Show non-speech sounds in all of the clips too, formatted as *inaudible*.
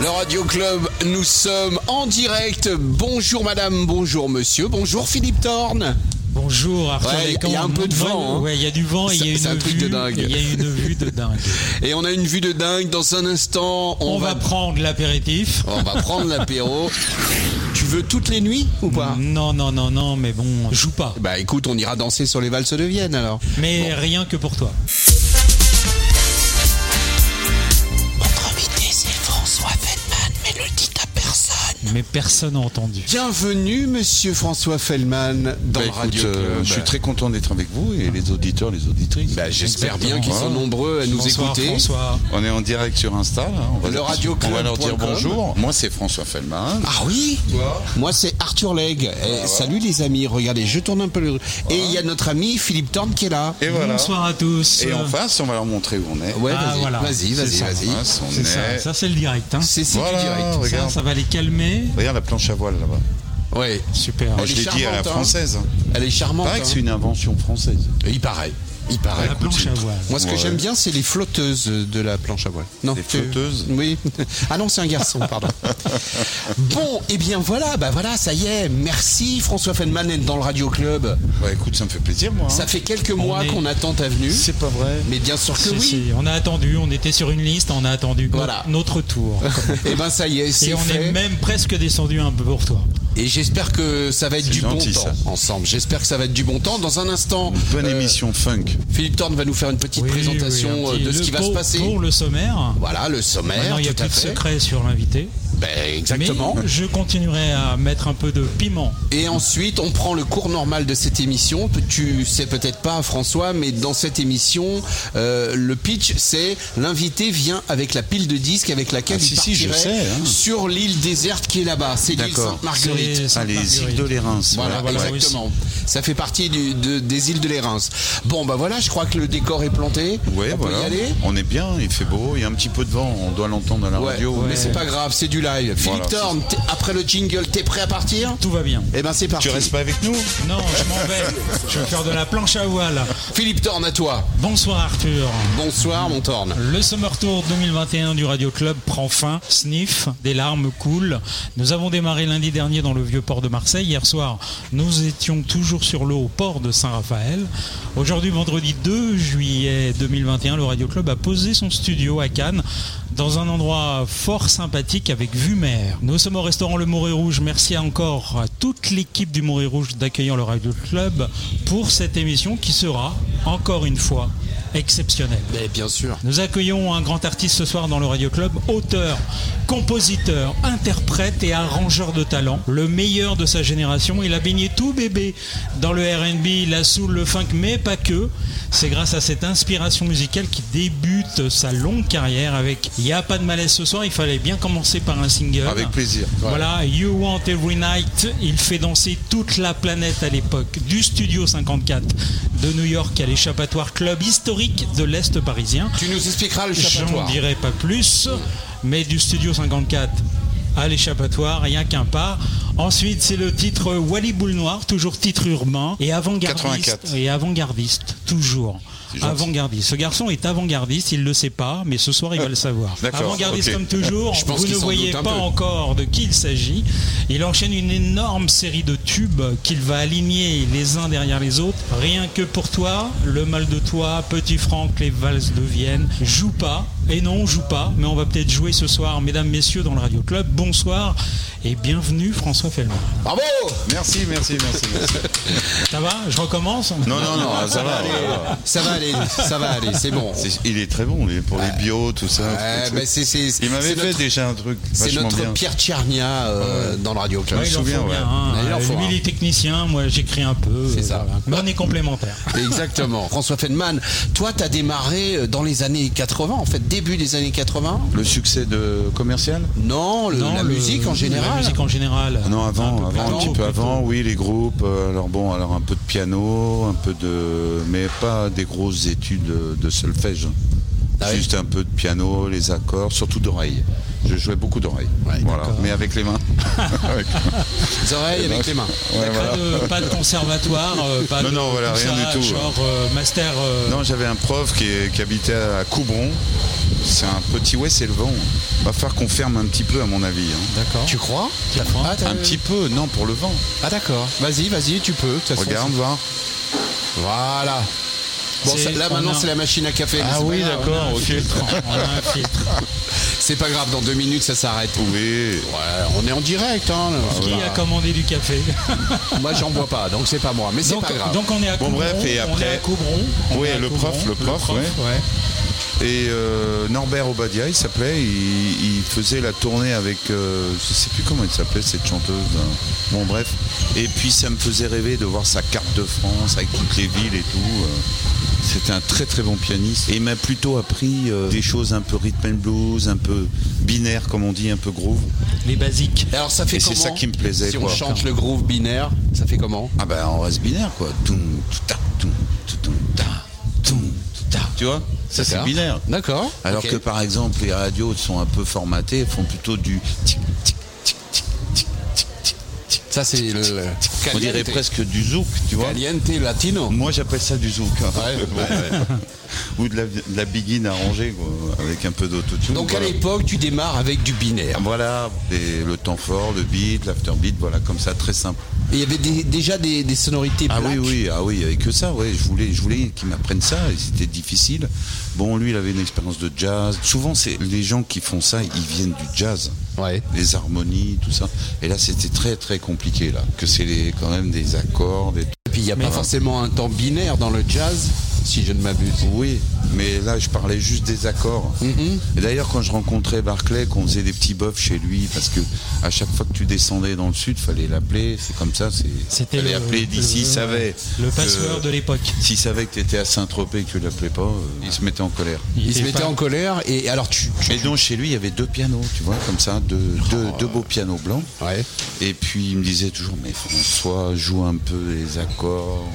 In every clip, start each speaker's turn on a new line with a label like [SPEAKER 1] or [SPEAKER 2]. [SPEAKER 1] Le Radio Club, nous sommes en direct. Bonjour madame, bonjour monsieur, bonjour Philippe Thorne.
[SPEAKER 2] Bonjour Arthur
[SPEAKER 1] Ouais,
[SPEAKER 2] Descamps.
[SPEAKER 1] il y a un peu de vent, hein.
[SPEAKER 2] Ouais, il y a du vent et il y a
[SPEAKER 1] C'est-
[SPEAKER 2] une
[SPEAKER 1] c'est un truc de
[SPEAKER 2] vue.
[SPEAKER 1] dingue.
[SPEAKER 2] Il y a une vue de dingue.
[SPEAKER 1] *laughs* Et on a une vue de dingue dans un instant.
[SPEAKER 2] On, va... prendre l'apéritif.
[SPEAKER 1] *laughs* on va prendre l'apéro. Tu veux toutes les nuits ou pas
[SPEAKER 2] Non, non, non, non, mais bon, joue pas.
[SPEAKER 1] Bah écoute, on ira danser sur les valses de Vienne alors.
[SPEAKER 2] Mais rien que pour toi.
[SPEAKER 3] Notre invité, c'est François Feldman, mais le dites à personne.
[SPEAKER 2] Mais personne n'a entendu.
[SPEAKER 1] Bienvenue monsieur François Fellman dans
[SPEAKER 4] Bah,
[SPEAKER 1] le
[SPEAKER 4] écoute,
[SPEAKER 1] Radio
[SPEAKER 4] euh,
[SPEAKER 1] Club.
[SPEAKER 4] je suis très content d'être avec vous et les auditeurs, les auditrices.
[SPEAKER 1] Bah, J'espère
[SPEAKER 2] Exactement.
[SPEAKER 1] bien qu'ils sont
[SPEAKER 4] Voilà.
[SPEAKER 1] nombreux à nous
[SPEAKER 2] Bonsoir
[SPEAKER 1] écouter.
[SPEAKER 2] François.
[SPEAKER 4] on est en direct sur Insta. là. On va
[SPEAKER 1] Le
[SPEAKER 4] leur-
[SPEAKER 1] Radio
[SPEAKER 4] On va leur dire
[SPEAKER 1] Club.com.
[SPEAKER 4] bonjour. Moi, c'est François Fellman.
[SPEAKER 1] Ah oui Moi c'est Arthur Legge.
[SPEAKER 4] Ah
[SPEAKER 1] Eh, Salut les amis, regardez, je tourne un peu le... Et il y a notre ami Philippe Thorne qui est là.
[SPEAKER 4] Et voilà.
[SPEAKER 2] Bonsoir à tous.
[SPEAKER 4] Et en face, on va leur montrer où on est.
[SPEAKER 1] Ouais,
[SPEAKER 2] Ah,
[SPEAKER 1] vas-y,
[SPEAKER 2] voilà.
[SPEAKER 1] vas-y, vas-y,
[SPEAKER 2] C'est ça.
[SPEAKER 1] vas-y.
[SPEAKER 4] En face, on
[SPEAKER 2] C'est
[SPEAKER 4] est.
[SPEAKER 2] ça, ça c'est le direct. Hein.
[SPEAKER 1] C'est c'est
[SPEAKER 4] Voilà,
[SPEAKER 1] du direct.
[SPEAKER 2] Ça,
[SPEAKER 4] regarde.
[SPEAKER 2] ça va les calmer.
[SPEAKER 4] Regarde la planche à voile là-bas.
[SPEAKER 1] Ouais.
[SPEAKER 2] Super.
[SPEAKER 4] Moi,
[SPEAKER 1] Elle
[SPEAKER 4] je
[SPEAKER 1] est
[SPEAKER 4] l'ai dit à la
[SPEAKER 1] charmante, hein.
[SPEAKER 4] française.
[SPEAKER 1] Elle est charmante.
[SPEAKER 4] Pareil que
[SPEAKER 1] hein.
[SPEAKER 4] c'est une invention française.
[SPEAKER 1] Il paraît. Il paraît.
[SPEAKER 2] La
[SPEAKER 4] écoute,
[SPEAKER 2] planche
[SPEAKER 4] c'est-
[SPEAKER 2] à voile.
[SPEAKER 1] Moi, ce que
[SPEAKER 4] Ouais.
[SPEAKER 1] j'aime bien, c'est les flotteuses de la planche à voile. Non,
[SPEAKER 4] Des
[SPEAKER 1] tu-
[SPEAKER 4] flotteuses
[SPEAKER 1] Oui. *laughs* Ah non, c'est un garçon,
[SPEAKER 4] *laughs*
[SPEAKER 1] pardon. bon, et bien voilà, bah voilà, ça y est. Merci François Feynman d'être dans le Radio Club.
[SPEAKER 4] Bah écoute, ça me fait plaisir moi. hein.
[SPEAKER 1] Ça fait quelques mois
[SPEAKER 2] est-
[SPEAKER 1] qu'on attend ta venue.
[SPEAKER 4] C'est pas vrai.
[SPEAKER 1] Mais bien sûr que
[SPEAKER 2] Si,
[SPEAKER 1] oui.
[SPEAKER 2] si, on a attendu, on était sur une liste, on a attendu no-
[SPEAKER 1] Voilà.
[SPEAKER 2] notre
[SPEAKER 1] *laughs*
[SPEAKER 2] tour.
[SPEAKER 1] Et ben ça y est,
[SPEAKER 2] Et
[SPEAKER 1] c'est
[SPEAKER 2] on
[SPEAKER 1] fait.
[SPEAKER 2] est même presque descendu un peu pour toi.
[SPEAKER 1] Et j'espère que ça va être
[SPEAKER 4] C'est
[SPEAKER 1] du
[SPEAKER 4] gentil,
[SPEAKER 1] bon temps ensemble. J'espère que ça va être du bon temps. Dans un instant,
[SPEAKER 4] Bonne
[SPEAKER 1] euh,
[SPEAKER 4] émission funk.
[SPEAKER 1] Philippe Thorne va nous faire une petite
[SPEAKER 2] Oui,
[SPEAKER 1] présentation
[SPEAKER 2] oui, un
[SPEAKER 1] euh,
[SPEAKER 2] petit-
[SPEAKER 1] de ce
[SPEAKER 2] le-
[SPEAKER 1] qui va
[SPEAKER 2] pour-
[SPEAKER 1] se passer.
[SPEAKER 2] Pour le sommaire.
[SPEAKER 1] Voilà, le sommaire,
[SPEAKER 2] Maintenant, il n'y a
[SPEAKER 1] tout à
[SPEAKER 2] plus de
[SPEAKER 1] fait.
[SPEAKER 2] secret sur l'invité.
[SPEAKER 1] Ben, exactement.
[SPEAKER 2] Mais je continuerai à mettre un peu de piment.
[SPEAKER 1] Et ensuite, on prend le cours normal de cette émission. Tu sais peut-être pas, François, mais dans cette émission, euh, le pitch, c'est l'invité vient avec la pile de disques avec laquelle
[SPEAKER 4] Ah,
[SPEAKER 1] il
[SPEAKER 4] si, si, je
[SPEAKER 1] partirait
[SPEAKER 4] sais, hein.
[SPEAKER 1] sur l'île déserte qui est là-bas. C'est l'île
[SPEAKER 4] D'accord.
[SPEAKER 1] Sainte-Marguerite.
[SPEAKER 2] C'est
[SPEAKER 4] Ah, les îles
[SPEAKER 2] Sainte-Marguerite.
[SPEAKER 4] de l'Érins.
[SPEAKER 1] Voilà,
[SPEAKER 2] Voilà, voilà,
[SPEAKER 1] exactement. Ça fait partie du- de- des îles de l'Érins. Bon, bah voilà, je crois que le décor est planté.
[SPEAKER 4] Ouais,
[SPEAKER 1] on
[SPEAKER 4] voilà.
[SPEAKER 1] peut y aller.
[SPEAKER 4] on est bien, il fait beau, il y a un petit peu de vent, on doit l'entendre à la
[SPEAKER 1] Ouais,
[SPEAKER 4] radio.
[SPEAKER 1] mais c'est pas grave, c'est du live. Philippe
[SPEAKER 4] c'est
[SPEAKER 1] Thorne, t'es- après le jingle, t'es prêt à partir
[SPEAKER 2] Tout va bien.
[SPEAKER 1] Eh ben c'est parti.
[SPEAKER 4] Tu restes pas avec nous
[SPEAKER 2] Non, je m'en vais. Je vais faire de la planche à voile.
[SPEAKER 1] Philippe Thorne, à toi.
[SPEAKER 2] Bonsoir Arthur.
[SPEAKER 1] Bonsoir, mon Thorne.
[SPEAKER 2] Le Summer Tour 2021 du Radio Club prend fin. Sniff, des larmes coulent. Nous avons démarré lundi dernier dans le vieux port de Marseille. Hier soir, nous étions toujours sur l'eau au port de Saint-Raphaël. Aujourd'hui, vendredi 2 juillet 2021, le Radio Club a posé son studio à Cannes dans un endroit fort sympathique avec vue mer. Nous sommes au restaurant Le Moré Rouge. Merci encore à toute l'équipe du Moré Rouge d'accueillir le Radio Club pour cette émission qui sera, encore une fois, exceptionnelle.
[SPEAKER 1] Mais bien sûr.
[SPEAKER 2] Nous accueillons un grand artiste ce soir dans le Radio Club, auteur, compositeur, interprète et arrangeur de talent, le meilleur de sa génération. Il a baigné tout bébé dans le RB, la soul, le funk, mais pas que. C'est grâce à cette inspiration musicale qui débute sa longue carrière avec Il n'y a pas de malaise ce soir, il fallait bien commencer par un single.
[SPEAKER 4] Avec plaisir.
[SPEAKER 2] Voilà, You Want Every Night, il fait danser toute la planète à l'époque, du Studio 54 de New York à l'échappatoire club historique de l'Est parisien.
[SPEAKER 1] Tu nous expliqueras le
[SPEAKER 2] J'en
[SPEAKER 1] chapatoir.
[SPEAKER 2] dirai pas plus, mais du Studio 54 à l'échappatoire, rien qu'un pas. Ensuite, c'est le titre Wally Boule Noire, toujours titre urbain et avant-gardiste.
[SPEAKER 4] 84.
[SPEAKER 2] Et avant-gardiste, toujours.
[SPEAKER 4] C'est gentil.
[SPEAKER 2] Avant-gardiste. Ce garçon est avant-gardiste, il le sait pas, mais ce soir il va le savoir.
[SPEAKER 4] D'accord,
[SPEAKER 2] Avant-gardiste
[SPEAKER 4] ok.
[SPEAKER 2] comme toujours,
[SPEAKER 1] Je pense
[SPEAKER 2] vous
[SPEAKER 1] qu'il
[SPEAKER 2] ne
[SPEAKER 1] s'en
[SPEAKER 2] voyez
[SPEAKER 1] doute un
[SPEAKER 2] pas
[SPEAKER 1] peu.
[SPEAKER 2] encore de qui il s'agit. Il enchaîne une énorme série de tubes qu'il va aligner les uns derrière les autres. Rien que pour toi, Le mal de toi, Petit Franck, Les valses de Vienne, Joue pas. Et non, on joue pas, mais on va peut-être jouer ce soir, mesdames, messieurs, dans le Radio Club. Bonsoir et bienvenue, François Fellman.
[SPEAKER 1] Bravo
[SPEAKER 4] Merci, merci, merci.
[SPEAKER 1] *laughs*
[SPEAKER 4] merci.
[SPEAKER 2] Ça va Je recommence
[SPEAKER 4] Non, non, non, ça va.
[SPEAKER 1] Ça va aller, ça va aller, c'est bon.
[SPEAKER 4] C'est- Il est très bon les- pour les bio, tout ça.
[SPEAKER 1] Ouais, bah, c'est- c'est-
[SPEAKER 4] Il m'avait
[SPEAKER 1] c'est
[SPEAKER 4] fait
[SPEAKER 1] notre-
[SPEAKER 4] déjà un truc
[SPEAKER 1] C'est
[SPEAKER 4] vachement
[SPEAKER 1] notre
[SPEAKER 4] bien.
[SPEAKER 1] Pierre Tchernia euh, dans le Radio Club.
[SPEAKER 2] Ouais, il en
[SPEAKER 4] souviens,
[SPEAKER 2] faut
[SPEAKER 4] ouais.
[SPEAKER 2] bien, hein.
[SPEAKER 1] Ouais, il en faut
[SPEAKER 2] Lui,
[SPEAKER 1] un.
[SPEAKER 2] il est technicien, moi j'écris un peu.
[SPEAKER 1] C'est
[SPEAKER 2] euh,
[SPEAKER 1] ça.
[SPEAKER 2] voilà. Mais on est complémentaires.
[SPEAKER 1] *laughs* Exactement. François Feynman, toi, t'as démarré euh, dans les années 80, en fait, début des années 80
[SPEAKER 4] Le succès de commercial
[SPEAKER 1] Non, le-
[SPEAKER 2] Non,
[SPEAKER 1] la
[SPEAKER 2] le-
[SPEAKER 1] musique en
[SPEAKER 2] La
[SPEAKER 1] général.
[SPEAKER 2] musique en général.
[SPEAKER 4] Ah
[SPEAKER 2] euh,
[SPEAKER 4] Non,
[SPEAKER 2] Un
[SPEAKER 4] avant,
[SPEAKER 2] peu plus
[SPEAKER 4] avant, un
[SPEAKER 2] tôt,
[SPEAKER 4] petit
[SPEAKER 2] plus
[SPEAKER 4] peu
[SPEAKER 2] tôt.
[SPEAKER 4] avant, oui, les groupes. euh, Alors bon, alors un peu de piano, un peu de, mais pas des grosses études de- de solfège.
[SPEAKER 1] Ah oui
[SPEAKER 4] Juste un peu de piano, les accords, surtout d'oreille. Je jouais beaucoup d'oreille, voilà, mais avec
[SPEAKER 2] *laughs*
[SPEAKER 4] les mains. Avec-
[SPEAKER 1] Les oreilles avec les mains.
[SPEAKER 4] Ouais,
[SPEAKER 2] Pas,
[SPEAKER 4] voilà.
[SPEAKER 2] de, pas de conservatoire, euh, pas
[SPEAKER 4] Non,
[SPEAKER 2] de
[SPEAKER 4] non, voilà,
[SPEAKER 2] tout
[SPEAKER 4] rien
[SPEAKER 2] ça,
[SPEAKER 4] du tout.
[SPEAKER 2] Genre euh, master. euh,
[SPEAKER 4] Non, j'avais un prof qui, qui habitait à Coubron. c'est un petit ouais, c'est le vent. Va falloir qu'on ferme un petit peu, à mon avis. hein.
[SPEAKER 2] D'accord.
[SPEAKER 1] Tu crois
[SPEAKER 2] Tu crois
[SPEAKER 1] Ah, t'as-
[SPEAKER 4] Un petit peu, non, pour le vent.
[SPEAKER 1] Ah, d'accord. Vas-y, vas-y, tu peux. de toute façon.
[SPEAKER 4] Regarde, voir.
[SPEAKER 1] Voilà. Bon,
[SPEAKER 2] C'est-
[SPEAKER 1] ça- là
[SPEAKER 2] on
[SPEAKER 1] maintenant
[SPEAKER 2] a-
[SPEAKER 1] c'est la machine à café.
[SPEAKER 4] Ah
[SPEAKER 1] mais c'est pas grave.
[SPEAKER 2] On a un filtre, on a un filtre.
[SPEAKER 1] *laughs* C'est pas grave, dans deux minutes ça s'arrête.
[SPEAKER 4] Oui.
[SPEAKER 1] Voilà, on est en direct. Hein,
[SPEAKER 4] Ah,
[SPEAKER 2] Qui
[SPEAKER 1] Voilà.
[SPEAKER 2] a commandé du café
[SPEAKER 1] *laughs* Moi j'en bois pas, donc c'est pas moi. Mais c'est
[SPEAKER 2] donc,
[SPEAKER 1] pas grave.
[SPEAKER 2] donc on est à
[SPEAKER 4] Bon,
[SPEAKER 2] Coubron.
[SPEAKER 4] bref,
[SPEAKER 2] On
[SPEAKER 4] et
[SPEAKER 2] est à
[SPEAKER 4] après-
[SPEAKER 2] Coubron. on
[SPEAKER 4] Oui,
[SPEAKER 2] est à
[SPEAKER 4] le prof,
[SPEAKER 2] Coubron,
[SPEAKER 4] le prof, ouais.
[SPEAKER 2] ouais.
[SPEAKER 4] Et euh, Norbert Obadia, il s'appelait, il, il faisait la tournée avec, euh, je sais plus comment elle s'appelait cette chanteuse. hein. Bon bref. Et puis ça me faisait rêver de voir sa carte de France avec toutes les villes et tout. euh. C'était un très très bon pianiste. Et il m'a plutôt appris euh, des choses un peu rhythm and blues, un peu binaire comme on dit, un peu groove.
[SPEAKER 2] Les basiques.
[SPEAKER 1] Alors ça fait
[SPEAKER 4] Et c'est
[SPEAKER 1] comment
[SPEAKER 4] ça qui me plaisait,
[SPEAKER 1] Si on
[SPEAKER 4] quoi.
[SPEAKER 1] chante le groove binaire, ça fait comment
[SPEAKER 4] Ah ben on reste binaire quoi. Toum, touta, toum, toutoum, ta, toum, touta. Tu vois Ça c'est
[SPEAKER 1] D'accord.
[SPEAKER 4] binaire.
[SPEAKER 1] D'accord.
[SPEAKER 4] Alors
[SPEAKER 1] Ok.
[SPEAKER 4] que par exemple, les radios sont un peu formatées, font plutôt du tic tic tic tic tic tic tic tic.
[SPEAKER 1] ça c'est le
[SPEAKER 4] Euh, On dirait
[SPEAKER 1] caliente.
[SPEAKER 4] presque du zouk, tu vois.
[SPEAKER 1] caliente latino.
[SPEAKER 4] Moi j'appelle ça du zouk. hein.
[SPEAKER 1] Ouais.
[SPEAKER 4] Bon, *laughs* ouais. Ou de la, de la biguine arrangée quoi, avec un peu d'autotune.
[SPEAKER 1] Donc à
[SPEAKER 4] voilà.
[SPEAKER 1] l'époque tu démarres avec du binaire.
[SPEAKER 4] Voilà, et le temps fort, le beat, l'afterbeat, voilà comme ça, très simple.
[SPEAKER 1] Et Il y avait des- déjà des, des sonorités
[SPEAKER 4] Ah
[SPEAKER 1] black.
[SPEAKER 4] oui, oui, ah oui, avec que ça, ouais, je voulais, je voulais qu'il m'apprenne ça, et c'était difficile. Bon, lui, il avait une expérience de jazz. Souvent, c'est les gens qui font ça, ils viennent du jazz.
[SPEAKER 1] Ouais.
[SPEAKER 4] Les harmonies, tout ça. Et là, c'était très, très compliqué, là. Que c'est les- quand même des accords, des...
[SPEAKER 1] Et puis il n'y a pas forcément un temps binaire dans le jazz, si je ne m'abuse. Mhm.
[SPEAKER 4] Oui, mais là, je parlais juste des accords. Et d'ailleurs, quand je rencontrais Barclay, qu'on faisait des petits bœufs chez lui, parce que à chaque fois que tu descendais dans le sud, fallait l'appeler, c'est comme ça, c'est...
[SPEAKER 2] C'était
[SPEAKER 4] fallait
[SPEAKER 2] le.
[SPEAKER 4] appeler d'ici,
[SPEAKER 2] le-
[SPEAKER 4] il savait...
[SPEAKER 2] Le
[SPEAKER 4] que-
[SPEAKER 2] passeur de l'époque.
[SPEAKER 4] S'il savait que tu étais à Saint-Tropez et que tu l'appelais pas, euh, il se mettait en colère.
[SPEAKER 1] Il se
[SPEAKER 2] était
[SPEAKER 1] mettait
[SPEAKER 2] pas-
[SPEAKER 1] en colère et alors tu. tu-
[SPEAKER 4] Et donc chez lui, il y avait deux pianos, tu vois, comme ça, deux, deux, deux beaux pianos blancs.
[SPEAKER 1] Oh. Ouais.
[SPEAKER 4] Et puis il me disait toujours, mais François, joue un peu les accords,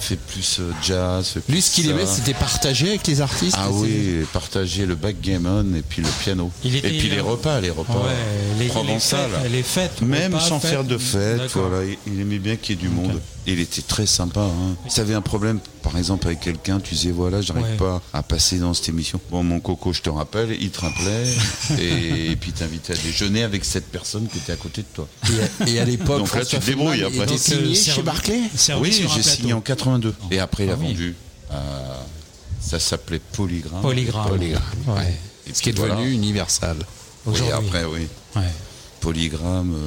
[SPEAKER 4] fais plus euh, jazz. Fais plus
[SPEAKER 1] Lui, ce qu'il
[SPEAKER 4] ça.
[SPEAKER 1] aimait, c'était partager avec les artistes.
[SPEAKER 4] Ah
[SPEAKER 1] C'est-
[SPEAKER 4] oui, partager le backgammon et puis le piano.
[SPEAKER 2] Il était-
[SPEAKER 4] et puis les repas, les repas
[SPEAKER 2] Ouais, les, les
[SPEAKER 4] provençal.
[SPEAKER 2] fêtes, les fêtes,
[SPEAKER 4] Même
[SPEAKER 2] repas,
[SPEAKER 4] sans
[SPEAKER 2] fêtes.
[SPEAKER 4] faire de fête,
[SPEAKER 2] D'accord.
[SPEAKER 4] voilà, il- il aimait bien qu'il y ait du monde. Il était très sympa. Hein. Si t'avais un problème, par exemple, avec quelqu'un, tu disais voilà, j'arrive
[SPEAKER 2] Ouais.
[SPEAKER 4] pas à passer dans cette émission. Bon, mon coco, je te rappelle, il te rappelait,
[SPEAKER 2] *laughs*
[SPEAKER 4] et, et puis t'invitais à déjeuner avec cette personne qui était à côté de toi.
[SPEAKER 1] Et- Et à l'époque,
[SPEAKER 4] Donc là,
[SPEAKER 1] François
[SPEAKER 4] tu te débrouilles,
[SPEAKER 1] Feldman
[SPEAKER 4] après.
[SPEAKER 1] était
[SPEAKER 4] Donc,
[SPEAKER 2] euh,
[SPEAKER 1] signé
[SPEAKER 2] servi-
[SPEAKER 1] chez Barclay.
[SPEAKER 2] servi
[SPEAKER 4] oui,
[SPEAKER 2] sur un
[SPEAKER 4] j'ai
[SPEAKER 2] plateau.
[SPEAKER 4] signé en 82. Et après, il a
[SPEAKER 2] Ah oui.
[SPEAKER 4] vendu. à- ça s'appelait Polygramme.
[SPEAKER 2] Polygramme.
[SPEAKER 1] Polygramme,
[SPEAKER 2] Ouais.
[SPEAKER 1] ouais.
[SPEAKER 4] Et
[SPEAKER 1] Ce qui est
[SPEAKER 4] puis voilà.
[SPEAKER 1] devenu Universal.
[SPEAKER 4] Oui,
[SPEAKER 2] Aujourd'hui.
[SPEAKER 4] après, oui.
[SPEAKER 2] Ouais.
[SPEAKER 4] Polygramme. euh,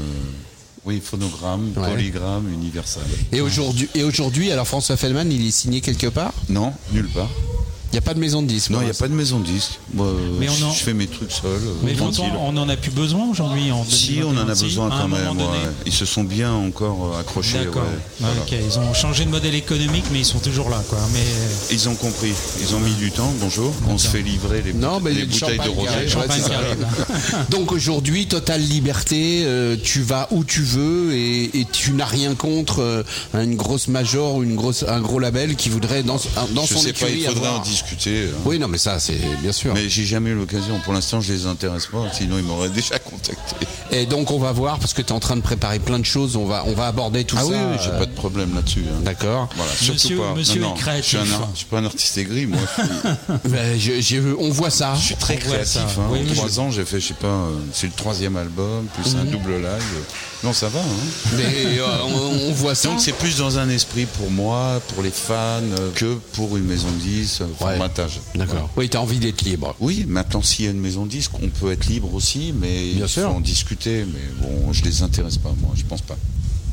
[SPEAKER 4] Oui, phonogramme,
[SPEAKER 1] Ouais.
[SPEAKER 4] polygramme, universal.
[SPEAKER 1] Et aujourd'hui, et aujourd'hui, alors François Feldman, il est signé quelque part
[SPEAKER 4] Non, nulle part.
[SPEAKER 1] Il n'y a pas de maison de disques.
[SPEAKER 4] Non, il
[SPEAKER 1] pour
[SPEAKER 4] n'y a
[SPEAKER 1] l'instant.
[SPEAKER 4] pas de maison de disque. Moi, euh,
[SPEAKER 2] Mais
[SPEAKER 4] je,
[SPEAKER 2] on en-
[SPEAKER 4] je fais mes trucs seul. euh,
[SPEAKER 2] Mais
[SPEAKER 4] tranquille.
[SPEAKER 2] longtemps, on en a plus besoin aujourd'hui. En
[SPEAKER 4] Si, on en a
[SPEAKER 2] 2021, si,
[SPEAKER 4] besoin
[SPEAKER 2] à un
[SPEAKER 4] quand
[SPEAKER 2] moment
[SPEAKER 4] même.
[SPEAKER 2] donné.
[SPEAKER 4] ouais. Ils se sont bien encore euh, accrochés.
[SPEAKER 2] D'accord.
[SPEAKER 4] ouais. Voilà.
[SPEAKER 2] Ok, ils ont changé de modèle économique, mais ils sont toujours là, quoi. Mais
[SPEAKER 4] Ils ont compris. Ils ont mis du temps. Bonjour. On se fait livrer les,
[SPEAKER 1] Non,
[SPEAKER 4] boute-
[SPEAKER 1] mais il y a
[SPEAKER 4] les
[SPEAKER 1] du
[SPEAKER 4] bouteilles de
[SPEAKER 1] champagne bah. qui
[SPEAKER 4] rosé.
[SPEAKER 1] arrive.
[SPEAKER 2] euh,
[SPEAKER 1] Ouais,
[SPEAKER 2] champagne
[SPEAKER 1] c'est
[SPEAKER 2] qui
[SPEAKER 1] ça.
[SPEAKER 2] arrive. *laughs*
[SPEAKER 1] Donc aujourd'hui, totale liberté, euh, tu vas où tu veux et, et tu n'as rien contre euh, une grosse major ou une grosse, un gros label qui voudrait dans, un- dans
[SPEAKER 4] Je
[SPEAKER 1] son
[SPEAKER 4] sais pas, il
[SPEAKER 1] écurie
[SPEAKER 4] faudrait en
[SPEAKER 1] avoir-
[SPEAKER 4] discuter. hein.
[SPEAKER 1] Oui, non, mais ça, c'est bien sûr.
[SPEAKER 4] Mais j'ai jamais eu l'occasion. Pour l'instant, je les intéresse pas. Sinon, ils m'auraient déjà contacté.
[SPEAKER 1] Et donc on va voir parce que tu es en train de préparer plein de choses. On va, on va aborder tout
[SPEAKER 4] Ah
[SPEAKER 1] ça.
[SPEAKER 4] oui, oui, j'ai
[SPEAKER 1] euh,
[SPEAKER 4] pas de problème là-dessus. hein.
[SPEAKER 1] D'accord.
[SPEAKER 4] Voilà, surtout
[SPEAKER 2] Monsieur-
[SPEAKER 4] pas. Non,
[SPEAKER 2] monsieur
[SPEAKER 4] non,
[SPEAKER 2] est créatif.
[SPEAKER 4] Je suis, un ar- je suis pas un artiste
[SPEAKER 1] *laughs*
[SPEAKER 4] aigri, moi. Je suis-
[SPEAKER 1] Ben, je- j'ai vu- on voit ça.
[SPEAKER 4] Je suis très
[SPEAKER 2] On voit
[SPEAKER 4] créatif.
[SPEAKER 2] ça.
[SPEAKER 4] hein.
[SPEAKER 2] Oui,
[SPEAKER 4] en
[SPEAKER 2] oui,
[SPEAKER 4] trois ans, j'ai fait, je sais pas, euh, c'est le troisième album, plus un double live. Non, ça va. hein.
[SPEAKER 1] Mhm. Mais, euh, on, on voit ça.
[SPEAKER 4] Donc c'est plus dans un esprit pour moi, pour les fans, euh, que pour une maison de 10, euh, formatage.
[SPEAKER 1] D'accord. Oui, t'as envie d'être libre.
[SPEAKER 4] Oui, maintenant s'il y a une maison de disque, on peut être libre aussi, mais il
[SPEAKER 1] Bien
[SPEAKER 4] faut
[SPEAKER 1] sûr.
[SPEAKER 4] en discuter. Mais bon, je les intéresse pas, moi, je pense pas.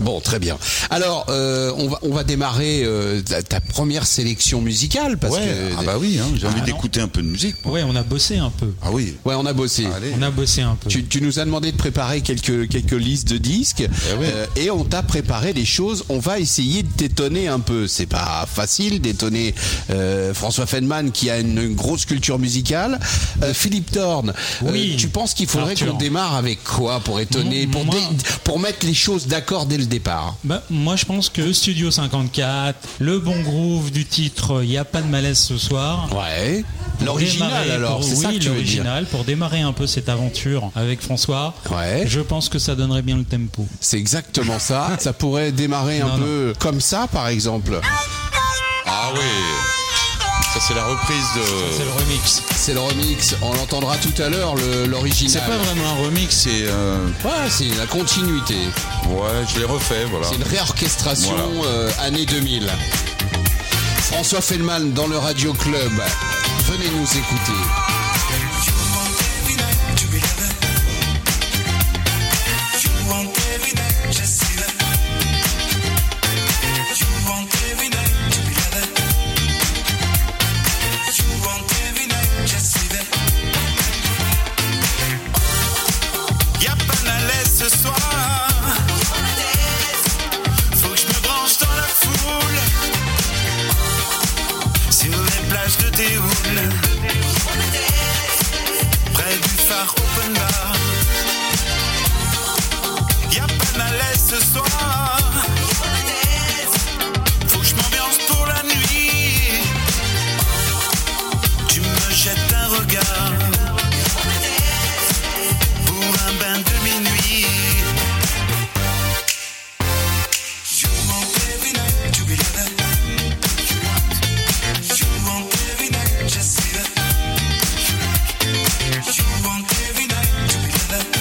[SPEAKER 1] Bon, très bien. Alors, euh, on va on va démarrer euh, ta, ta première sélection musicale parce
[SPEAKER 4] ouais,
[SPEAKER 1] que
[SPEAKER 4] ah bah oui, hein, j'ai envie
[SPEAKER 2] non.
[SPEAKER 4] d'écouter un peu de musique. moi.
[SPEAKER 2] Ouais, on a bossé un peu.
[SPEAKER 4] Ah oui.
[SPEAKER 1] ouais, on a bossé.
[SPEAKER 4] Allez.
[SPEAKER 2] On a bossé un peu.
[SPEAKER 1] Tu, tu nous as demandé de préparer quelques quelques listes de disques
[SPEAKER 4] Eh
[SPEAKER 1] euh,
[SPEAKER 4] ouais.
[SPEAKER 1] et on t'a préparé des choses. On va essayer de t'étonner un peu. C'est pas facile d'étonner euh, François Feldman qui a une grosse culture musicale. Euh, Philippe Thorne, euh,
[SPEAKER 2] Oui.
[SPEAKER 1] tu penses qu'il faudrait
[SPEAKER 2] Arthur.
[SPEAKER 1] qu'on démarre avec quoi pour étonner, pour
[SPEAKER 2] Moi-
[SPEAKER 1] dé- pour mettre les choses d'accord dès le départ
[SPEAKER 2] Bah, moi, je pense que Studio 54, le bon groove du titre, il n'y a pas de malaise ce soir.
[SPEAKER 1] Ouais.
[SPEAKER 2] Pour
[SPEAKER 1] L'original
[SPEAKER 2] démarrer-
[SPEAKER 1] alors,
[SPEAKER 2] pour-
[SPEAKER 1] c'est ça que
[SPEAKER 2] oui,
[SPEAKER 1] tu veux dire.
[SPEAKER 2] l'original, pour démarrer un peu cette aventure avec François,
[SPEAKER 1] Ouais.
[SPEAKER 2] je pense que ça donnerait bien le tempo.
[SPEAKER 1] C'est exactement
[SPEAKER 4] *laughs*
[SPEAKER 1] ça. ça pourrait démarrer un
[SPEAKER 2] Non,
[SPEAKER 1] peu comme ça, par exemple.
[SPEAKER 4] Ah oui. Ça, c'est la reprise
[SPEAKER 2] C'est
[SPEAKER 4] de.
[SPEAKER 2] le remix.
[SPEAKER 1] C'est le remix, on l'entendra tout à l'heure, le- l'original.
[SPEAKER 4] C'est pas vraiment un remix, c'est. euh,
[SPEAKER 1] Ouais, c'est la continuité.
[SPEAKER 4] Ouais, je l'ai refait, voilà.
[SPEAKER 1] C'est une réorchestration
[SPEAKER 4] Voilà.
[SPEAKER 1] euh, année 2000. François Fellman dans le Radio Club. Venez nous écouter.
[SPEAKER 5] Y'a pas de malaise ce soir. Faut que je me branche dans la foule. Sur les plages de Théoul. Près du phare Open Bar. Y'a pas de malaise ce soir. Faut que je m'ambiance pour la nuit. Tu me jettes un regard pour un bain de minuit. You want every night to be loved. You want, you want every night just say that. You want, you want every night to be loved.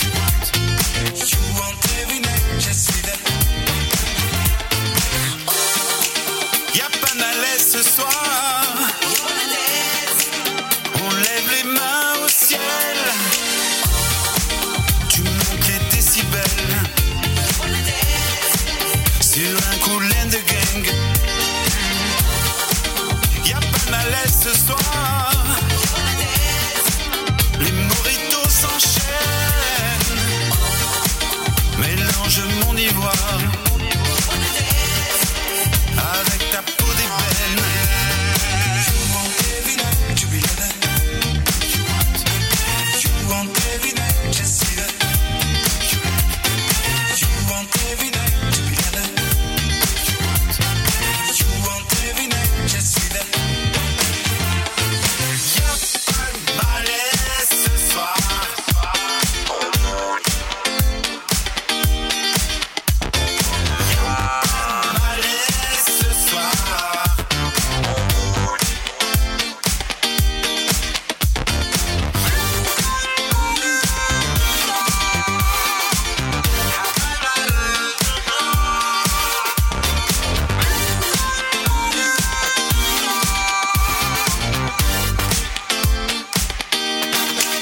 [SPEAKER 5] You want, you want every night just say that. Y'a pas de malaise ce soir. On lève les mains au ciel. Tu manquais t'es si belle Sur un coulin de gang Y'a pas de malaise ce soir Les moritos s'enchaînent Mélange mon ivoire Avec ta peau d'ébène You want every night to be like that. You want, you want every night just see that. You want every night to be together. You want every night just see that. Y'a pas de malaise ce soir. Y'a pas de malaise ce soir.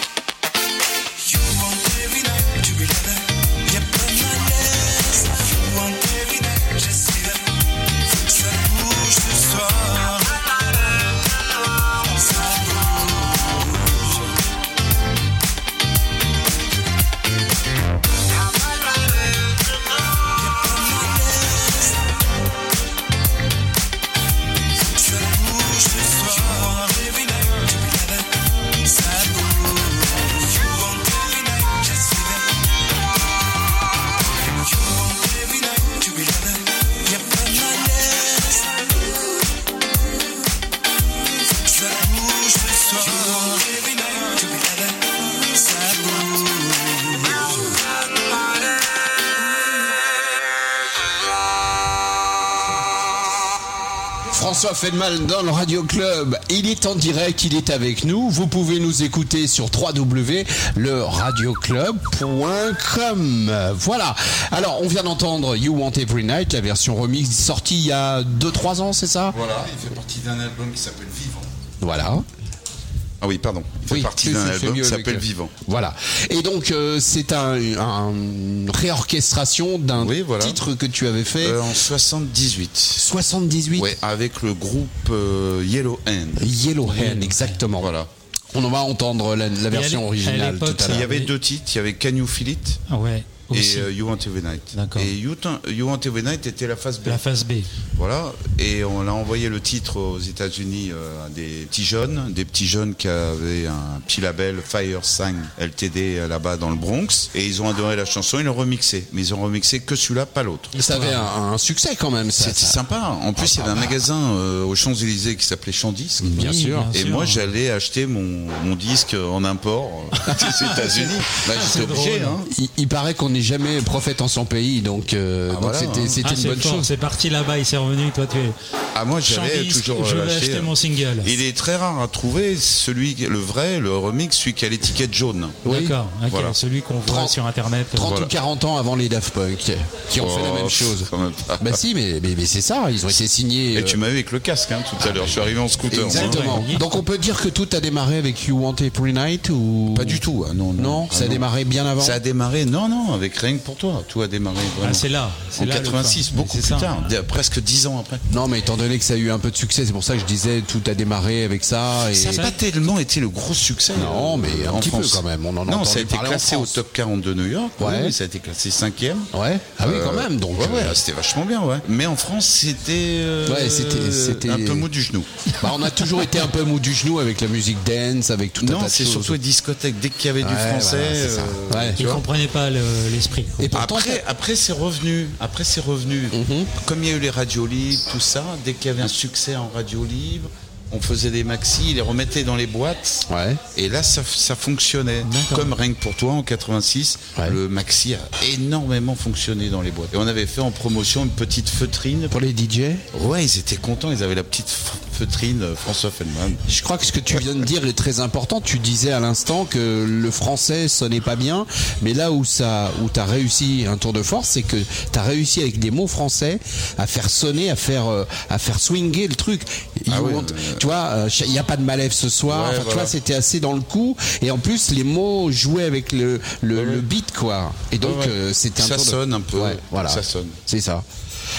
[SPEAKER 5] You want every night to be together. Y'a pas de malaise. You want every night just see that. Faut que ça bouge ce soir. Ça bouge. Y'a pas de malaise. Faut que ça bouge ce soir. You want every night to be together. Ça bouge. You want every night just see that. You want every night to be together. Y'a pas de malaise. Faut que ça bouge ce soir. You want every night to be together. Ça bouge.
[SPEAKER 1] François Feldman dans le Radio Club. Il est en direct, il est avec nous. Vous pouvez nous écouter sur www.leradioclub.com. Voilà. Alors, on vient d'entendre You Want Every Night, la version remix sortie il y a 2-3 ans, c'est ça
[SPEAKER 4] Voilà, il fait partie d'un album qui s'appelle Vivant.
[SPEAKER 1] Voilà.
[SPEAKER 4] Ah oui, pardon. Il fait
[SPEAKER 1] Oui,
[SPEAKER 4] partie
[SPEAKER 1] tu-
[SPEAKER 4] d'un
[SPEAKER 1] tu fais
[SPEAKER 4] album
[SPEAKER 1] mieux
[SPEAKER 4] qui
[SPEAKER 1] avec
[SPEAKER 4] s'appelle
[SPEAKER 1] le-
[SPEAKER 4] Vivant.
[SPEAKER 1] Voilà. Et donc, euh, c'est un, un- une réorchestration d'un
[SPEAKER 4] Oui, voilà.
[SPEAKER 1] titre que tu avais fait.
[SPEAKER 4] Euh, en 78.
[SPEAKER 1] 78
[SPEAKER 4] Ouais, avec le groupe euh, Yellow Hand.
[SPEAKER 1] Yellow Hen, exactement.
[SPEAKER 4] Voilà.
[SPEAKER 1] On en va entendre la, la version
[SPEAKER 2] à l'é- à
[SPEAKER 1] originale tout
[SPEAKER 2] l'époque,
[SPEAKER 1] à
[SPEAKER 2] ça-
[SPEAKER 1] l'heure.
[SPEAKER 4] Il y avait
[SPEAKER 2] mais-
[SPEAKER 4] deux titres, il y avait Can You Feel It
[SPEAKER 2] Ah ouais. Aussi.
[SPEAKER 4] et euh, You Want Every Night.
[SPEAKER 2] D'accord.
[SPEAKER 4] Et you, T- You Want Every Night était la phase B.
[SPEAKER 2] La phase B.
[SPEAKER 4] Voilà, et on a envoyé le titre aux États-Unis euh, à des petits jeunes, des petits jeunes qui avaient un petit label Fire Sign LTD euh, là-bas dans le Bronx, et ils ont adoré la chanson, ils l'ont remixé, mais ils ont remixé que celui-là, pas l'autre.
[SPEAKER 1] Ça avait un,
[SPEAKER 2] Ah.
[SPEAKER 1] un succès quand même. ça-
[SPEAKER 4] C'était
[SPEAKER 1] ça- Ah, bah.
[SPEAKER 4] sympa. En plus, il y avait un magasin euh, aux Champs-Élysées qui s'appelait Chandisque.
[SPEAKER 1] Bien
[SPEAKER 2] Oui,
[SPEAKER 1] sûr.
[SPEAKER 2] bien
[SPEAKER 4] Et moi, j'allais acheter mon, mon disque en import euh, *laughs* des États-Unis. Bah,
[SPEAKER 2] c'est
[SPEAKER 1] Ah,
[SPEAKER 4] J'étais obligé.
[SPEAKER 2] drôle.
[SPEAKER 4] Hein.
[SPEAKER 1] Il, il paraît qu'on n'est jamais prophète en son pays, donc euh, donc
[SPEAKER 4] voilà,
[SPEAKER 1] c'était
[SPEAKER 4] hein.
[SPEAKER 1] c'était
[SPEAKER 2] Ah,
[SPEAKER 1] une
[SPEAKER 2] c'est
[SPEAKER 1] bonne
[SPEAKER 2] fort,
[SPEAKER 1] chose.
[SPEAKER 2] C'est parti là-bas, il s'est revenu, toi tu es.
[SPEAKER 4] Ah moi j'avais
[SPEAKER 2] Chambiste,
[SPEAKER 4] toujours
[SPEAKER 2] je vais
[SPEAKER 4] lâché. hein.
[SPEAKER 2] acheter mon single.
[SPEAKER 4] Il est très rare à trouver celui le vrai, le remix, celui qui a l'étiquette jaune.
[SPEAKER 2] D'accord, ok,
[SPEAKER 4] Voilà.
[SPEAKER 2] celui qu'on voit
[SPEAKER 1] 30,
[SPEAKER 2] sur internet.
[SPEAKER 1] 30
[SPEAKER 4] Voilà.
[SPEAKER 1] ou 40 ans avant les Daft Punk, qui ont fait la
[SPEAKER 4] Oh,
[SPEAKER 1] même chose.
[SPEAKER 4] quand même pas.
[SPEAKER 1] Bah si, mais, mais, mais c'est ça, ils ont été signés.
[SPEAKER 4] Et
[SPEAKER 1] euh, Ah,
[SPEAKER 4] tu m'as eu avec le casque hein, tout à l'heure. Je suis arrivé en scooter. moi.
[SPEAKER 1] Exactement.
[SPEAKER 2] Ouais.
[SPEAKER 1] Donc on peut dire que tout a démarré avec You Want Every Night ou
[SPEAKER 4] Pas du tout. ah, non, non.
[SPEAKER 1] Non,
[SPEAKER 4] Ah,
[SPEAKER 1] ça a démarré bien avant.
[SPEAKER 4] Ça a démarré. Non, non, avec rien que pour toi. Tout a démarré. Vraiment.
[SPEAKER 2] Ah, c'est là, c'est
[SPEAKER 4] En
[SPEAKER 2] là le
[SPEAKER 4] 86,
[SPEAKER 2] fin.
[SPEAKER 4] beaucoup
[SPEAKER 2] Mais
[SPEAKER 4] plus
[SPEAKER 2] c'est ça.
[SPEAKER 4] tard, d- presque 10 ans après.
[SPEAKER 1] Non, mais étant donné que ça a eu un peu de succès, c'est pour ça que je disais tout a démarré avec ça. Et...
[SPEAKER 4] Ça n'a pas tellement été le gros succès.
[SPEAKER 1] Non,
[SPEAKER 4] euh,
[SPEAKER 1] mais un
[SPEAKER 4] en
[SPEAKER 1] petit peu
[SPEAKER 4] France.
[SPEAKER 1] quand même, on en a
[SPEAKER 4] non,
[SPEAKER 1] entendu
[SPEAKER 4] ça a été
[SPEAKER 1] parler en
[SPEAKER 4] classé au
[SPEAKER 1] France.
[SPEAKER 4] top 40 de New York.
[SPEAKER 1] Ouais.
[SPEAKER 4] oui, ça a été classé 5e.
[SPEAKER 1] Ouais. Ah oui, quand
[SPEAKER 4] Euh,
[SPEAKER 1] même. Donc
[SPEAKER 4] ouais, ouais,
[SPEAKER 1] euh,
[SPEAKER 4] c'était vachement bien, ouais. Mais en France, c'était. euh,
[SPEAKER 1] Ouais, c'était- c'était-
[SPEAKER 4] Un peu mou du genou.
[SPEAKER 1] bah, on a toujours été un peu mou du genou avec la musique dance, avec tout un
[SPEAKER 4] Non,
[SPEAKER 1] tas de
[SPEAKER 4] c'est
[SPEAKER 1] choses.
[SPEAKER 4] surtout les discothèques. Dès qu'il y avait du
[SPEAKER 1] Ouais,
[SPEAKER 4] français.
[SPEAKER 1] voilà, c'est ça.
[SPEAKER 4] euh,
[SPEAKER 1] Ouais.
[SPEAKER 2] Ils comprenaient pas le- l'esprit. quoi.
[SPEAKER 1] Et pourtant, Mhm.
[SPEAKER 4] après, après c'est revenu. Après, c'est revenu. Comme il y a eu les radios libres, tout ça, dès qu'il y avait un succès en radio libre, on faisait des maxi, ils les remettait dans les boîtes.
[SPEAKER 1] Ouais.
[SPEAKER 4] Et là, ça, ça fonctionnait.
[SPEAKER 2] D'accord.
[SPEAKER 4] Comme Rien que pour toi en 86,
[SPEAKER 1] Ouais.
[SPEAKER 4] le maxi a énormément fonctionné dans les boîtes. Et on avait fait en promotion une petite feutrine.
[SPEAKER 1] pour les DJ,
[SPEAKER 4] Ouais, ils étaient contents, ils avaient la petite f- feutrine euh, François Feldman.
[SPEAKER 1] je crois que ce que tu viens de dire est très important. Tu disais à l'instant que le français sonnait pas bien, mais là où ça, où t'as réussi un tour de force, c'est que t'as réussi avec des mots français à faire sonner, à faire, euh, à faire swinguer le truc. You
[SPEAKER 4] Ah oui,
[SPEAKER 1] want-
[SPEAKER 4] euh,
[SPEAKER 1] Tu vois, euh, il n'y a pas de malève ce soir.
[SPEAKER 4] Ouais,
[SPEAKER 1] Enfin, Tu
[SPEAKER 4] voilà.
[SPEAKER 1] vois, c'était assez dans le coup. Et en plus, les mots jouaient avec le, le, le beat, quoi. Et donc,
[SPEAKER 4] Ouais, ouais.
[SPEAKER 1] euh, c'était un
[SPEAKER 4] Ça
[SPEAKER 1] tour de-
[SPEAKER 4] sonne un peu.
[SPEAKER 1] Ouais, voilà.
[SPEAKER 4] Ça sonne.
[SPEAKER 1] C'est ça.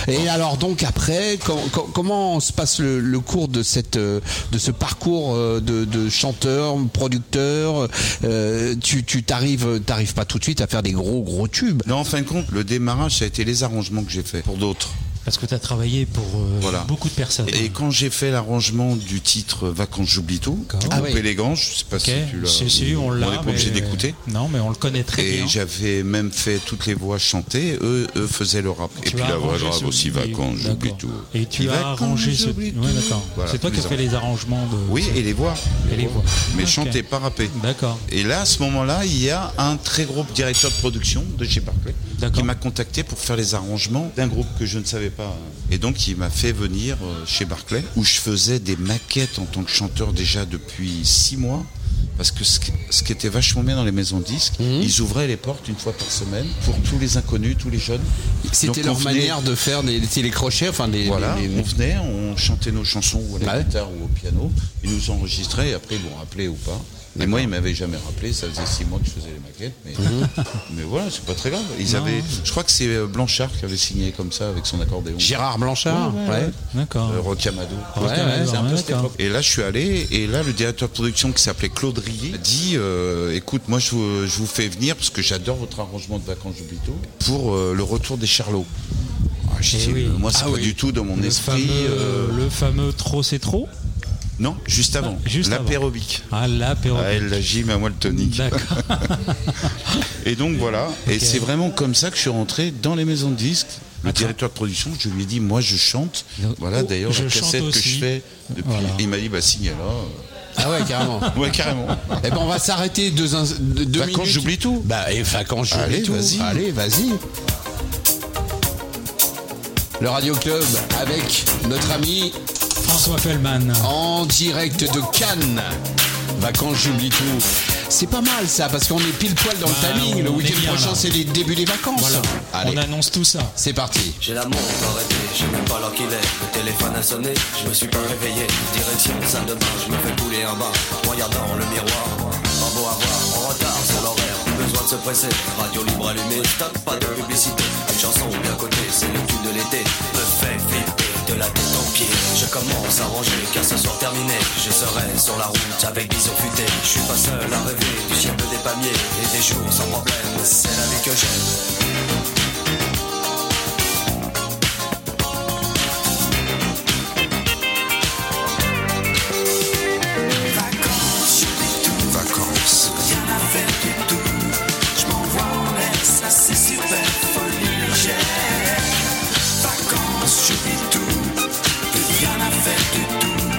[SPEAKER 1] Et alors donc après, com- com- comment se passe le, le cours de cette euh, de ce parcours euh, de, de chanteur, producteur euh, Tu tu t'arrives t'arrives pas tout de suite à faire des gros gros tubes.
[SPEAKER 4] Non, en fin de compte, le démarrage, ça a été les arrangements que j'ai fait pour d'autres.
[SPEAKER 2] Parce que tu as travaillé pour euh,
[SPEAKER 4] Voilà.
[SPEAKER 2] beaucoup de personnes.
[SPEAKER 4] Et quand j'ai fait l'arrangement du titre euh, Vacances j'oublie tout,
[SPEAKER 2] D'accord.
[SPEAKER 1] Ah
[SPEAKER 4] Coupé
[SPEAKER 1] oui.
[SPEAKER 4] les ganges, je sais pas
[SPEAKER 2] Ok,
[SPEAKER 4] si tu l'as.
[SPEAKER 2] si, si, on l'a.
[SPEAKER 4] n'est pas
[SPEAKER 2] mais-
[SPEAKER 4] obligé d'écouter.
[SPEAKER 2] Non, mais on le connaît très
[SPEAKER 4] Et
[SPEAKER 2] bien.
[SPEAKER 4] j'avais même fait toutes les voix chantées, eux, eux faisaient le rap. et
[SPEAKER 2] Tu
[SPEAKER 4] puis
[SPEAKER 2] as
[SPEAKER 4] la voix
[SPEAKER 2] arrangé
[SPEAKER 4] rap
[SPEAKER 2] ce-
[SPEAKER 4] aussi, Vacances j'oublie
[SPEAKER 2] D'accord.
[SPEAKER 4] tout.
[SPEAKER 2] Et tu
[SPEAKER 4] Et
[SPEAKER 2] as
[SPEAKER 4] Vacances,
[SPEAKER 2] arrangé ce.
[SPEAKER 4] j'oublie tout.
[SPEAKER 2] Ouais, d'accord.
[SPEAKER 4] Voilà,
[SPEAKER 2] c'est toi qui
[SPEAKER 4] tous
[SPEAKER 2] as fait
[SPEAKER 4] les ans.
[SPEAKER 2] les arrangements de.
[SPEAKER 4] Oui, et les voix.
[SPEAKER 2] Et les voix.
[SPEAKER 4] Mais
[SPEAKER 2] Ok.
[SPEAKER 4] chanter, pas rapper.
[SPEAKER 2] D'accord.
[SPEAKER 4] Et là, à ce moment-là, il y a un très gros directeur de production de chez Barclay
[SPEAKER 2] D'accord.
[SPEAKER 4] qui m'a contacté pour faire les arrangements d'un groupe que je ne savais pas. Et donc, il m'a fait venir euh, chez Barclay où je faisais des maquettes en tant que chanteur déjà depuis six mois. Parce que ce qui, ce qui était vachement bien dans les maisons de disques,
[SPEAKER 1] Mhm.
[SPEAKER 4] ils ouvraient les portes une fois par semaine pour tous les inconnus, tous les jeunes.
[SPEAKER 1] C'était
[SPEAKER 4] Donc,
[SPEAKER 1] leur
[SPEAKER 4] on venait-
[SPEAKER 1] manière de faire des télécrochets, enfin des.
[SPEAKER 4] voilà,
[SPEAKER 1] des- des-
[SPEAKER 4] on venait, on chantait nos chansons ou à la
[SPEAKER 1] Ouais.
[SPEAKER 4] guitare ou au piano, ils nous enregistraient et après ils m'ont rappelé ou pas. Mais moi, ils m'avaient jamais rappelé, ça faisait six mois que je faisais les maquettes, mais,
[SPEAKER 2] Mhm.
[SPEAKER 4] *laughs* mais voilà, c'est pas très grave. Ils avaient, je crois que c'est euh, Blanchard qui avait signé comme ça avec son accordéon.
[SPEAKER 1] Gérard Blanchard. Ouais.
[SPEAKER 2] D'accord.
[SPEAKER 4] Euh, Rocamadour.
[SPEAKER 2] Ouais, ouais,
[SPEAKER 4] c'est un peu
[SPEAKER 2] ouais,
[SPEAKER 4] cette
[SPEAKER 2] d'accord.
[SPEAKER 4] époque. Et là, je suis allé, et là, le directeur de production qui s'appelait Claude Rillier a dit euh, Écoute, moi, je vous, je vous fais venir parce que j'adore votre arrangement de vacances j'oublie tout pour euh, le retour des Charlots. Ah, je
[SPEAKER 2] Eh
[SPEAKER 4] dis,
[SPEAKER 2] oui.
[SPEAKER 4] euh, Moi, c'est
[SPEAKER 2] Ah
[SPEAKER 4] pas
[SPEAKER 2] oui.
[SPEAKER 4] du tout dans mon
[SPEAKER 2] le,
[SPEAKER 4] esprit.
[SPEAKER 2] fameux,
[SPEAKER 4] euh,
[SPEAKER 2] le fameux trop c'est trop.
[SPEAKER 4] Non, juste avant.
[SPEAKER 2] Ah, juste
[SPEAKER 4] la
[SPEAKER 2] avant.
[SPEAKER 4] pérobique.
[SPEAKER 2] Ah, la période.
[SPEAKER 4] Ah, elle, la gym, à moi le tonique.
[SPEAKER 2] D'accord.
[SPEAKER 4] *laughs* Et donc voilà. Et
[SPEAKER 2] Ok.
[SPEAKER 4] c'est vraiment comme ça que je suis rentré dans les maisons de disques. Le directeur de production, je lui ai dit, moi je chante.
[SPEAKER 2] Donc,
[SPEAKER 4] Voilà
[SPEAKER 2] oh,
[SPEAKER 4] d'ailleurs
[SPEAKER 2] je
[SPEAKER 4] la
[SPEAKER 2] chante
[SPEAKER 4] cassette que
[SPEAKER 2] aussi.
[SPEAKER 4] je fais depuis.
[SPEAKER 2] Voilà.
[SPEAKER 4] Il m'a dit, bah signe alors.
[SPEAKER 1] Ah ouais, carrément.
[SPEAKER 4] *laughs* Ouais, carrément.
[SPEAKER 1] Eh ben on va s'arrêter deux, ins- deux deux
[SPEAKER 4] Vacances,
[SPEAKER 1] minutes.
[SPEAKER 4] j'oublie tout.
[SPEAKER 1] Bah et vacances j'oublie
[SPEAKER 4] Allez,
[SPEAKER 1] tout.
[SPEAKER 4] vas-y.
[SPEAKER 1] Allez vas-y. Le Radio Club avec notre ami
[SPEAKER 2] François Fellman.
[SPEAKER 1] en direct de Cannes. Vacances, j'oublie tout. C'est pas mal ça, parce qu'on est pile poil dans
[SPEAKER 2] Bah,
[SPEAKER 1] le timing. Le
[SPEAKER 2] on est
[SPEAKER 1] week-end
[SPEAKER 2] bien,
[SPEAKER 1] prochain,
[SPEAKER 2] là.
[SPEAKER 1] c'est les débuts des vacances.
[SPEAKER 2] Voilà.
[SPEAKER 1] Allez,
[SPEAKER 2] On annonce tout ça.
[SPEAKER 1] c'est
[SPEAKER 4] *laughs*
[SPEAKER 1] parti.
[SPEAKER 6] J'ai la montre arrêtée, je sais même pas l'heure qu'il est. Le téléphone a sonné, je me suis pas réveillé. Direction salle de bain, je me fais couler un bain. Regardant le miroir, pas beau à voir, en retard sur l'horaire. Besoin de se presser, radio libre allumée, stop, pas de publicité. Une chanson bien côté, c'est le tube de l'été. Me fait flipper de la tête aux pieds. Je commence à ranger, car ce soir terminé, je serai sur la route avec des futés. Je suis pas seul à rêver du ciel des palmiers et des jours sans problème. C'est la vie que j'aime.
[SPEAKER 5] Vacances, j'oublie tout. Vacances, rien à faire du tout. Je m'envoie en l'air, ça c'est super folie légère. Vacances, j'oublie tout. Plus rien à faire du tout.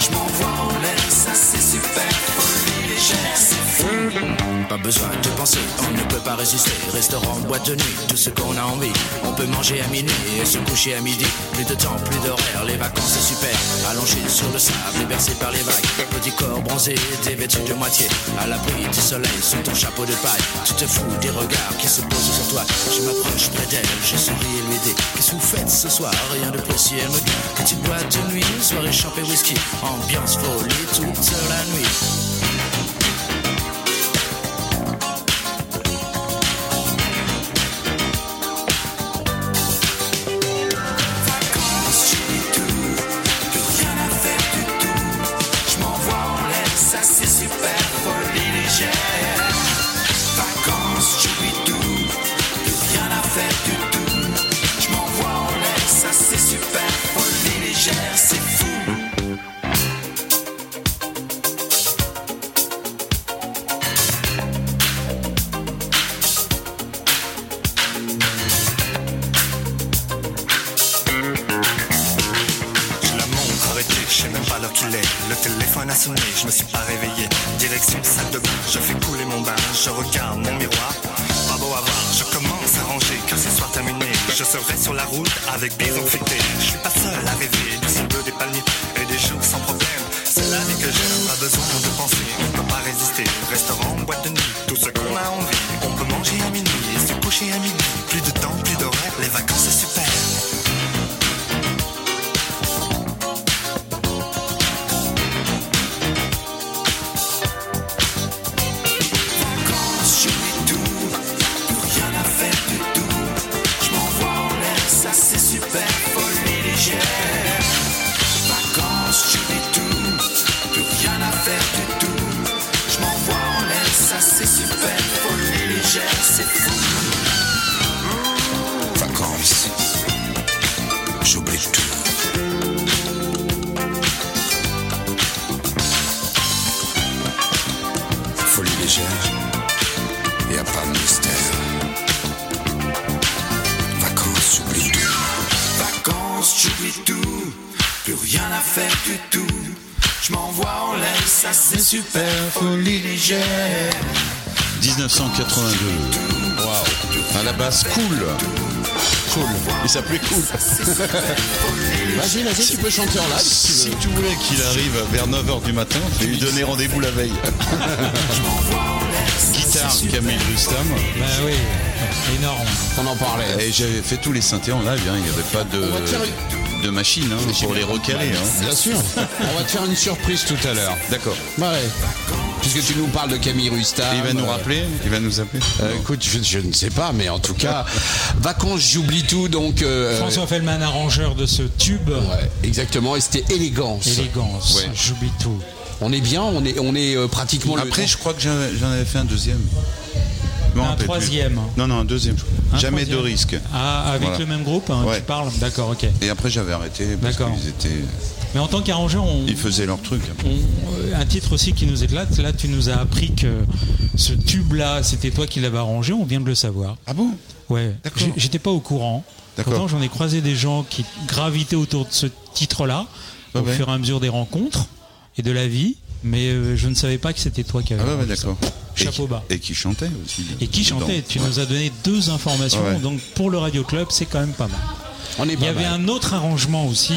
[SPEAKER 5] Je m'envoie en l'air, ça c'est super folie légère. C'est fou.
[SPEAKER 6] pas besoin de penser, on ne peut pas résister. Restaurant, boîte de nuit, tout ce qu'on a envie. On peut manger à minuit et se coucher à midi. Plus de temps, plus d'horaire, les vacances c'est super. Allongé sur le sable et bercé par les vagues. Petit corps bronzé, dévêtu de moitié. À l'abri du soleil, sous ton chapeau de paille. Tu te fous des regards qui se posent sur toi. Je m'approche près d'elle, je souris et lui dis Qu'est-ce que vous faites ce soir Rien de précis, elle me dit Petite boîte de nuit, soirée champée whisky. Ambiance folie toute la nuit.
[SPEAKER 5] Vacances chez tout, plus rien à faire du tout. Je m'envoie en l'air, ça c'est super folie légère. Vacances chez tout, plus rien à faire du tout. Je m'envoie en l'air, ça c'est super folie légère, c'est fou.
[SPEAKER 6] Je la montre arrêtée, je sais même pas l'heure qu'il est. Le téléphone a sonné, je me suis pas réveillé. Direction salle de bain, je fais couler mon bain, je regarde mon miroir. Pas beau à voir, je commence à ranger, car ce soir terminé, je serai sur la route avec des fêtés. Je suis pas seul à rêver du ciel bleu des palmiers et des jours sans problème. C'est la vie que j'aime, pas besoin de penser, on peut pas résister. Restaurant, boîte de nuit, tout ce qu'on a envie. On peut manger à minuit et se coucher à midi. Plus de temps, plus d'horaire, les vacances c'est super.
[SPEAKER 5] Vacances, je fais tout, plus rien à faire du tout. Je m'envoie en l'air, ça c'est super, folie légère. Vacances, je fais tout, plus rien à faire du tout. Je m'envoie en l'air, ça c'est super, folie légère, c'est fou.
[SPEAKER 3] Vacances. J'oublie tout. Folie légère, y a pas de mystère. Vacances, j'oublie tout.
[SPEAKER 5] Vacances, j'oublie tout, plus rien à faire du tout. Je m'envoie en l'air, ça c'est super, folie légère.
[SPEAKER 4] 1982. Waouh. À la base, cool. Cool. Il s'appelait Cool.
[SPEAKER 1] Vas-y, vas-y, tu peux chanter en live si tu
[SPEAKER 4] Si
[SPEAKER 1] veux.
[SPEAKER 4] tu voulais qu'il arrive vers 9h du matin, je vais lui donner rendez-vous la veille. *laughs* Guitare Camille Rustam.
[SPEAKER 2] Bah oui, énorme.
[SPEAKER 1] On en parlait.
[SPEAKER 4] Et j'avais fait tous les synthés en live, hein, il n'y avait
[SPEAKER 1] va
[SPEAKER 4] pas
[SPEAKER 1] te faire
[SPEAKER 4] de, de machine hein, pour les recaler. hein.
[SPEAKER 1] Bien sûr. *laughs* On va te faire une surprise tout à l'heure.
[SPEAKER 4] D'accord.
[SPEAKER 1] Ouais. Puisque tu nous parles de Camille Rusta.
[SPEAKER 4] Et il va nous rappeler Il va nous appeler
[SPEAKER 1] écoute, je, je ne sais pas, mais en tout
[SPEAKER 4] *laughs*
[SPEAKER 1] cas, vacances, j'oublie tout. Donc, euh,
[SPEAKER 2] François Fellman, arrangeur de ce tube.
[SPEAKER 1] ouais, exactement. Et c'était élégance.
[SPEAKER 2] Élégance,
[SPEAKER 4] Ouais.
[SPEAKER 2] j'oublie tout.
[SPEAKER 1] On est bien. On est, on est euh, pratiquement. le-
[SPEAKER 4] Après, je crois que j'en j'en avais fait un deuxième. Je m'en
[SPEAKER 2] Un
[SPEAKER 4] rappelle plus.
[SPEAKER 2] troisième.
[SPEAKER 4] Non, non, un deuxième. je crois.
[SPEAKER 2] Un
[SPEAKER 4] Jamais
[SPEAKER 2] troisième.
[SPEAKER 4] de risque.
[SPEAKER 2] Ah, avec
[SPEAKER 4] Voilà.
[SPEAKER 2] le même groupe, hein,
[SPEAKER 4] Ouais.
[SPEAKER 2] tu parles D'accord, ok.
[SPEAKER 4] Et après, j'avais arrêté parce
[SPEAKER 2] D'accord.
[SPEAKER 4] qu'ils étaient...
[SPEAKER 2] Mais en tant qu'arrangeur, on,
[SPEAKER 4] Ils faisaient leur truc.
[SPEAKER 2] on- euh, un titre aussi qui nous éclate, là tu nous as appris que ce tube-là, c'était toi qui l'avais arrangé, on vient de le savoir.
[SPEAKER 4] Ah bon
[SPEAKER 2] Ouais,
[SPEAKER 4] D'accord.
[SPEAKER 2] J'ai- j'étais pas au courant.
[SPEAKER 4] D'accord.
[SPEAKER 2] Pourtant, j'en ai croisé des gens qui gravitaient autour de ce titre-là
[SPEAKER 4] Ah
[SPEAKER 2] au
[SPEAKER 4] ouais.
[SPEAKER 2] fur et à mesure des rencontres et de la vie, mais euh, je ne savais pas que c'était toi qui avais.
[SPEAKER 4] Ah ouais, ouais,
[SPEAKER 2] arrangé ça.
[SPEAKER 4] d'accord.
[SPEAKER 2] Euh, Chapeau
[SPEAKER 4] et,
[SPEAKER 2] bas.
[SPEAKER 4] Et qui chantait aussi.
[SPEAKER 2] Et qui
[SPEAKER 4] dedans.
[SPEAKER 2] chantait Tu
[SPEAKER 4] Ouais.
[SPEAKER 2] nous as donné deux informations,
[SPEAKER 4] Ouais.
[SPEAKER 2] donc pour le Radio Club, c'est quand même pas mal.
[SPEAKER 1] On est
[SPEAKER 2] Il y
[SPEAKER 1] pas
[SPEAKER 2] avait
[SPEAKER 1] mal.
[SPEAKER 2] un autre arrangement aussi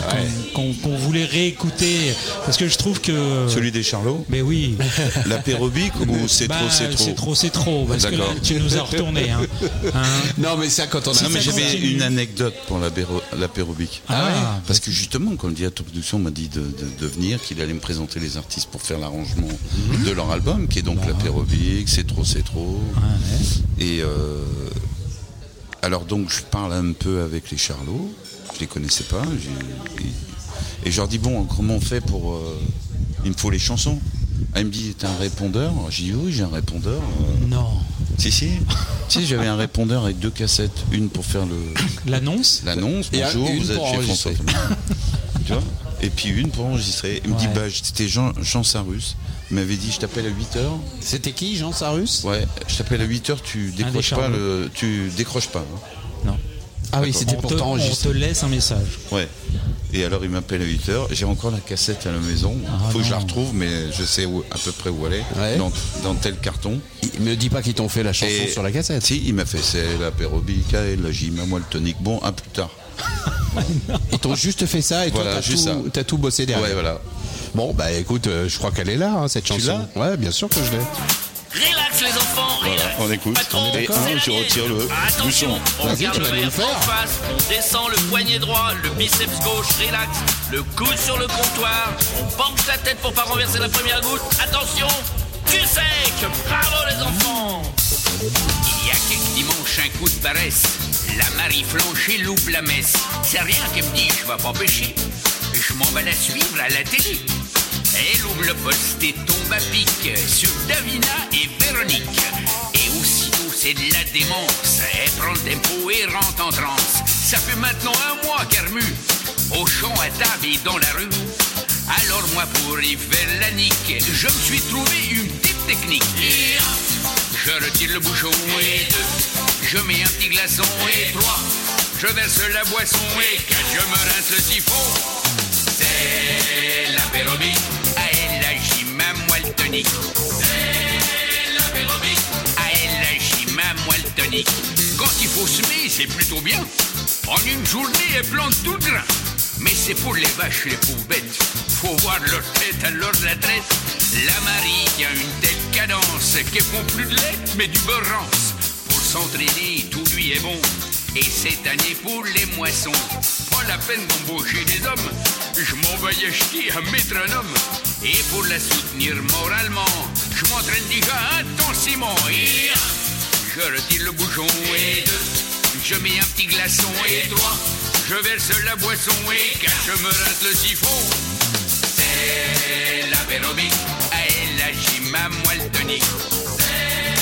[SPEAKER 2] qu'on- qu'on qu'on voulait réécouter parce que je trouve que.
[SPEAKER 4] Celui des Charlots
[SPEAKER 2] Mais
[SPEAKER 4] *laughs*
[SPEAKER 2] oui.
[SPEAKER 4] La pérobique ou c'est
[SPEAKER 2] Bah,
[SPEAKER 4] trop, c'est trop
[SPEAKER 2] C'est trop, c'est trop. Parce que là,
[SPEAKER 4] D'accord.
[SPEAKER 2] tu nous as retourné.
[SPEAKER 4] *laughs*
[SPEAKER 2] Hein. Hein
[SPEAKER 1] Non, mais ça, quand on a.
[SPEAKER 4] Non, mais
[SPEAKER 2] ça
[SPEAKER 4] j'avais
[SPEAKER 2] continue.
[SPEAKER 4] une anecdote pour la, péro- la pérobique.
[SPEAKER 2] Ah ouais
[SPEAKER 4] Parce que justement, quand le directeur de production m'a dit de, de- de venir, qu'il allait me présenter les artistes pour faire l'arrangement
[SPEAKER 2] Mhm.
[SPEAKER 4] de leur album, qui est donc
[SPEAKER 2] Bah.
[SPEAKER 4] la pérobique, c'est trop, c'est trop.
[SPEAKER 2] Ah
[SPEAKER 4] Et euh, alors donc, je parle un peu avec les Charlots, je les connaissais pas, j'ai- et, et je leur dis bon, comment on fait pour euh, Il me faut les chansons. Ah, il me dit t'as un répondeur J'ai dit oui, j'ai un répondeur. Euh,
[SPEAKER 2] Non.
[SPEAKER 4] si, si. si, j'avais un répondeur avec deux cassettes. Une pour faire le, *coughs*
[SPEAKER 2] L'annonce
[SPEAKER 4] l'annonce.
[SPEAKER 1] Et un-
[SPEAKER 4] Bonjour,
[SPEAKER 1] et une
[SPEAKER 4] vous êtes
[SPEAKER 1] pour
[SPEAKER 4] chez François.
[SPEAKER 1] enregistrer.
[SPEAKER 2] *laughs*
[SPEAKER 4] tu vois Et puis une pour enregistrer. Il me dit,
[SPEAKER 2] Ouais.
[SPEAKER 4] bah, c'était Jean, Jean Sarus. Il m'avait dit, je t'appelle à 8h.
[SPEAKER 1] C'était qui, Jean Sarus
[SPEAKER 4] Ouais, je t'appelle à 8h, tu
[SPEAKER 2] Un des
[SPEAKER 4] décroches pas
[SPEAKER 2] charmants.
[SPEAKER 4] le. Tu décroches pas. hein.
[SPEAKER 2] Non.
[SPEAKER 1] Ah oui,
[SPEAKER 4] D'accord.
[SPEAKER 1] c'était
[SPEAKER 2] on
[SPEAKER 1] pour
[SPEAKER 2] te, on
[SPEAKER 1] t'enregistrer.
[SPEAKER 2] Euh, te laisse un message.
[SPEAKER 4] Ouais. Et alors il m'appelle à 8h. J'ai encore la cassette à la maison. Faut que je la retrouve, mais je sais où- à peu près où elle est.
[SPEAKER 1] Ah Ouais.
[SPEAKER 4] Dans, dans tel carton.
[SPEAKER 1] Il Me dis pas qu'ils t'ont fait la chanson
[SPEAKER 4] Et-
[SPEAKER 1] sur la cassette.
[SPEAKER 4] Si, il m'a fait c'est la pérobica et la gym à moi le tonique. Bon, à plus tard.
[SPEAKER 1] Ils t'ont juste fait ça et
[SPEAKER 4] Voilà,
[SPEAKER 1] toi, t'as
[SPEAKER 4] juste ça.
[SPEAKER 1] tout, t'as tout bossé derrière.
[SPEAKER 4] Ouais, voilà.
[SPEAKER 1] Bon, bah écoute, euh, je crois qu'elle est là, hein, cette chanson. Ouais, bien sûr que je l'ai.
[SPEAKER 7] Relax les enfants, relax.
[SPEAKER 4] Voilà, on écoute.
[SPEAKER 7] Patron,
[SPEAKER 4] On est d'accord.
[SPEAKER 7] c'est la
[SPEAKER 4] Je
[SPEAKER 7] mienne.
[SPEAKER 4] retire le
[SPEAKER 7] Attention,
[SPEAKER 4] bouchon.
[SPEAKER 7] on
[SPEAKER 1] Vas-y,
[SPEAKER 7] garde
[SPEAKER 1] tu
[SPEAKER 7] le
[SPEAKER 1] vas nous le
[SPEAKER 7] verre en
[SPEAKER 1] faire.
[SPEAKER 7] face, on descend le poignet droit, le biceps gauche, relax. Le coude sur le comptoir, on penche la tête pour pas renverser la première goutte. Attention, tu sec. Bravo les enfants.
[SPEAKER 8] Il y a quelques dimanches, un coup de paresse. La Marie flanchée loupe la messe. C'est rien qu'elle me dit, je vais pas pêcher. Je m'en vais la suivre à la télé. Elle ouvre le poste et tombe à pic sur Davina et Véronique. Et aussitôt, c'est de la démence. Elle prend le tempo et rentre en transe. Ça fait maintenant un mois qu'elle remue. Au champ, à table et dans la rue. Alors moi pour y faire la nique, je me suis trouvé une petite technique. Je retire le bouchon et deux. Je mets un petit glaçon et trois. Je verse la boisson et quatre. Je me rince le siphon. C'est la pérobique. À elle la gym à moi le tonique. C'est la pérobique. À elle la gym à moi le tonique. Quand il faut semer, c'est plutôt bien. En une journée, elle plante tout le grain. Mais c'est pour les vaches, les pauvres bêtes. Faut voir leur tête à leur retraite. La Marie qui a une telle cadence qu'elle font plus de lait, mais du beurre rance. Pour s'entraîner, tout lui est bon. Et cette année pour les moissons, pas la peine d'embaucher des hommes. Je m'en vais acheter un métronome. Et pour la soutenir moralement, je m'entraîne déjà intensément. Et je retire le bouchon et deux. Je mets un petit glaçon et trois. Je verse la boisson et quatre. Je me rase le siphon. C'est la pérobique. À elle la gym à moi le tonique. C'est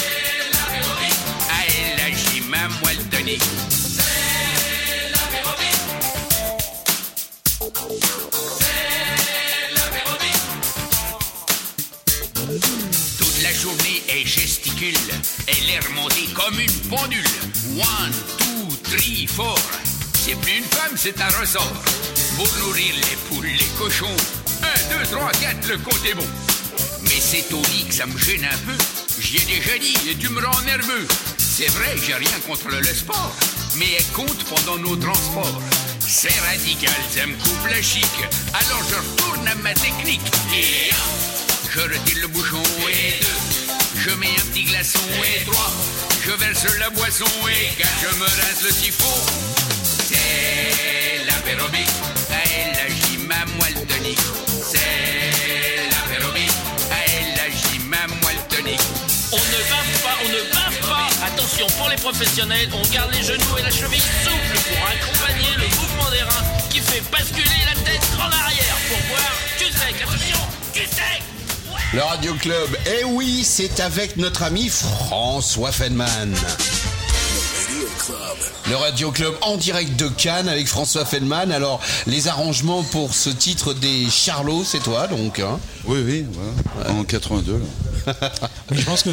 [SPEAKER 8] la pérobique. À elle la gym à moi le tonique. C'est la pérobique. C'est la pérobique. Toute la journée, elle gesticule. Elle est remontée comme une pendule. One, two, three, four. C'est plus une femme, c'est un ressort. Pour nourrir les poules, les cochons. Un, deux, trois, quatre, le compte est bon. Mais c'est au lit que ça me gêne un peu. J'y ai déjà dit et tu me rends nerveux. C'est vrai, j'ai rien contre le sport. Mais elle compte pendant nos transports. C'est radical, ça me coupe la chic. Alors je retourne à ma technique. Et- je retire le bouchon et deux. Je mets un petit glaçon et trois. Je verse la boisson et quatre. Je me rince le siphon. C'est la pérobique. À elle la gym à moi le tonique. C'est la pérobique. À elle la gym à moi le tonique.
[SPEAKER 7] On ne bave pas, on ne bave pas. Attention, pour les professionnels, on garde les genoux et la cheville souple pour accompagner le mouvement des reins qui fait basculer la tête en arrière pour boire du sec. Attention, du sec.
[SPEAKER 1] Le Radio Club, eh oui, c'est avec notre ami François Feldman. Le Radio Club en direct de Cannes avec François Feldman. Alors, les arrangements pour ce titre des Charlots, c'est toi donc. hein.
[SPEAKER 4] Oui, oui, voilà. En 82, là.
[SPEAKER 2] Ah, Mais je pense que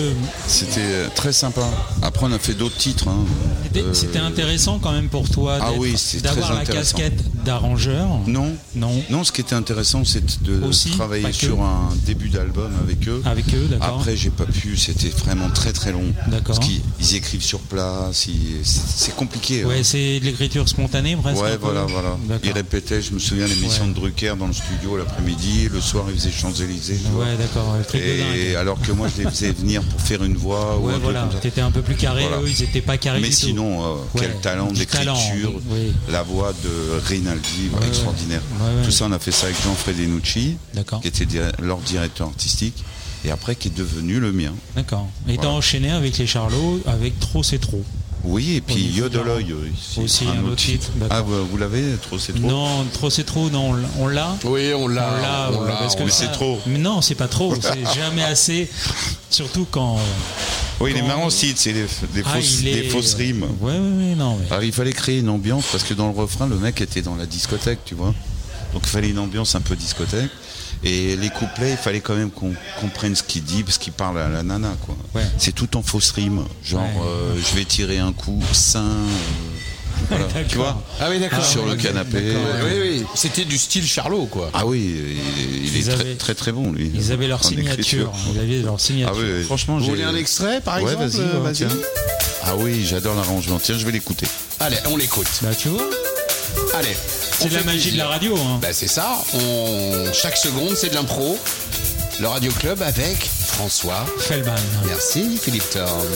[SPEAKER 4] C'était euh, très sympa. Après, on a fait d'autres titres. hein.
[SPEAKER 2] c'était- c'était intéressant quand même pour toi
[SPEAKER 4] ah
[SPEAKER 2] d'être-
[SPEAKER 4] oui, c'est
[SPEAKER 2] d'avoir
[SPEAKER 4] très
[SPEAKER 2] la
[SPEAKER 4] intéressant.
[SPEAKER 2] casquette d'arrangeur.
[SPEAKER 4] Non.
[SPEAKER 2] Non.
[SPEAKER 4] Non, ce qui était intéressant, c'est de
[SPEAKER 2] Aussi, pas
[SPEAKER 4] travailler
[SPEAKER 2] que.
[SPEAKER 4] sur un début d'album avec eux.
[SPEAKER 2] Avec eux, d'accord.
[SPEAKER 4] Après, j'ai pas pu, c'était vraiment très très long.
[SPEAKER 2] D'accord.
[SPEAKER 4] Parce qu'ils ils écrivent sur place, ils- c'est c'est compliqué. hein.
[SPEAKER 2] Ouais, c'est de l'écriture spontanée presque. un
[SPEAKER 4] Ouais,
[SPEAKER 2] peu.
[SPEAKER 4] voilà, voilà.
[SPEAKER 2] D'accord.
[SPEAKER 4] Ils répétaient, je me souviens, l'émission
[SPEAKER 2] Ouais.
[SPEAKER 4] de Drucker dans le studio l'après-midi, le soir, ils faisaient Champs-Élysées. tu vois.
[SPEAKER 2] Ouais, d'accord. ouais, le truc de
[SPEAKER 4] Et
[SPEAKER 2] dingue.
[SPEAKER 4] alors que moi, je
[SPEAKER 2] *laughs*
[SPEAKER 4] les faisais venir pour faire une voix ou un
[SPEAKER 2] Ouais,
[SPEAKER 4] truc
[SPEAKER 2] voilà.
[SPEAKER 4] comme ça.
[SPEAKER 2] T'étais un peu plus carré,
[SPEAKER 4] Voilà.
[SPEAKER 2] eux, ils étaient pas carrés
[SPEAKER 4] Mais
[SPEAKER 2] du tout.
[SPEAKER 4] sinon, euh, quel
[SPEAKER 2] Ouais,
[SPEAKER 4] talent
[SPEAKER 2] du
[SPEAKER 4] d'écriture,
[SPEAKER 2] talent, oui, oui.
[SPEAKER 4] la voix de Rinaldi, voilà,
[SPEAKER 2] Ouais,
[SPEAKER 4] extraordinaire.
[SPEAKER 2] ouais. Ouais, ouais.
[SPEAKER 4] Tout ça, on a fait ça avec Jean Fredinucci,
[SPEAKER 2] D'accord.
[SPEAKER 4] qui était dir- leur directeur artistique, et après qui est devenu le mien.
[SPEAKER 2] D'accord. Et t'as
[SPEAKER 4] Voilà.
[SPEAKER 2] enchaîné avec les Charlots, avec Trop c'est trop.
[SPEAKER 4] Oui, et puis euh,
[SPEAKER 2] niveau de
[SPEAKER 4] Yodoloy
[SPEAKER 2] Aussi, un autre titre, d'accord.
[SPEAKER 4] Ah, vous, vous l'avez trop, c'est trop.
[SPEAKER 2] Non, Trop c'est trop, non, on l- on l'a.
[SPEAKER 1] Oui, on l'a.
[SPEAKER 2] On l'a,
[SPEAKER 1] on
[SPEAKER 2] ouais,
[SPEAKER 1] l'a,
[SPEAKER 2] parce
[SPEAKER 1] on
[SPEAKER 2] que
[SPEAKER 1] l'a.
[SPEAKER 2] ça-
[SPEAKER 4] c'est trop.
[SPEAKER 2] Mais non, c'est pas trop, c'est jamais assez. Surtout quand.
[SPEAKER 4] oui, il est
[SPEAKER 2] quand-
[SPEAKER 4] marrant aussi, c'est des, des
[SPEAKER 2] Ah,
[SPEAKER 4] fausses,
[SPEAKER 2] il est-
[SPEAKER 4] des fausses rimes.
[SPEAKER 2] Ouais, ouais, ouais, non. mais-
[SPEAKER 4] Alors, il fallait créer une ambiance parce que dans le refrain, le mec était dans la discothèque, tu vois. Donc, il fallait une ambiance un peu discothèque. Et les couplets, il fallait quand même qu'on comprenne ce qu'il dit parce qu'il parle à la nana, quoi.
[SPEAKER 2] Ouais.
[SPEAKER 4] C'est tout en fausse rime. Genre,
[SPEAKER 2] Ouais.
[SPEAKER 4] euh, je vais tirer un coup sain. euh,
[SPEAKER 2] *laughs*
[SPEAKER 4] Voilà. tu vois
[SPEAKER 1] Ah oui, d'accord.
[SPEAKER 4] Sur le canapé.
[SPEAKER 1] Oui, oui. C'était du style Charlot, quoi.
[SPEAKER 4] Ah oui, il, il
[SPEAKER 2] Ils
[SPEAKER 4] est
[SPEAKER 2] avaient-
[SPEAKER 4] très, très très bon lui.
[SPEAKER 2] Ils avaient leur
[SPEAKER 4] En
[SPEAKER 2] signature.
[SPEAKER 4] écriture.
[SPEAKER 2] Ils avaient leur signature.
[SPEAKER 4] Ah oui, oui.
[SPEAKER 2] Franchement,
[SPEAKER 1] *laughs* Vous
[SPEAKER 2] j'ai-
[SPEAKER 1] voulez un extrait, par
[SPEAKER 4] ouais,
[SPEAKER 1] exemple
[SPEAKER 4] vas-y,
[SPEAKER 1] euh, vas-y
[SPEAKER 4] tiens. Ah oui, j'adore l'arrangement. Tiens, je vais l'écouter.
[SPEAKER 1] Allez, on l'écoute.
[SPEAKER 2] Bah, tu vois,
[SPEAKER 1] Allez.
[SPEAKER 2] c'est de la magie de la radio. hein.
[SPEAKER 1] Bah, c'est ça. On... Chaque seconde, c'est de l'impro. Le Radio Club avec François.
[SPEAKER 2] Feldman.
[SPEAKER 1] Merci, Philippe Thorne.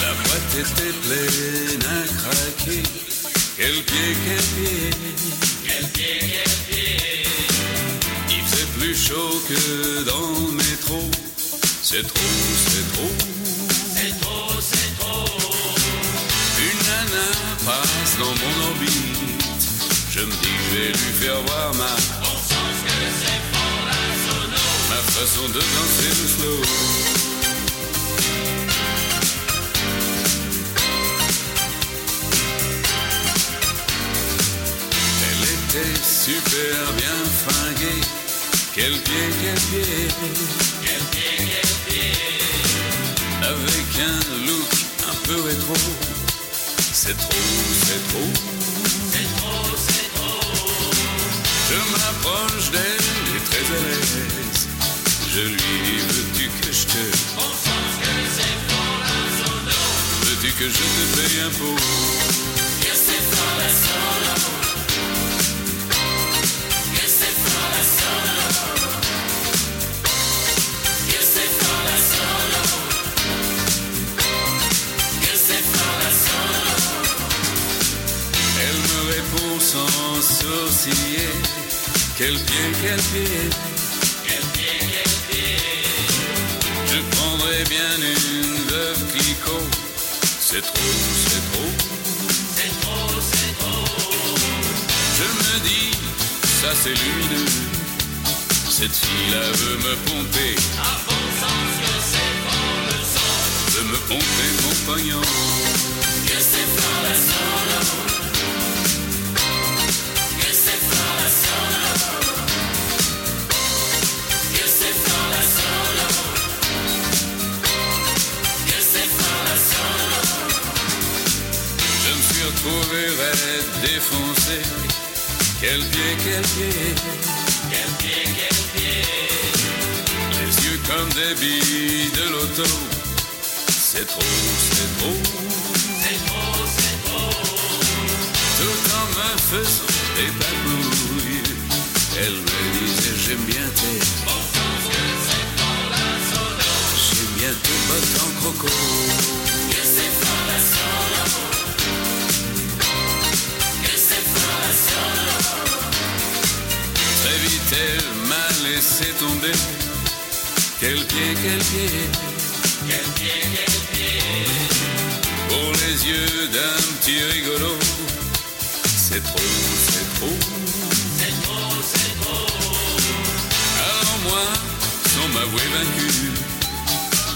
[SPEAKER 9] La boîte était pleine à craquer. Quel pied, quel pied. Il faisait plus chaud que dans le métro. C'est trop, c'est trop. C'est trop, c'est trop. Une nana passe dans mon orbite. Je me dis, je vais lui faire voir ma. Bon sens que c'est fort la sono. Ma façon de danser le slow. Elle était super bien fringuée. Quel pied, quel pied. Quel pied, quel pied. Avec un look un peu rétro. C'est trop, c'est trop. C'est trop, c'est trop. Je m'approche d'elle, elle est très à l'aise. Je lui dis, veux-tu que je te... On sent que c'est pour la zone. Veux-tu que je te paye un pot Que c'est pour la zone. Elle me répond sans sourciller. Quel pied, quel pied. Quel pied, quel pied. Je prendrais bien une veuve Clicquot. C'est trop, c'est trop. C'est trop, c'est trop. Je me dis, ça c'est lumineux. Cette fille-là veut me pomper. À bon sens que c'est bon le sang. Veut me pomper mon pognon. Que c'est pour la solo. Que c'est pour la solo. Que c'est pour la solo. Que c'est pour la solo. Je me suis retrouvé raide, défoncé. Quel pied, quel pied. Quel pied, quel pied. Les yeux comme des billes de l'auto. C'est trop, c'est trop. C'est trop, c'est trop. Tout en me faisant des babouilles. Elle me disait j'aime bien tes. Bon sens que c'est pour la solo. J'aime bien tes bottes en croco. Que c'est pour la solo. Très vite elle m'a laissé tomber. Quel pied, quel pied. Quel pied, quel pied. Pour les yeux d'un petit rigolo. C'est trop, c'est trop. C'est trop, c'est trop. Alors moi, sans m'avouer vaincu,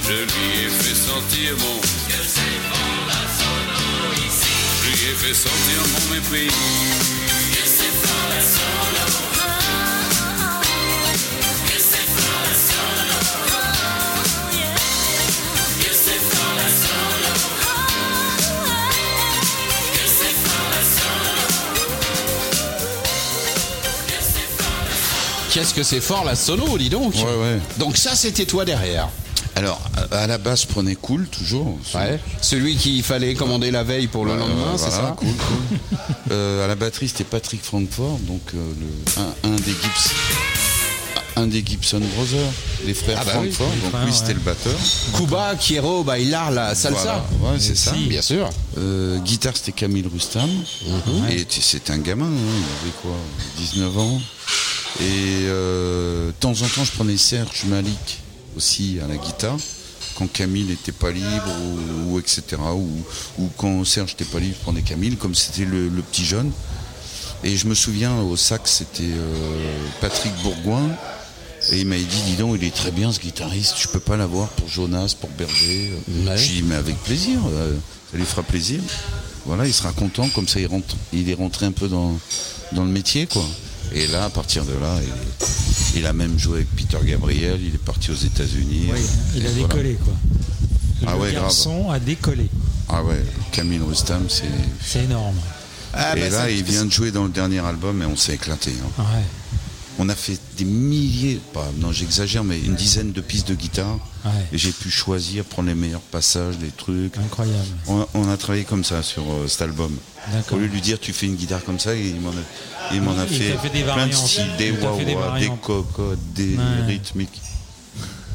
[SPEAKER 9] je lui ai fait sentir mon. Que c'est pour la sono ici. Je lui ai fait sentir mon mépris. Que c'est pour la sono. Que c'est pour la sono. Que c'est pour la sono. Que c'est pour la sono. Que c'est pour la
[SPEAKER 1] Qu'est-ce que c'est fort la sono, dis donc.
[SPEAKER 4] Ouais, ouais.
[SPEAKER 1] Donc ça, c'était toi derrière.
[SPEAKER 4] Alors, à à la base, je prenais cool toujours.
[SPEAKER 1] Ouais. Celui qu'il fallait commander la veille pour le
[SPEAKER 4] Euh,
[SPEAKER 1] lendemain, c'est
[SPEAKER 4] voilà,
[SPEAKER 1] ça
[SPEAKER 4] Cool, cool. *laughs* Euh, à la batterie, c'était Patrick Frankfort, donc euh, le- un, un des Gibson, un des Gibson Brothers, les frères
[SPEAKER 1] Ah bah oui.
[SPEAKER 4] Frankfort. donc
[SPEAKER 2] frères,
[SPEAKER 4] lui, c'était
[SPEAKER 2] ouais.
[SPEAKER 4] le batteur.
[SPEAKER 1] Cuba, Quiero, Bailar, la salsa.
[SPEAKER 4] Voilà, ouais, c'est
[SPEAKER 1] Ça,
[SPEAKER 4] ça.
[SPEAKER 1] bien sûr. Mhm.
[SPEAKER 4] Euh, guitare, c'était Camille Rustam. Et t- c'est un gamin, hein, il avait quoi 19 ans. Et euh, de temps en temps, je prenais Serge Malik aussi à la guitare. Quand Camille n'était pas libre, ou, ou etc. Ou, ou quand Serge n'était pas libre, je prenais Camille, comme c'était le, le petit jeune. Et je me souviens, au sac, c'était euh, Patrick Bourgoin. Et il m'avait dit, dis donc, il est très bien ce guitariste, je peux pas l'avoir pour Jonas, pour Berger.
[SPEAKER 1] Ouais.
[SPEAKER 4] Je lui ai dit, mais avec plaisir, euh, ça lui fera plaisir. Voilà, il sera content, comme ça il, rentre, il est rentré un peu dans, dans le métier, quoi. Et là, à partir de là, il, il a même joué avec Peter Gabriel, il est parti aux États-Unis.
[SPEAKER 2] Il a
[SPEAKER 4] Et voilà.
[SPEAKER 2] décollé, quoi.
[SPEAKER 4] Ah
[SPEAKER 2] le
[SPEAKER 4] ouais, grave.
[SPEAKER 2] garçon a décollé.
[SPEAKER 4] Ah ouais, Camille Rustam, c'est.
[SPEAKER 2] C'est énorme.
[SPEAKER 1] Ah,
[SPEAKER 4] et
[SPEAKER 1] bah,
[SPEAKER 4] là,
[SPEAKER 1] c'est-
[SPEAKER 4] il vient de jouer dans le dernier album et on s'est éclaté. hein.
[SPEAKER 2] Ouais.
[SPEAKER 4] On a fait des milliers, pas, non j'exagère, mais une dizaine de pistes de guitare.
[SPEAKER 2] Ouais.
[SPEAKER 4] Et j'ai pu choisir, prendre les meilleurs passages, les trucs.
[SPEAKER 2] Incroyable.
[SPEAKER 4] On a, on a travaillé comme ça sur euh, cet album.
[SPEAKER 2] D'accord.
[SPEAKER 4] Au lieu de lui dire tu fais une guitare comme ça, il m'en a, il m'en a
[SPEAKER 2] Il
[SPEAKER 4] fait,
[SPEAKER 2] t'a fait des
[SPEAKER 4] plein de
[SPEAKER 2] variantes.
[SPEAKER 4] styles, des
[SPEAKER 2] Il t'a
[SPEAKER 4] wah
[SPEAKER 2] fait des
[SPEAKER 4] des
[SPEAKER 2] variantes.
[SPEAKER 4] cocottes, des
[SPEAKER 2] Ouais.
[SPEAKER 4] rythmiques.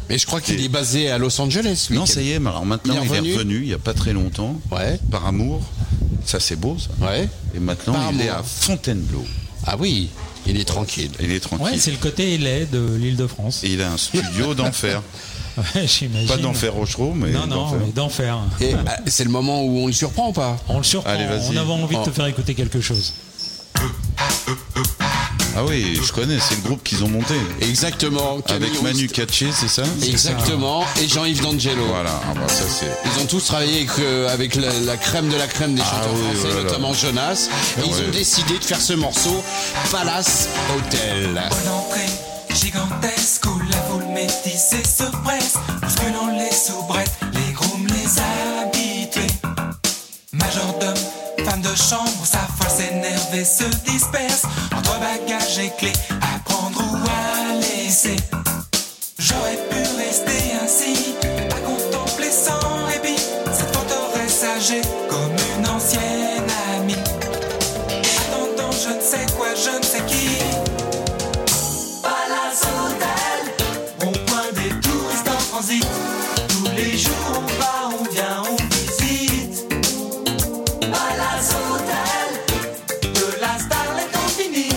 [SPEAKER 1] Mais je crois qu'il est basé à Los Angeles. lui,
[SPEAKER 4] Non, ça y est, mais alors maintenant
[SPEAKER 1] Il est
[SPEAKER 4] il est
[SPEAKER 1] revenu
[SPEAKER 4] revenu il n'y a pas très longtemps,
[SPEAKER 1] Ouais.
[SPEAKER 4] par amour. Ça c'est beau ça.
[SPEAKER 1] Ouais.
[SPEAKER 4] Et maintenant
[SPEAKER 1] Par
[SPEAKER 4] il est
[SPEAKER 1] amour.
[SPEAKER 4] à Fontainebleau.
[SPEAKER 1] Ah oui, il est tranquille.
[SPEAKER 4] Il est tranquille.
[SPEAKER 2] Ouais, c'est le côté ailé de l'île de France.
[SPEAKER 4] Et il a
[SPEAKER 1] *laughs*
[SPEAKER 4] un studio d'enfer.
[SPEAKER 2] Ouais, j'imagine.
[SPEAKER 4] Pas d'enfer Rochereau, mais.
[SPEAKER 2] Non, non,
[SPEAKER 4] d'enfer.
[SPEAKER 2] mais d'enfer. *laughs*
[SPEAKER 1] Et bah, c'est le moment où on le surprend ou pas
[SPEAKER 2] On le surprend.
[SPEAKER 4] Allez, vas-y.
[SPEAKER 2] on avait envie de te
[SPEAKER 1] Oh.
[SPEAKER 2] faire écouter quelque chose.
[SPEAKER 4] Ah oui, je connais, c'est le groupe qu'ils ont monté.
[SPEAKER 1] Exactement. Camille
[SPEAKER 4] Avec
[SPEAKER 1] Roust-
[SPEAKER 4] Manu Katché, c'est ça
[SPEAKER 1] Exactement. Et Jean-Yves D'Angelo.
[SPEAKER 4] Voilà, ah bah ça c'est.
[SPEAKER 1] Ils ont tous travaillé avec, euh, avec la, la crème de la crème des chanteurs
[SPEAKER 4] oui,
[SPEAKER 1] français,
[SPEAKER 4] oh là là.
[SPEAKER 1] notamment Jonas. Et ils ont
[SPEAKER 4] Ouais.
[SPEAKER 1] décidé de faire ce morceau Palace Hotel.
[SPEAKER 5] Bonne entrée, gigantesque où la foule métissée se presse, bousculant les soubrettes, les grooms, les habitués. Majordome, femme de chambre, sa folle s'énerve et se disperse, entre bagages et clés, à prendre ou à laisser. J'aurais pu rester ainsi, à contempler sans répit, cette forteresse âgée comme une ancienne amie. Attendant, je ne sais quoi, je ne sais qui. Palace Hotel, bon point des touristes en transit. Tous les jours on va, on vient, on visite. Palace Hotel, de la Starlet en Phoenix.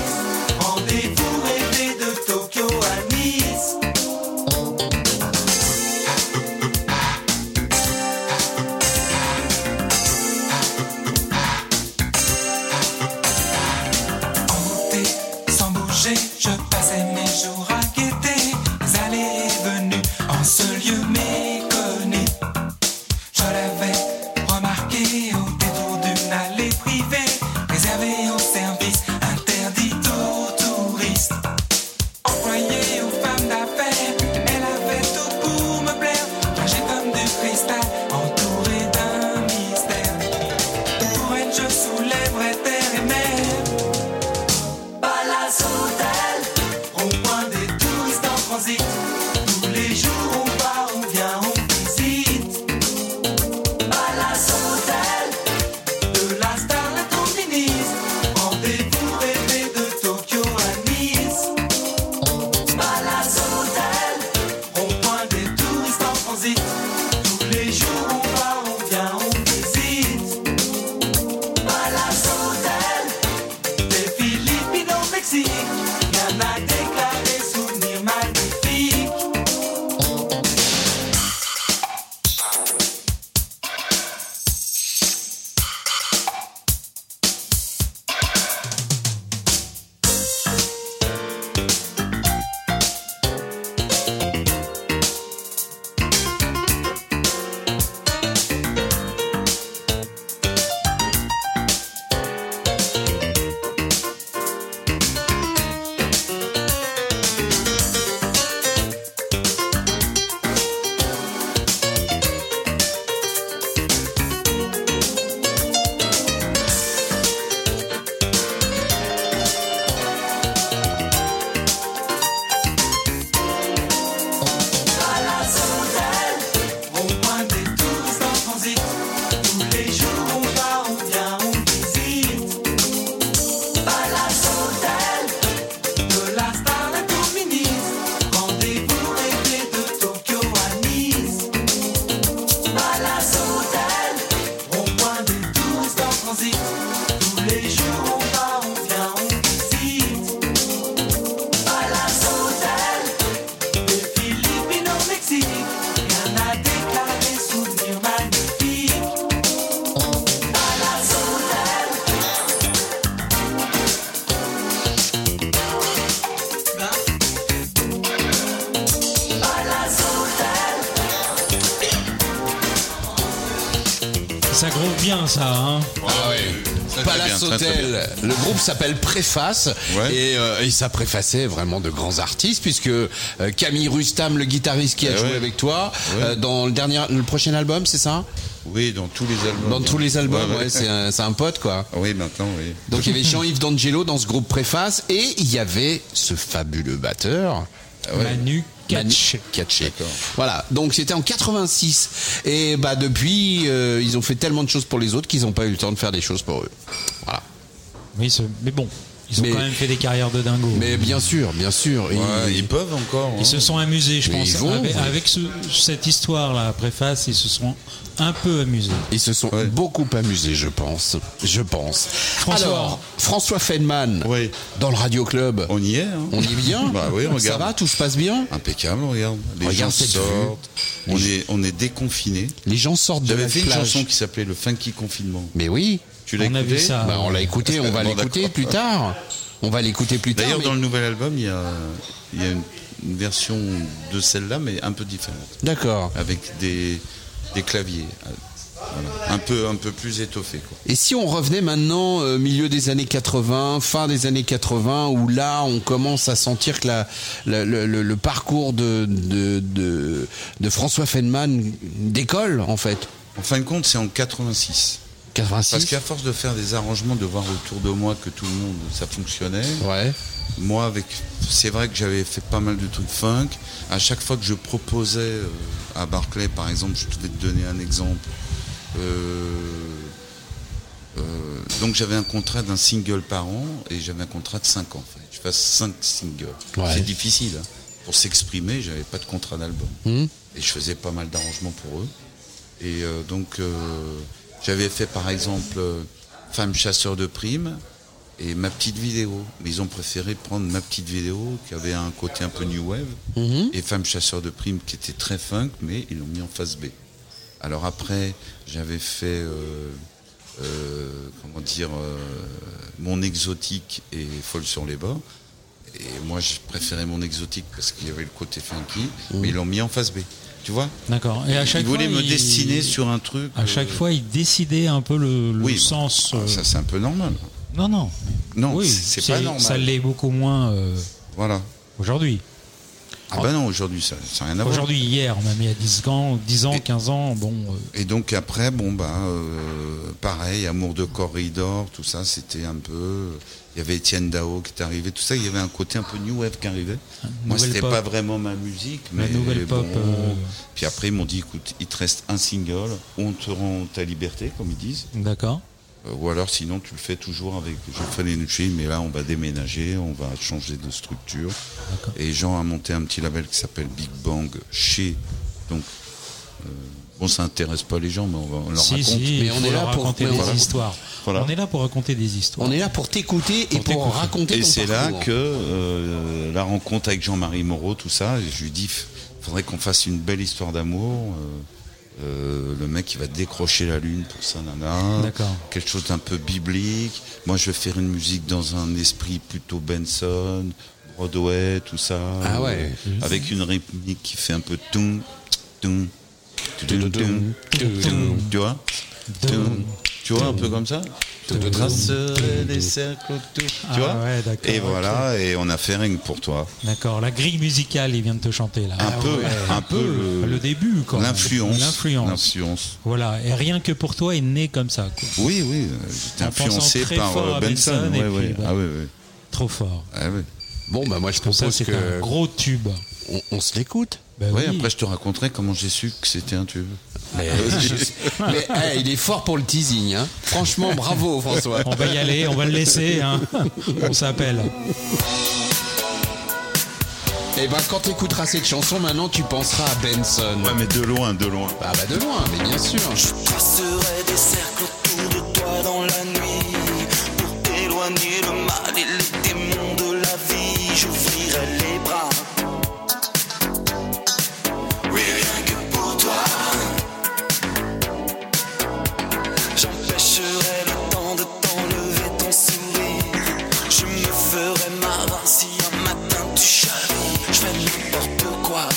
[SPEAKER 5] Rendez-vous rêvé de Tokyo à Nice. Hanté, sans bouger, je passais mes jours à guetter les allées et venues en ce lieu méconnu. Je l'avais remarqué au détour d'une allée privée, réservée aux services interdits aux touristes. Employée aux femmes d'affaires, elle avait tout pour me plaire, fragile comme du cristal, entourée d'un mystère. Pour elle, je soulèverais terre et mer. Palace Hotel, rond-point des touristes en transit. Tous les jours on va, on vient, on visite. Palace Hotel, de la Starlet en Venise. Rendez-vous rêvé de Tokyo à Nice. Palace Hotel, rond-point des touristes en transit. Tous les jours on va, on vient, on visite. Palace Hotel. Des Philippines au Mexique, y'en a déclaré souvenirs magnifiques. Au point des touristes en transit, tous les jours on va, on vient, on visite. Palace Hotel, de la Starlet au Venise, rendez-vous rêvé de Tokyo à Nice. Palace Hotel, au point des touristes en transit, tous les jours on va, on vient, on visite. Palace Hotel. Des Philippines au Mexique, rien à déclarer, souvenirs magnifiques. À la sautelle. À la sautelle.
[SPEAKER 2] Ça groove bien, ça. Hein
[SPEAKER 1] Ah ouais.
[SPEAKER 4] très bien,
[SPEAKER 1] Palace
[SPEAKER 4] très, très
[SPEAKER 1] Hotel. Le groupe s'appelle Préface
[SPEAKER 4] Ouais.
[SPEAKER 1] et, euh, et ça préfaçait vraiment de grands artistes puisque euh, Camille Rustam, le guitariste qui a
[SPEAKER 4] Eh
[SPEAKER 1] joué
[SPEAKER 4] ouais.
[SPEAKER 1] avec toi,
[SPEAKER 4] Ouais.
[SPEAKER 1] euh, dans le dernier, le prochain album, c'est ça
[SPEAKER 4] Oui, dans tous les albums.
[SPEAKER 1] Dans tous les albums,
[SPEAKER 4] Ouais, ouais.
[SPEAKER 1] ouais, c'est
[SPEAKER 4] *laughs*
[SPEAKER 1] un, c'est un pote quoi.
[SPEAKER 4] Oui, maintenant, oui.
[SPEAKER 1] Donc il y avait Jean-Yves D'Angelo dans ce groupe Préface et il y avait ce fabuleux batteur. euh,
[SPEAKER 2] Manu Katché.
[SPEAKER 1] Catché. Voilà, donc c'était en 86. Et bah depuis, euh, ils ont fait tellement de choses pour les autres qu'ils n'ont pas eu le temps de faire des choses pour eux. Voilà.
[SPEAKER 2] Oui, ce- mais bon, ils ont
[SPEAKER 1] Mais-
[SPEAKER 2] quand même fait des carrières de dingo.
[SPEAKER 1] Mais bien sûr, bien sûr. ils-
[SPEAKER 4] Ouais, ils peuvent encore. hein.
[SPEAKER 2] Ils se sont amusés, je
[SPEAKER 1] Mais
[SPEAKER 2] pense.
[SPEAKER 1] ils vont,
[SPEAKER 2] avec
[SPEAKER 1] oui.
[SPEAKER 2] avec ce- cette histoire-là, la préface, ils se sont un peu amusés.
[SPEAKER 1] Ils se sont
[SPEAKER 4] Ouais.
[SPEAKER 1] beaucoup amusés, je pense. Je pense.
[SPEAKER 2] François.
[SPEAKER 1] Alors, François Feynman,
[SPEAKER 4] Oui.
[SPEAKER 1] dans le Radio Club.
[SPEAKER 4] On y est. hein.
[SPEAKER 1] On y est bien
[SPEAKER 4] *laughs* Bah oui,
[SPEAKER 1] Ça
[SPEAKER 4] regarde.
[SPEAKER 1] va, tout se passe bien
[SPEAKER 4] Impeccable, regarde. Les
[SPEAKER 1] Regarde
[SPEAKER 4] gens
[SPEAKER 1] cette
[SPEAKER 4] sortent. On est, on est déconfinés.
[SPEAKER 1] Les gens sortent de
[SPEAKER 4] J'avais
[SPEAKER 1] la
[SPEAKER 4] fait une
[SPEAKER 1] plage.
[SPEAKER 4] chanson qui s'appelait Le Funky Confinement.
[SPEAKER 1] Mais oui,
[SPEAKER 4] Tu l'as
[SPEAKER 2] On a
[SPEAKER 4] écouté
[SPEAKER 2] vu ça.
[SPEAKER 1] Bah, on l'a écouté, on va
[SPEAKER 4] Bon,
[SPEAKER 1] l'écouter
[SPEAKER 4] d'accord.
[SPEAKER 1] plus tard. On va l'écouter plus tard.
[SPEAKER 4] D'ailleurs,
[SPEAKER 1] mais-
[SPEAKER 4] dans le nouvel album, il y a, il y a une, une version de celle-là, mais un peu différente,
[SPEAKER 1] D'accord.
[SPEAKER 4] avec des, des claviers. Voilà. Un, peu, un peu plus étoffé. Quoi.
[SPEAKER 1] Et si on revenait maintenant euh, milieu des années 80, fin des années 80, où là on commence à sentir que la, la- le, le- le parcours de, de, de, de François Feynman décolle en fait.
[SPEAKER 4] En fin de compte, c'est en 86. Parce
[SPEAKER 1] 86.
[SPEAKER 4] qu'à force de faire des arrangements, de voir autour de moi que tout le monde, ça fonctionnait,
[SPEAKER 1] Ouais.
[SPEAKER 4] moi, avec, c'est vrai que j'avais fait pas mal de trucs funk. À chaque fois que je proposais euh, à Barclay, par exemple, je vais te donner un exemple. Euh, euh, donc j'avais un contrat d'un single par an et j'avais un contrat de 5 ans. fallait que Je fasse 5 singles.
[SPEAKER 1] Ouais.
[SPEAKER 4] C'est difficile. hein. Pour s'exprimer, j'avais pas de contrat d'album.
[SPEAKER 1] Hum
[SPEAKER 4] Et je faisais pas mal d'arrangements pour eux. Et euh, donc euh, j'avais fait par exemple euh, Femme chasseur de primes et ma petite vidéo. Mais ils ont préféré prendre ma petite vidéo qui avait un côté un peu new wave et Femme chasseur de primes qui était très funk, mais ils l'ont mis en face B. Alors après, j'avais fait euh, euh, comment dire euh, mon exotique et Folle sur les bords. Et moi, j'ai préféré mon exotique parce qu'il y avait le côté funky, mais ils l'ont mis en face B. Tu vois
[SPEAKER 2] D'accord. Et à chaque
[SPEAKER 4] Ils voulaient
[SPEAKER 2] fois,
[SPEAKER 4] me
[SPEAKER 2] ils-
[SPEAKER 4] destiner sur un truc. euh,
[SPEAKER 2] À chaque fois, ils décidaient un peu le, le
[SPEAKER 4] oui,
[SPEAKER 2] sens.
[SPEAKER 4] bah,
[SPEAKER 2] euh,
[SPEAKER 4] ça c'est un peu normal.
[SPEAKER 2] Non, non.
[SPEAKER 4] Non,
[SPEAKER 2] Oui,
[SPEAKER 4] c'est c'est pas normal.
[SPEAKER 2] Ça l'est beaucoup moins euh,
[SPEAKER 4] Voilà.
[SPEAKER 2] aujourd'hui.
[SPEAKER 4] Ah bah non, aujourd'hui ça n'a rien à voir.
[SPEAKER 2] Aujourd'hui, hier, on a mis à 10 ans, 10 ans,
[SPEAKER 4] Et-
[SPEAKER 2] 15 ans. Bon, euh,
[SPEAKER 4] Et donc après, bon bah euh, pareil, amour de corridor, tout ça, c'était un peu. Il y avait Étienne Dao qui est arrivé, tout ça, il y avait un côté un peu new wave qui arrivait. Moi,
[SPEAKER 2] Ah, nouvelle
[SPEAKER 4] c'était
[SPEAKER 2] pop.
[SPEAKER 4] pas vraiment ma musique,
[SPEAKER 2] La
[SPEAKER 4] mais
[SPEAKER 2] nouvelle pop,
[SPEAKER 4] bon.
[SPEAKER 2] euh.
[SPEAKER 4] Puis après, ils m'ont dit, écoute, il te reste un single, on te rend ta liberté, comme ils disent.
[SPEAKER 2] d'accord.
[SPEAKER 4] Euh, Ou alors sinon tu le fais toujours avec je fais les Nucci, mais là on va déménager, on va changer de structure. Et Jean a monté un petit label qui s'appelle Big Bang chez. Donc euh, bon ça intéresse pas les gens, mais on, va, on leur
[SPEAKER 2] Si,
[SPEAKER 4] raconte.
[SPEAKER 2] si,
[SPEAKER 1] Mais
[SPEAKER 2] il
[SPEAKER 1] on
[SPEAKER 2] faut
[SPEAKER 1] est là
[SPEAKER 2] leur
[SPEAKER 1] pour-
[SPEAKER 2] raconter
[SPEAKER 1] mais
[SPEAKER 2] des
[SPEAKER 1] voilà.
[SPEAKER 2] histoires.
[SPEAKER 4] Voilà.
[SPEAKER 2] On est là pour raconter des histoires.
[SPEAKER 1] On est là pour t'écouter et
[SPEAKER 2] Pour
[SPEAKER 1] pour
[SPEAKER 2] t'écouter.
[SPEAKER 1] raconter
[SPEAKER 4] Et
[SPEAKER 1] ton
[SPEAKER 4] c'est là
[SPEAKER 1] parcours.
[SPEAKER 4] que euh, la rencontre avec Jean-Marie Moreau, tout ça, je lui dis, faudrait qu'on fasse une belle histoire d'amour. euh, euh, le mec, il va décrocher la lune pour sa nana.
[SPEAKER 2] D'accord.
[SPEAKER 4] Quelque chose d'un peu biblique. Moi, je vais faire une musique dans un esprit plutôt Benson, Broadway, tout ça.
[SPEAKER 1] Ah ouais.
[SPEAKER 4] Euh, avec une rythmique qui fait un peu tout, tout, tout, tu vois tu vois un peu comme ça Je tracerai des cercles autour
[SPEAKER 2] Ah
[SPEAKER 4] tu vois
[SPEAKER 2] ouais, d'accord,
[SPEAKER 4] et
[SPEAKER 2] ok.
[SPEAKER 4] voilà et on a fait ring pour toi
[SPEAKER 2] D'accord. La grille musicale, il vient de te chanter là.
[SPEAKER 1] Ah.
[SPEAKER 4] un peu un peu
[SPEAKER 2] Ah le,
[SPEAKER 4] le-
[SPEAKER 2] début, quand même.
[SPEAKER 4] l'influence
[SPEAKER 2] L'influence.
[SPEAKER 4] l'influence
[SPEAKER 2] Voilà. Et rien que pour toi est né comme ça. quoi.
[SPEAKER 4] oui oui euh, j'étais
[SPEAKER 2] En pensant
[SPEAKER 4] influencé
[SPEAKER 2] très
[SPEAKER 4] par
[SPEAKER 2] fort
[SPEAKER 4] euh,
[SPEAKER 2] à
[SPEAKER 4] Benson,
[SPEAKER 2] Benson, et
[SPEAKER 4] ouais,
[SPEAKER 2] puis,
[SPEAKER 4] ouais.
[SPEAKER 2] bah.
[SPEAKER 4] ah oui oui
[SPEAKER 2] Trop fort.
[SPEAKER 4] ah, oui.
[SPEAKER 1] Bon bah moi je
[SPEAKER 2] Ça,
[SPEAKER 1] propose
[SPEAKER 2] c'est un
[SPEAKER 1] que
[SPEAKER 2] gros tube.
[SPEAKER 1] on, on se l'écoute.
[SPEAKER 2] Bah
[SPEAKER 4] Ouais,
[SPEAKER 2] oui.
[SPEAKER 4] après je te raconterai comment j'ai su que c'était un tube
[SPEAKER 1] Mais,
[SPEAKER 2] Ah,
[SPEAKER 1] *laughs* mais, eh, il est fort pour le teasing. hein. Franchement, bravo
[SPEAKER 2] *laughs*
[SPEAKER 1] François.
[SPEAKER 2] On va y aller, on va le laisser. hein.
[SPEAKER 1] *laughs*
[SPEAKER 2] On s'appelle.
[SPEAKER 1] Et ben quand t'écouteras cette chanson, maintenant tu penseras à Benson.
[SPEAKER 4] ouais mais de loin de loin
[SPEAKER 1] Ah bah de loin, mais bien sûr.
[SPEAKER 5] Passerai des cercles autour de toi dans la nuit Pour t'éloigner le mal et les démons de la vie J'ouvrirai les bras Oui, rien que pour toi J'empêcherai le temps de t'enlever ton sourire Je me ferai marin si un matin tu chavis Je fais n'importe quoi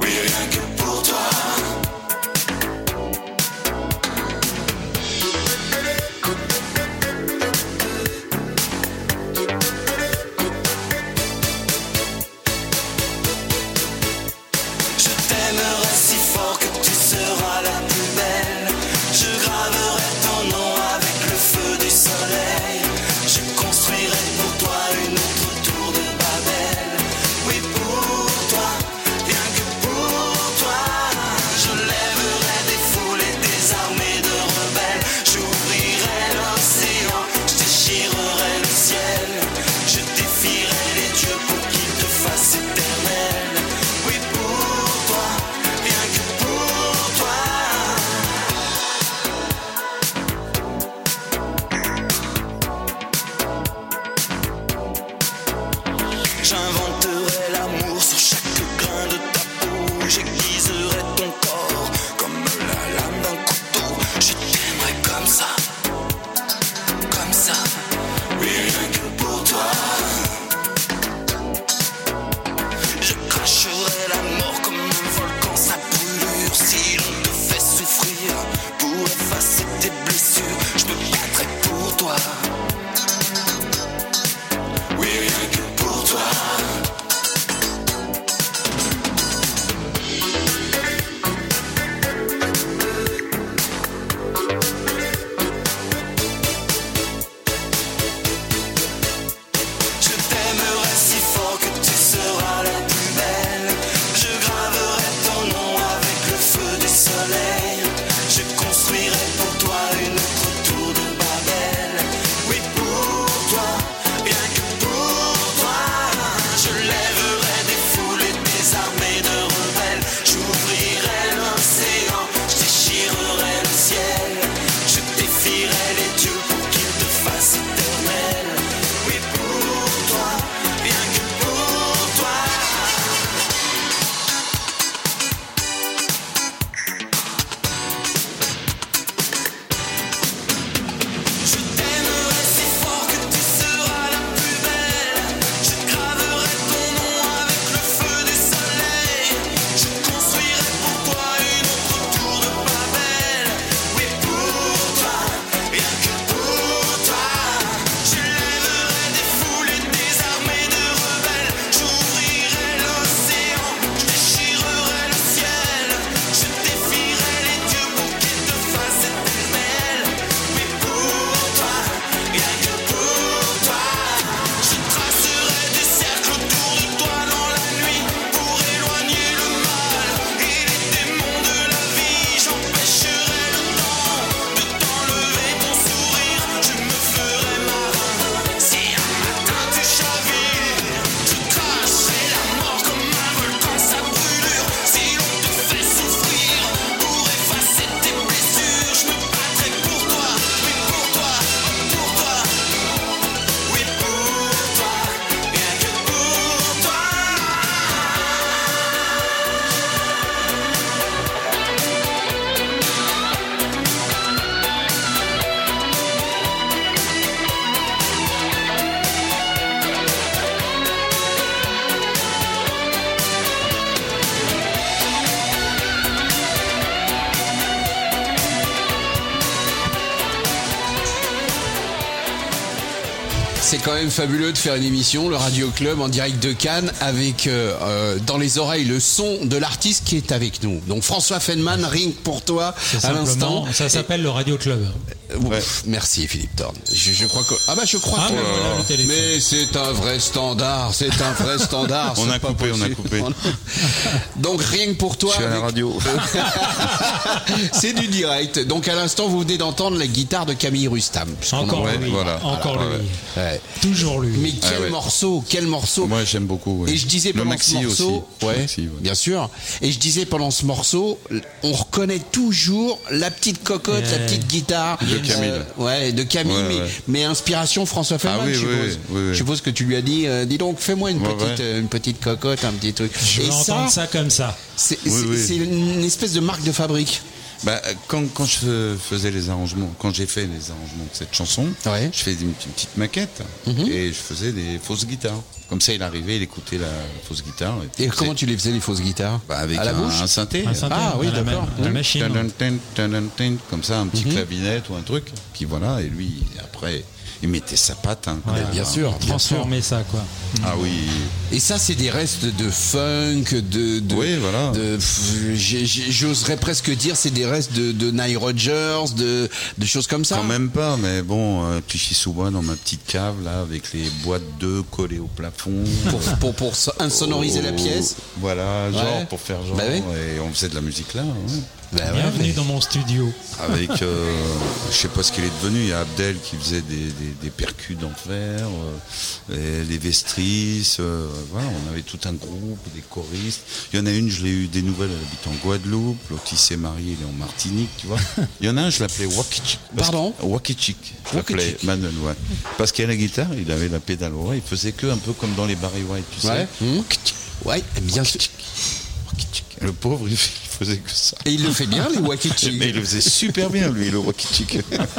[SPEAKER 5] Oui, rien que pour toi
[SPEAKER 1] C'est quand même fabuleux de faire une émission, le Radio Club en direct de Cannes, avec euh, euh, dans les oreilles le son de l'artiste qui est avec nous. Donc François Feynman, ring pour toi
[SPEAKER 2] C'est
[SPEAKER 1] à
[SPEAKER 2] simplement-
[SPEAKER 1] l'instant.
[SPEAKER 2] Ça s'appelle le Radio Club.
[SPEAKER 1] Ouf, Merci Philippe Thorne. Je, je crois que ah bah je crois.
[SPEAKER 2] Ah,
[SPEAKER 1] que-
[SPEAKER 2] mais voilà le téléphone.
[SPEAKER 1] Mais c'est un vrai standard, c'est un vrai standard.
[SPEAKER 4] *laughs* On
[SPEAKER 1] c'est
[SPEAKER 4] a
[SPEAKER 1] pas
[SPEAKER 4] coupé, on a
[SPEAKER 1] possible. *laughs*
[SPEAKER 4] coupé.
[SPEAKER 1] Donc rien que pour toi.
[SPEAKER 4] Je suis à la
[SPEAKER 1] avec-
[SPEAKER 4] radio.
[SPEAKER 1] *laughs* c'est du direct. Donc à l'instant, vous venez d'entendre la guitare de Camille Rustam. puisqu'on
[SPEAKER 2] Encore
[SPEAKER 1] en-
[SPEAKER 4] ouais,
[SPEAKER 2] lui.
[SPEAKER 4] voilà.
[SPEAKER 2] Encore
[SPEAKER 4] Voilà,
[SPEAKER 2] lui.
[SPEAKER 1] Ouais.
[SPEAKER 2] Toujours lui.
[SPEAKER 1] Mais quel
[SPEAKER 4] Ah ouais.
[SPEAKER 1] morceau, quel morceau.
[SPEAKER 4] Moi, j'aime beaucoup. ouais.
[SPEAKER 1] Et je disais
[SPEAKER 4] le
[SPEAKER 1] pendant
[SPEAKER 4] maxi
[SPEAKER 1] ce morceau,
[SPEAKER 4] aussi.
[SPEAKER 1] Ouais,
[SPEAKER 4] Le maxi, ouais.
[SPEAKER 1] bien sûr. Et je disais pendant ce morceau, on reconnaît toujours la petite cocotte, la
[SPEAKER 2] Ouais.
[SPEAKER 1] petite guitare
[SPEAKER 4] De Camille.
[SPEAKER 1] Euh, ouais, de Camille.
[SPEAKER 4] Ouais,
[SPEAKER 1] mais,
[SPEAKER 4] ouais.
[SPEAKER 1] mais inspiration François Feynman.
[SPEAKER 4] Ah oui,
[SPEAKER 1] je
[SPEAKER 4] oui,
[SPEAKER 1] suppose.
[SPEAKER 4] oui, oui, oui.
[SPEAKER 1] Je suppose que tu lui as dit, euh, dis donc, fais-moi une
[SPEAKER 4] Ouais,
[SPEAKER 1] petite,
[SPEAKER 4] ouais.
[SPEAKER 1] euh, une petite cocotte, un petit truc.
[SPEAKER 2] Je veux
[SPEAKER 1] Et ça,
[SPEAKER 2] entendre ça comme ça.
[SPEAKER 1] c'est
[SPEAKER 4] Oui,
[SPEAKER 1] c'est-
[SPEAKER 4] oui.
[SPEAKER 1] c'est une espèce de marque de fabrique.
[SPEAKER 4] Bah, quand, quand je faisais les arrangements, quand j'ai fait les arrangements de cette chanson,
[SPEAKER 1] Ouais. Mhm.
[SPEAKER 4] je faisais une, petite- une petite maquette et je faisais des fausses guitares. Comme ça, il arrivait, il écoutait la fausse guitare.
[SPEAKER 1] Et
[SPEAKER 4] puis,
[SPEAKER 1] comment
[SPEAKER 4] c'est-
[SPEAKER 1] tu les faisais les fausses guitares
[SPEAKER 4] bah, Avec
[SPEAKER 1] À la
[SPEAKER 4] un,
[SPEAKER 1] bouche
[SPEAKER 4] un synthé.
[SPEAKER 2] Un synthé,
[SPEAKER 1] Ah, oui, Mhm.
[SPEAKER 2] à la
[SPEAKER 1] d'accord.
[SPEAKER 2] ma- à la machine.
[SPEAKER 4] Tadam, tadam, tadam, tadam, Comme ça, un petit clavinet ou un truc. Puis voilà, et lui, après, il mettait sa patte. hein,
[SPEAKER 2] Ouais,
[SPEAKER 4] comme
[SPEAKER 1] bien
[SPEAKER 4] ça.
[SPEAKER 1] sûr.
[SPEAKER 2] Transformer ça, quoi. Mm.
[SPEAKER 4] Ah oui.
[SPEAKER 1] Et ça, c'est des restes de funk, de. de
[SPEAKER 4] Oui, voilà.
[SPEAKER 1] de- pff, j'ai- j'ai- J'oserais presque dire, c'est des restes de, de Nile Rodgers, de, de choses comme ça.
[SPEAKER 4] Quand même pas, mais bon, euh, Clichy-sous-Bois dans ma petite cave, là, avec les boîtes d'œufs collées au plafond.
[SPEAKER 1] Pour, pour, pour so- insonoriser la
[SPEAKER 4] Oh,
[SPEAKER 1] pièce.
[SPEAKER 4] Voilà, genre
[SPEAKER 1] Ouais.
[SPEAKER 4] pour faire genre.
[SPEAKER 1] Bah oui.
[SPEAKER 4] Et on faisait de la musique là. hein. ouais.
[SPEAKER 1] Bah ouais,
[SPEAKER 2] Bienvenue
[SPEAKER 1] mais-
[SPEAKER 2] dans mon studio.
[SPEAKER 4] Avec, euh, je sais pas ce qu'il est devenu, il y a Abdel qui faisait des, des, des percus d'enfer, euh, et les vestrices, euh, voilà, on avait tout un groupe, des choristes. Il y en a une, je l'ai eu des nouvelles, elle habite en Guadeloupe, l'autre il s'est marié, il est en Martinique, tu vois. Il y en a un, je l'appelais Wakichik. Parce-
[SPEAKER 1] Pardon
[SPEAKER 4] Wakichik, je l'appelais
[SPEAKER 1] Wakichik.
[SPEAKER 4] Manuel, ouais. Parce qu'à la guitare, il avait la pédale, ouais, il faisait que un peu comme dans les Barry White, tu
[SPEAKER 1] Ouais.
[SPEAKER 4] sais.
[SPEAKER 1] Hmm. Ouais, bien sûr.
[SPEAKER 4] Le pauvre, il faisait que ça.
[SPEAKER 1] Et il le fait bien, les Wakichi.
[SPEAKER 4] *laughs* Mais il le faisait super bien, lui, le Wakichik.
[SPEAKER 1] *laughs*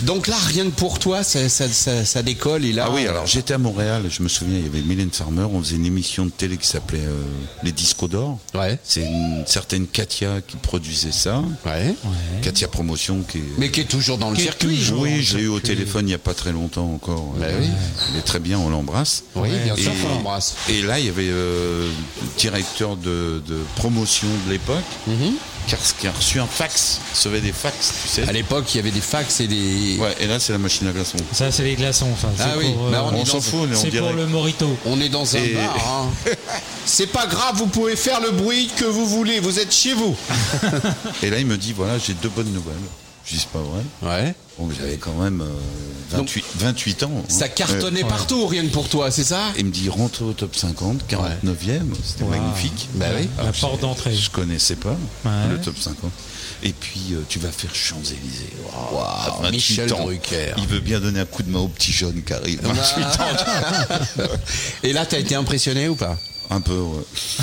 [SPEAKER 1] Donc là, rien que pour toi, ça, ça, ça, ça décolle. Et là,
[SPEAKER 4] Ah oui, alors j'étais à Montréal, je me souviens, il y avait Mylène Farmer, on faisait une émission de télé qui s'appelait euh, Les Discos d'Or.
[SPEAKER 1] Ouais.
[SPEAKER 4] C'est une certaine Katia qui produisait ça.
[SPEAKER 1] Ouais.
[SPEAKER 4] Katia Promotion qui est.
[SPEAKER 1] Mais qui est toujours dans le
[SPEAKER 2] Qui est
[SPEAKER 1] circuit.
[SPEAKER 2] toujours-
[SPEAKER 4] oui,
[SPEAKER 2] en
[SPEAKER 4] je l'ai eu au
[SPEAKER 2] circuit.
[SPEAKER 4] téléphone il n'y a pas très longtemps encore.
[SPEAKER 1] Bah
[SPEAKER 4] Euh,
[SPEAKER 1] oui.
[SPEAKER 4] Elle est très bien, on l'embrasse.
[SPEAKER 1] Oui, bien
[SPEAKER 4] Et-
[SPEAKER 1] sûr qu'on l'embrasse.
[SPEAKER 4] Et là, il y avait euh, le directeur de, de promotion de l'époque qui a- qui a reçu un fax, Il recevait des fax, tu sais.
[SPEAKER 1] Mhm. À l'époque, il y avait des fax et des.
[SPEAKER 4] Ouais, et là, c'est la machine à glaçons.
[SPEAKER 2] *laughs* Ça, c'est les glaçons. Enfin, c'est
[SPEAKER 1] Ah oui,
[SPEAKER 2] pour, euh,
[SPEAKER 1] bah,
[SPEAKER 4] On
[SPEAKER 1] est dans-
[SPEAKER 4] s'en fout, mais on
[SPEAKER 2] c'est pour
[SPEAKER 4] dirait.
[SPEAKER 2] le Euh, morito.
[SPEAKER 1] On est dans un
[SPEAKER 4] Et-
[SPEAKER 1] bar.
[SPEAKER 4] *laughs*
[SPEAKER 1] hein. C'est pas grave, vous pouvez faire le bruit que vous voulez, vous êtes chez vous.
[SPEAKER 4] Et là, il me dit voilà, j'ai deux bonnes nouvelles. Je dis c'est pas vrai.
[SPEAKER 1] Ouais.
[SPEAKER 4] Bon, j'avais quand même euh, 28, 28 ans. hein.
[SPEAKER 1] Ça cartonnait
[SPEAKER 4] Ouais.
[SPEAKER 1] partout, rien que pour toi, c'est ça
[SPEAKER 4] Il me dit rentre au top 50, 49e, c'était magnifique. Ah,
[SPEAKER 1] Bah oui.
[SPEAKER 2] La
[SPEAKER 4] je-
[SPEAKER 2] porte d'entrée.
[SPEAKER 4] Je connaissais pas
[SPEAKER 2] Ouais.
[SPEAKER 4] le top 50. Et puis euh, tu vas faire Champs-Élysées. Waouh, à 28
[SPEAKER 1] Michel
[SPEAKER 4] ans.
[SPEAKER 1] Drucker.
[SPEAKER 4] Il veut bien donner un coup de main aux petits jeunes qui arrivent. 28 ans.
[SPEAKER 1] Et là, t'as été impressionné ou pas
[SPEAKER 4] Un peu, ouais.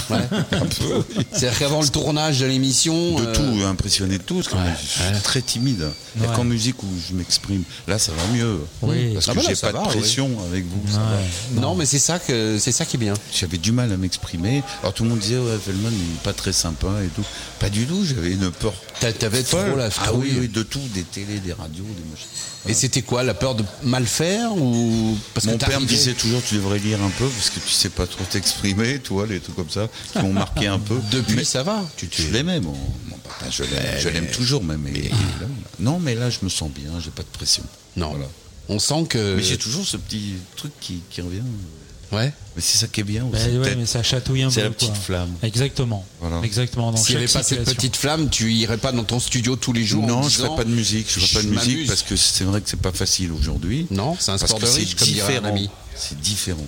[SPEAKER 1] Ouais.
[SPEAKER 4] *laughs*
[SPEAKER 1] C'est-à-dire qu'avant le tournage de l'émission.
[SPEAKER 4] De
[SPEAKER 1] euh,
[SPEAKER 4] tout, impressionné de tout, parce que moi, je suis très timide. Il n'y a qu'en musique où je m'exprime. Là, ça va mieux.
[SPEAKER 2] Oui.
[SPEAKER 4] Parce
[SPEAKER 1] Ah
[SPEAKER 4] que
[SPEAKER 1] bah là,
[SPEAKER 4] j'ai
[SPEAKER 1] ça
[SPEAKER 4] pas
[SPEAKER 1] va,
[SPEAKER 4] de
[SPEAKER 1] oui.
[SPEAKER 4] pression avec vous. ça va.
[SPEAKER 1] Non, mais c'est ça que c'est ça qui est bien.
[SPEAKER 4] J'avais du mal à m'exprimer. Alors tout le monde disait, ouais, Feldman, il est pas très sympa et tout. Pas du tout, j'avais une peur.
[SPEAKER 1] T'a- T'avais
[SPEAKER 4] folle.
[SPEAKER 1] trop la
[SPEAKER 4] Ah oui, oui, de tout, des télés, des radios, des machins.
[SPEAKER 1] Et c'était quoi la peur de mal faire ou parce
[SPEAKER 4] Mon
[SPEAKER 1] que
[SPEAKER 4] père me
[SPEAKER 1] t'arrivais-
[SPEAKER 4] disait toujours, tu devrais lire un peu, parce que tu sais pas trop t'exprimer, *laughs* tu vois, les trucs comme ça, qui m'ont marqué un peu.
[SPEAKER 1] depuis
[SPEAKER 4] Mais-
[SPEAKER 1] ça va. Tu
[SPEAKER 4] Je l'aimais, mon, mon papa, je l'aime, je l'aime toujours même. et- et
[SPEAKER 1] ah.
[SPEAKER 4] là, non, mais là, je me sens bien, j'ai pas de pression.
[SPEAKER 1] Non.
[SPEAKER 4] Voilà.
[SPEAKER 1] On sent que.
[SPEAKER 4] Mais j'ai toujours ce petit truc qui, qui revient.
[SPEAKER 1] Euh, Ouais.
[SPEAKER 4] Mais c'est ça qui est bien
[SPEAKER 2] Bah,
[SPEAKER 4] aussi.
[SPEAKER 2] ouais,
[SPEAKER 4] peut-être.
[SPEAKER 2] mais ça chatouille un peu.
[SPEAKER 4] C'est la
[SPEAKER 2] quoi.
[SPEAKER 4] petite flamme.
[SPEAKER 2] Exactement.
[SPEAKER 4] Voilà.
[SPEAKER 2] Exactement. Dans
[SPEAKER 1] S'il n'y
[SPEAKER 2] chaque
[SPEAKER 1] avait pas cette
[SPEAKER 2] situation.
[SPEAKER 1] petite flamme, tu irais pas dans ton studio tous les jours. en
[SPEAKER 4] Non, je
[SPEAKER 1] disant,
[SPEAKER 4] ferai pas de musique. Je ferai pas de
[SPEAKER 1] je
[SPEAKER 4] musique
[SPEAKER 1] m'amuse.
[SPEAKER 4] parce que c'est vrai que c'est pas facile aujourd'hui.
[SPEAKER 1] Non, c'est un
[SPEAKER 4] Parce
[SPEAKER 1] sport
[SPEAKER 4] que
[SPEAKER 1] de
[SPEAKER 4] c'est
[SPEAKER 1] riche, comme dirait un
[SPEAKER 4] différent.
[SPEAKER 1] ami.
[SPEAKER 4] C'est différent.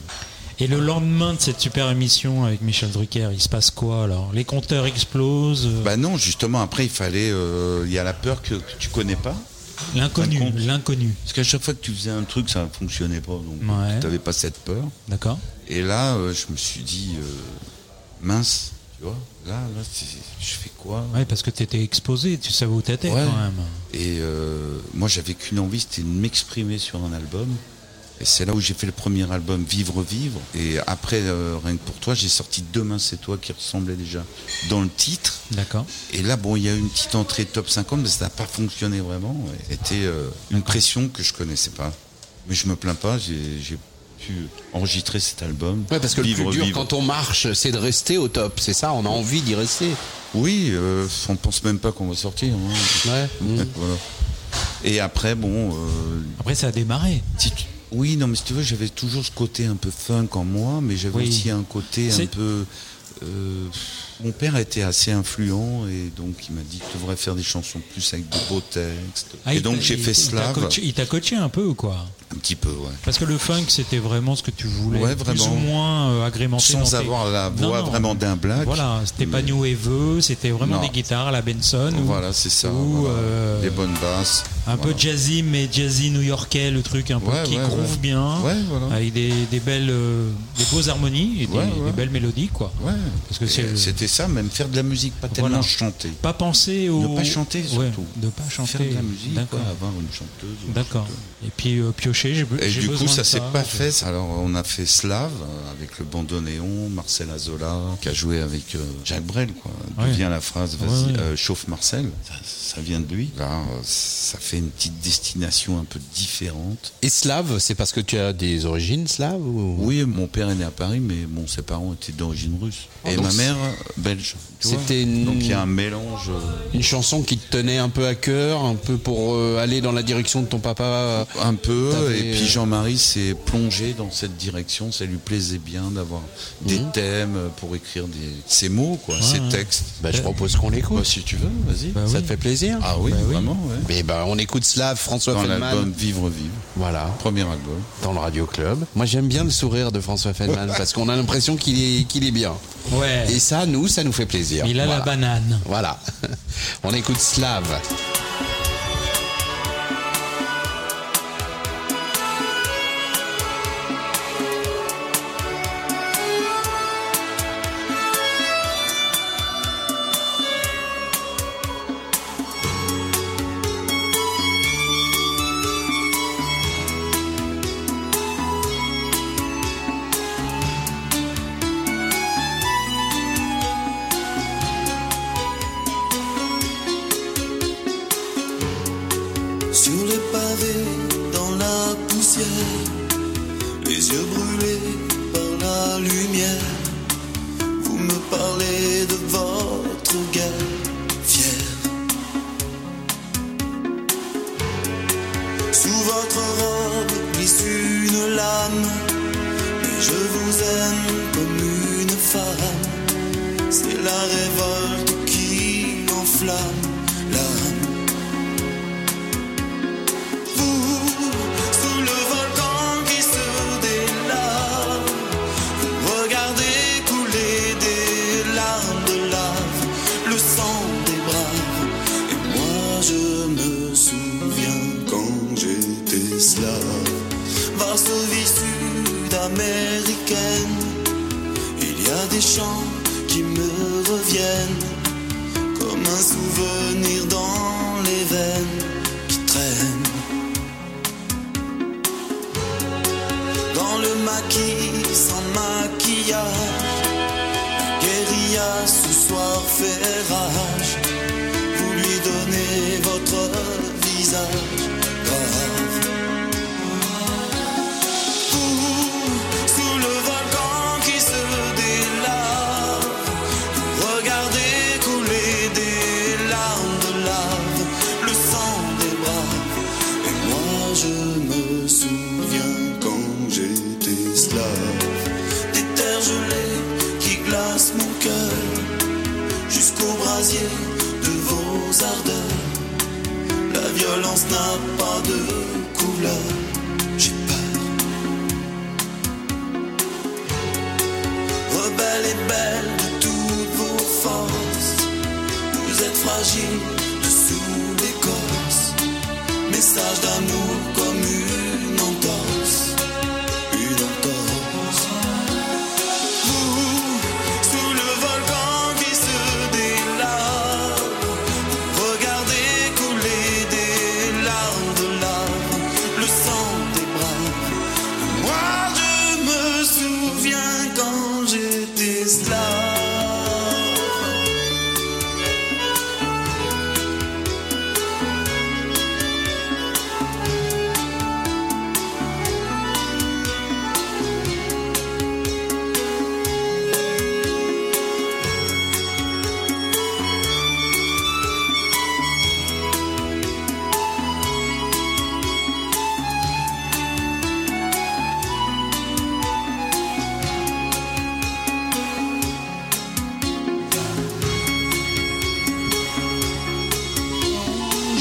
[SPEAKER 2] Et le lendemain de cette super émission avec Michel Drucker, il se passe quoi alors Les compteurs explosent, euh,
[SPEAKER 4] Bah non, justement, après, il fallait. euh, Il y a la peur que, que tu connais pas.
[SPEAKER 2] l'inconnu,
[SPEAKER 4] un compte.
[SPEAKER 2] l'inconnu,
[SPEAKER 4] Parce qu'à chaque fois que tu faisais un truc, ça ne fonctionnait pas. Donc,
[SPEAKER 2] Ouais.
[SPEAKER 4] tu n'avais pas cette peur.
[SPEAKER 2] d'accord
[SPEAKER 4] Et là, euh, je me suis dit, euh, mince, tu vois, là, là, c'est- je fais quoi hein
[SPEAKER 2] Ouais, parce que t'étais exposé, tu savais où t'étais
[SPEAKER 4] Ouais.
[SPEAKER 2] quand même.
[SPEAKER 4] Et euh, moi, j'avais qu'une envie, c'était de m'exprimer sur un album. Et c'est là où j'ai fait le premier album, Vivre, Vivre. Et après, euh, Rien que pour toi, j'ai sorti Demain, c'est toi qui ressemblait déjà dans le titre.
[SPEAKER 2] D'accord.
[SPEAKER 4] Et là, bon, il y a eu une petite entrée top 50, mais ça n'a pas fonctionné vraiment. Et C'était euh, une pression que je connaissais pas. Mais je me plains pas, j'ai j'ai pu enregistrer cet album.
[SPEAKER 1] Ouais, parce que le
[SPEAKER 4] vivre,
[SPEAKER 1] plus dur
[SPEAKER 4] vivre.
[SPEAKER 1] quand on marche, c'est de rester au top. C'est ça, on a envie d'y rester.
[SPEAKER 4] Oui, euh, on pense même pas qu'on va sortir. hein.
[SPEAKER 1] Ouais.
[SPEAKER 4] *laughs*
[SPEAKER 1] Mm.
[SPEAKER 4] Voilà. Et après, bon, euh,
[SPEAKER 2] Après, ça a démarré.
[SPEAKER 4] si tu- oui, non, mais si tu veux, j'avais toujours ce côté un peu funk en moi, mais j'avais
[SPEAKER 2] Oui.
[SPEAKER 4] aussi un côté un
[SPEAKER 2] C'est-
[SPEAKER 4] peu. euh, mon père était assez influent et donc il m'a dit tu devrais faire des chansons plus avec de beaux textes.
[SPEAKER 2] Ah,
[SPEAKER 4] et
[SPEAKER 2] il
[SPEAKER 4] donc
[SPEAKER 2] t'a-
[SPEAKER 4] j'ai
[SPEAKER 2] il-
[SPEAKER 4] fait
[SPEAKER 2] il t'a
[SPEAKER 4] Slave
[SPEAKER 2] coaché- Il t'a coaché un peu ou quoi
[SPEAKER 4] un petit peu, ouais.
[SPEAKER 2] Parce que le funk, c'était vraiment ce que tu voulais,
[SPEAKER 4] Ouais,
[SPEAKER 2] plus
[SPEAKER 4] vraiment.
[SPEAKER 2] ou moins euh, agrémenté. dans
[SPEAKER 4] Sans
[SPEAKER 2] tes-
[SPEAKER 4] avoir la
[SPEAKER 2] Non,
[SPEAKER 4] voix
[SPEAKER 2] non.
[SPEAKER 4] vraiment d'un black.
[SPEAKER 2] Voilà, c'était pas
[SPEAKER 4] Mais-
[SPEAKER 2] New Wave, c'était vraiment
[SPEAKER 4] Non.
[SPEAKER 2] des guitares à la Benson. ou-
[SPEAKER 4] Voilà, c'est ça.
[SPEAKER 2] ou,
[SPEAKER 4] voilà.
[SPEAKER 2] euh,
[SPEAKER 4] Des bonnes basses.
[SPEAKER 2] Un
[SPEAKER 4] voilà.
[SPEAKER 2] peu jazzy, mais jazzy new-yorkais, le truc un peu
[SPEAKER 4] Ouais,
[SPEAKER 2] qui
[SPEAKER 4] ouais,
[SPEAKER 2] groove
[SPEAKER 4] ouais.
[SPEAKER 2] bien,
[SPEAKER 4] Ouais, voilà.
[SPEAKER 2] avec des, des belles, euh, des beaux harmonies et des,
[SPEAKER 4] Ouais, ouais.
[SPEAKER 2] des belles mélodies, quoi.
[SPEAKER 4] Ouais.
[SPEAKER 2] Parce que
[SPEAKER 4] Et
[SPEAKER 2] c'est-
[SPEAKER 4] C'était ça, même faire de la musique, pas tellement
[SPEAKER 2] Voilà.
[SPEAKER 4] chanter.
[SPEAKER 2] Pas penser au.
[SPEAKER 4] Ne pas chanter surtout.
[SPEAKER 2] Ouais, de pas chanter.
[SPEAKER 4] Faire de la musique,
[SPEAKER 2] D'accord.
[SPEAKER 4] quoi, avoir une chanteuse. ou un
[SPEAKER 2] D'accord.
[SPEAKER 4] chanteur.
[SPEAKER 2] Et puis euh, piocher, j'ai
[SPEAKER 4] Et
[SPEAKER 2] j'ai
[SPEAKER 4] du coup,
[SPEAKER 2] besoin de
[SPEAKER 4] ça s'est pas
[SPEAKER 2] Je-
[SPEAKER 4] fait. Alors, on a fait Slave euh, avec le bandoneon, Marcel Azola, qui a joué avec euh, Jacques Brel. Quoi. D'où
[SPEAKER 2] Ouais.
[SPEAKER 4] vient la phrase Vas-y,
[SPEAKER 2] Ouais, ouais.
[SPEAKER 4] euh, chauffe Marcel ça, ça vient de lui. Là, euh, ça fait une petite destination un peu différente.
[SPEAKER 1] Et slave, c'est parce que tu as des origines slaves ou...
[SPEAKER 4] Oui, mon père est né à Paris, mais bon, ses parents étaient d'origine russe. Et
[SPEAKER 1] Ah, Donc,
[SPEAKER 4] ma mère, euh, belge. tu vois.
[SPEAKER 1] c'était une-
[SPEAKER 4] Donc, il y a un mélange. euh,
[SPEAKER 1] Une chanson qui te tenait un peu à cœur, un peu pour euh, aller dans la direction de ton papa. euh,
[SPEAKER 4] Un peu,
[SPEAKER 1] T'avais,
[SPEAKER 4] et
[SPEAKER 1] euh,
[SPEAKER 4] puis Jean-Marie s'est plongé dans cette direction, ça lui plaisait bien d'avoir des
[SPEAKER 1] Mhm.
[SPEAKER 4] thèmes pour écrire des, ses mots, quoi, ses textes.
[SPEAKER 1] Bah, je propose qu'on l'écoute.
[SPEAKER 4] Bah, si tu veux, vas-y.
[SPEAKER 2] Euh, Bah
[SPEAKER 1] ça
[SPEAKER 2] oui.
[SPEAKER 1] te fait plaisir
[SPEAKER 4] Ah oui, vraiment, ouais.
[SPEAKER 1] Mais bah, on écoute Slave, François
[SPEAKER 4] Dans l'album
[SPEAKER 1] Feldman.
[SPEAKER 4] Vivre Vivre,
[SPEAKER 1] Voilà,
[SPEAKER 4] premier album.
[SPEAKER 1] dans le Radio Club. Moi, j'aime bien le sourire de François
[SPEAKER 4] *laughs*
[SPEAKER 1] Feldman parce qu'on a l'impression qu'il est, qu'il est bien.
[SPEAKER 2] Ouais.
[SPEAKER 1] Et ça, nous, ça nous fait plaisir.
[SPEAKER 2] Il a
[SPEAKER 1] Voilà.
[SPEAKER 2] la banane.
[SPEAKER 1] Voilà. *laughs* On écoute Slave.
[SPEAKER 10] Sur les pavés, dans la poussière, les yeux brûlés par la lumière, vous me parlez de votre guerre fière. Sous votre robe glisse une lame, mais je vous aime comme une femme, c'est la révolte qui enflamme l'âme. Vous, sous le volcan qui se délarme, vous regardez couler des larmes de lave, le sang des braves. Et moi je me souviens quand j'étais slave, Varsovie sud-américaine, il y a des chants qui me reviennent comme un souvenir dans les veines qui traînent. Dans le maquis sans maquillage, la guérilla ce soir fait rage. Vous lui donnez votre visage grave. Vous, sous le volcan qui se délarme, Regardez couler des larmes de lave, le sang des braves. Et moi je me souviens quand j'étais slave, des terres gelées qui glacent mon cœur, jusqu'au brasier de vos ardeurs. La violence n'a pas de couleur, j'ai peur. Rebelle et belle de toutes vos forces, vous êtes fragile dessous l'écorce. Message d'amour comme une entorse, une entorse. Vous, sous le volcan qui se délarme, regardez couler des larmes de lave, le sang des braves. Moi je me souviens quand j'étais slave.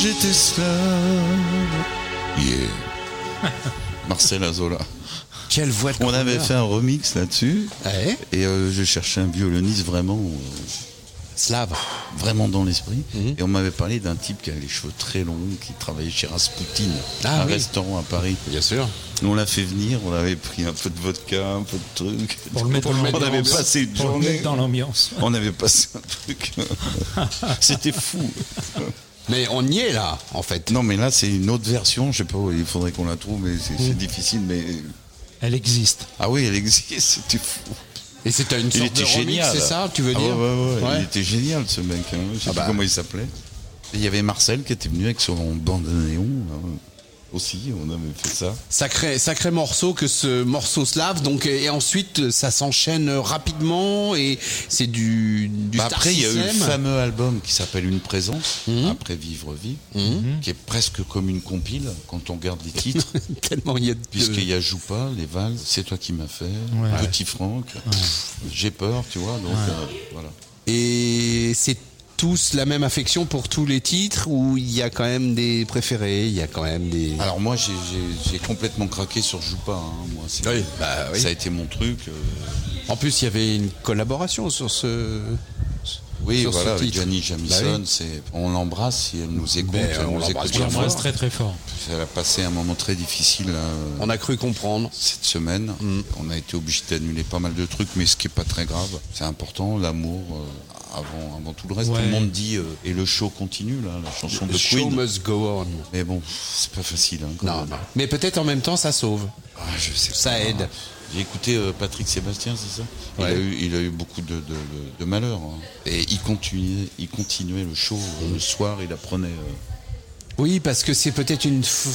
[SPEAKER 4] j'étais slave. Yeah. Marcel Azola.
[SPEAKER 1] Quelle voix de
[SPEAKER 4] On avait
[SPEAKER 1] crooner.
[SPEAKER 4] fait un remix là-dessus.
[SPEAKER 1] Ouais.
[SPEAKER 4] Et euh, je cherchais un violoniste vraiment, euh,
[SPEAKER 1] Slave.
[SPEAKER 4] vraiment dans l'esprit.
[SPEAKER 2] Mhm.
[SPEAKER 4] Et on m'avait parlé d'un type qui avait les cheveux très longs, qui travaillait chez Rasputin,
[SPEAKER 1] Ah
[SPEAKER 4] un
[SPEAKER 1] oui.
[SPEAKER 4] restaurant à Paris.
[SPEAKER 1] Bien sûr.
[SPEAKER 4] On l'a fait venir, on avait pris un peu de vodka, un peu de trucs.
[SPEAKER 2] Pour le mettre dans
[SPEAKER 4] *laughs* on avait
[SPEAKER 2] l'ambiance.
[SPEAKER 4] passé une
[SPEAKER 2] Pour le
[SPEAKER 4] journée.
[SPEAKER 2] mettre dans l'ambiance.
[SPEAKER 4] On avait passé un truc.
[SPEAKER 2] *laughs*
[SPEAKER 4] C'était fou.
[SPEAKER 1] Mais on y est là, en fait.
[SPEAKER 4] Non, mais là, c'est une autre version. Je sais pas, il faudrait qu'on la trouve, mais c'est c'est
[SPEAKER 1] Mm.
[SPEAKER 4] difficile. Mais
[SPEAKER 2] Elle existe.
[SPEAKER 4] ah oui, elle existe. C'était fou.
[SPEAKER 1] Et c'était une
[SPEAKER 4] Il
[SPEAKER 1] sorte
[SPEAKER 4] était
[SPEAKER 1] de remix,
[SPEAKER 4] génial.
[SPEAKER 1] c'est ça, tu veux
[SPEAKER 4] Ah
[SPEAKER 1] dire
[SPEAKER 4] ouais, ouais, ouais.
[SPEAKER 1] Ouais.
[SPEAKER 4] Il était génial, ce mec. hein. Je sais
[SPEAKER 1] Ah
[SPEAKER 4] pas
[SPEAKER 1] bah.
[SPEAKER 4] comment il s'appelait. Et Il y avait Marcel qui était venu avec son bandanéon. hein, Aussi, on avait fait ça.
[SPEAKER 1] Sacré, sacré morceau que ce morceau slave. Donc, et et ensuite, ça s'enchaîne rapidement et c'est du, du
[SPEAKER 4] Bah
[SPEAKER 1] star
[SPEAKER 4] après, il y a eu le
[SPEAKER 1] system. Mmh.
[SPEAKER 4] fameux album qui s'appelle Une présence, après Vivre Vie, qui est presque comme une compile quand on regarde les titres,
[SPEAKER 1] *laughs* Tellement il y a de...
[SPEAKER 4] puisqu'il y a Joupa, Les Vals, C'est toi qui m'as fait,
[SPEAKER 2] Ouais.
[SPEAKER 4] Petit Franck, Pff, J'ai peur, tu vois. Donc, euh, voilà.
[SPEAKER 1] Et c'est tous la même affection pour tous les titres ou il y a quand même des préférés, il y a quand même des...
[SPEAKER 4] Alors moi, j'ai- j'ai j'ai complètement craqué sur Joupa. hein, moi, c'est-
[SPEAKER 1] Oui, bah oui.
[SPEAKER 4] Ça a été mon truc. euh,
[SPEAKER 1] En plus, il y avait une collaboration sur ce...
[SPEAKER 4] Oui,
[SPEAKER 1] sur ce
[SPEAKER 4] voilà, avec
[SPEAKER 1] titre.
[SPEAKER 4] Johnny
[SPEAKER 1] Bah
[SPEAKER 4] Jamison,
[SPEAKER 1] oui.
[SPEAKER 4] c'est on l'embrasse si elle nous écoute,
[SPEAKER 1] Ben,
[SPEAKER 4] elle
[SPEAKER 1] on
[SPEAKER 4] nous
[SPEAKER 1] l'embrasse
[SPEAKER 4] écoute
[SPEAKER 1] bien
[SPEAKER 4] bien
[SPEAKER 2] On
[SPEAKER 1] fort.
[SPEAKER 2] reste très très fort.
[SPEAKER 4] Elle a passé un moment très difficile là, euh,
[SPEAKER 1] On a cru comprendre. Mm.
[SPEAKER 4] cette semaine. On a été obligé d'annuler pas mal de trucs, mais ce qui est pas très grave, c'est important, l'amour euh, avant, avant tout le reste.
[SPEAKER 2] Ouais.
[SPEAKER 4] Tout le monde dit euh, et le show continue là, la chanson de
[SPEAKER 1] The show
[SPEAKER 4] Queen.
[SPEAKER 1] must go on.
[SPEAKER 4] Mais bon, c'est pas facile. hein, quand
[SPEAKER 1] Non,
[SPEAKER 4] même.
[SPEAKER 1] non. Mais peut-être en même temps, ça sauve.
[SPEAKER 4] Ah, je sais
[SPEAKER 1] Ça
[SPEAKER 4] pas.
[SPEAKER 1] aide.
[SPEAKER 4] J'ai écouté euh, Patrick Sébastien, c'est ça
[SPEAKER 1] Ouais.
[SPEAKER 4] il, a eu, il a eu beaucoup de, de, de- de malheurs. hein. Et il continuait, il continuait le show euh, le soir, il apprenait. euh,
[SPEAKER 1] Oui, parce que c'est peut-être une... f-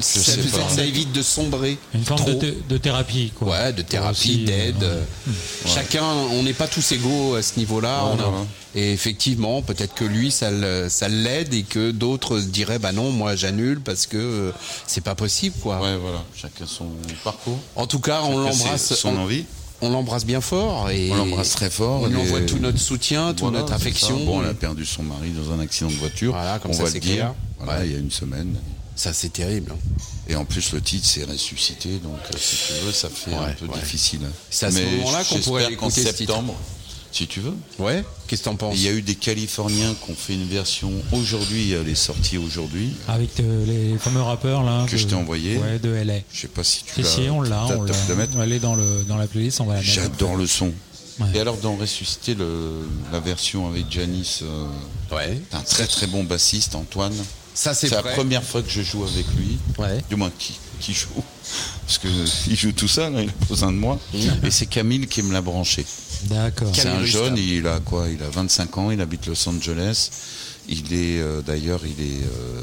[SPEAKER 1] ça,
[SPEAKER 4] sais pas.
[SPEAKER 1] ça évite de sombrer.
[SPEAKER 2] Une forme de,
[SPEAKER 1] trop.
[SPEAKER 2] thé- de thérapie, quoi.
[SPEAKER 1] Ouais, de thérapie,
[SPEAKER 2] Aussi,
[SPEAKER 1] d'aide.
[SPEAKER 2] euh,
[SPEAKER 1] euh, Chacun, on n'est pas tous égaux à ce niveau-là.
[SPEAKER 4] Ouais,
[SPEAKER 1] on a-
[SPEAKER 4] non, non.
[SPEAKER 1] Et effectivement, peut-être que lui, ça le- ça l'aide et que d'autres se diraient, bah non, moi j'annule parce que euh, c'est pas possible, quoi.
[SPEAKER 4] ouais, voilà, chacun son parcours.
[SPEAKER 1] En tout cas, on
[SPEAKER 4] Chacun
[SPEAKER 1] l'embrasse.
[SPEAKER 4] ses- son
[SPEAKER 1] on-
[SPEAKER 4] envie.
[SPEAKER 1] On l'embrasse bien fort et
[SPEAKER 4] On l'embrasse très fort
[SPEAKER 1] On lui
[SPEAKER 4] et-
[SPEAKER 1] envoie tout notre soutien, toute
[SPEAKER 4] Voilà,
[SPEAKER 1] notre
[SPEAKER 4] c'est
[SPEAKER 1] affection.
[SPEAKER 4] ça. Bon, elle a perdu son mari dans un accident de voiture.
[SPEAKER 1] Voilà, comme
[SPEAKER 4] on
[SPEAKER 1] ça,
[SPEAKER 4] va
[SPEAKER 1] c'est
[SPEAKER 4] le dire.
[SPEAKER 1] clair.
[SPEAKER 4] Voilà, il y a une semaine.
[SPEAKER 1] Ça, c'est terrible. hein.
[SPEAKER 4] Et en plus, le titre, c'est ressuscité. Donc, euh, si tu veux, ça fait un
[SPEAKER 1] Ouais,
[SPEAKER 4] peu
[SPEAKER 1] ouais.
[SPEAKER 4] difficile.
[SPEAKER 1] C'est à ce
[SPEAKER 4] Mais
[SPEAKER 1] moment-là qu'on
[SPEAKER 4] j'espère
[SPEAKER 1] pourrait
[SPEAKER 4] qu'en
[SPEAKER 1] l'écouter, ce titre.
[SPEAKER 4] septembre, si tu veux.
[SPEAKER 1] Ouais. Qu'est-ce que t'en penses
[SPEAKER 4] Il y a eu des Californiens qui ont fait une version aujourd'hui, elle est sortie aujourd'hui.
[SPEAKER 2] Avec euh, les fameux rappeurs, là.
[SPEAKER 4] Que
[SPEAKER 2] de-
[SPEAKER 4] je t'ai envoyé.
[SPEAKER 2] Ouais, de LA.
[SPEAKER 4] Je sais pas si tu
[SPEAKER 2] Si,
[SPEAKER 4] l'as.
[SPEAKER 2] si, on l'a,
[SPEAKER 4] t'as-
[SPEAKER 2] on
[SPEAKER 4] t'as pu la
[SPEAKER 2] l'a.
[SPEAKER 4] mettre.
[SPEAKER 2] On va aller dans, le, dans la playlist, on va la mettre.
[SPEAKER 4] J'adore le son.
[SPEAKER 2] Ouais.
[SPEAKER 4] Et alors dans Ressuscité, le- la version avec Janice, euh,
[SPEAKER 1] Ouais.
[SPEAKER 4] t'as un très très bon bassiste, Antoine.
[SPEAKER 1] Ça, c'est
[SPEAKER 4] C'est la
[SPEAKER 1] vrai.
[SPEAKER 4] première fois que je joue avec lui.
[SPEAKER 1] Ouais.
[SPEAKER 4] Du moins, qui, qui joue. Parce qu'il joue tout seul, hein, il a besoin
[SPEAKER 1] *laughs*
[SPEAKER 4] de moi. Et c'est Camille qui me l'a branché.
[SPEAKER 2] D'accord.
[SPEAKER 4] C'est un
[SPEAKER 1] Camille
[SPEAKER 4] jeune,
[SPEAKER 1] Rustam.
[SPEAKER 4] il a quoi Il a 25 ans, il habite Los Angeles. Il est euh, d'ailleurs, il est, euh,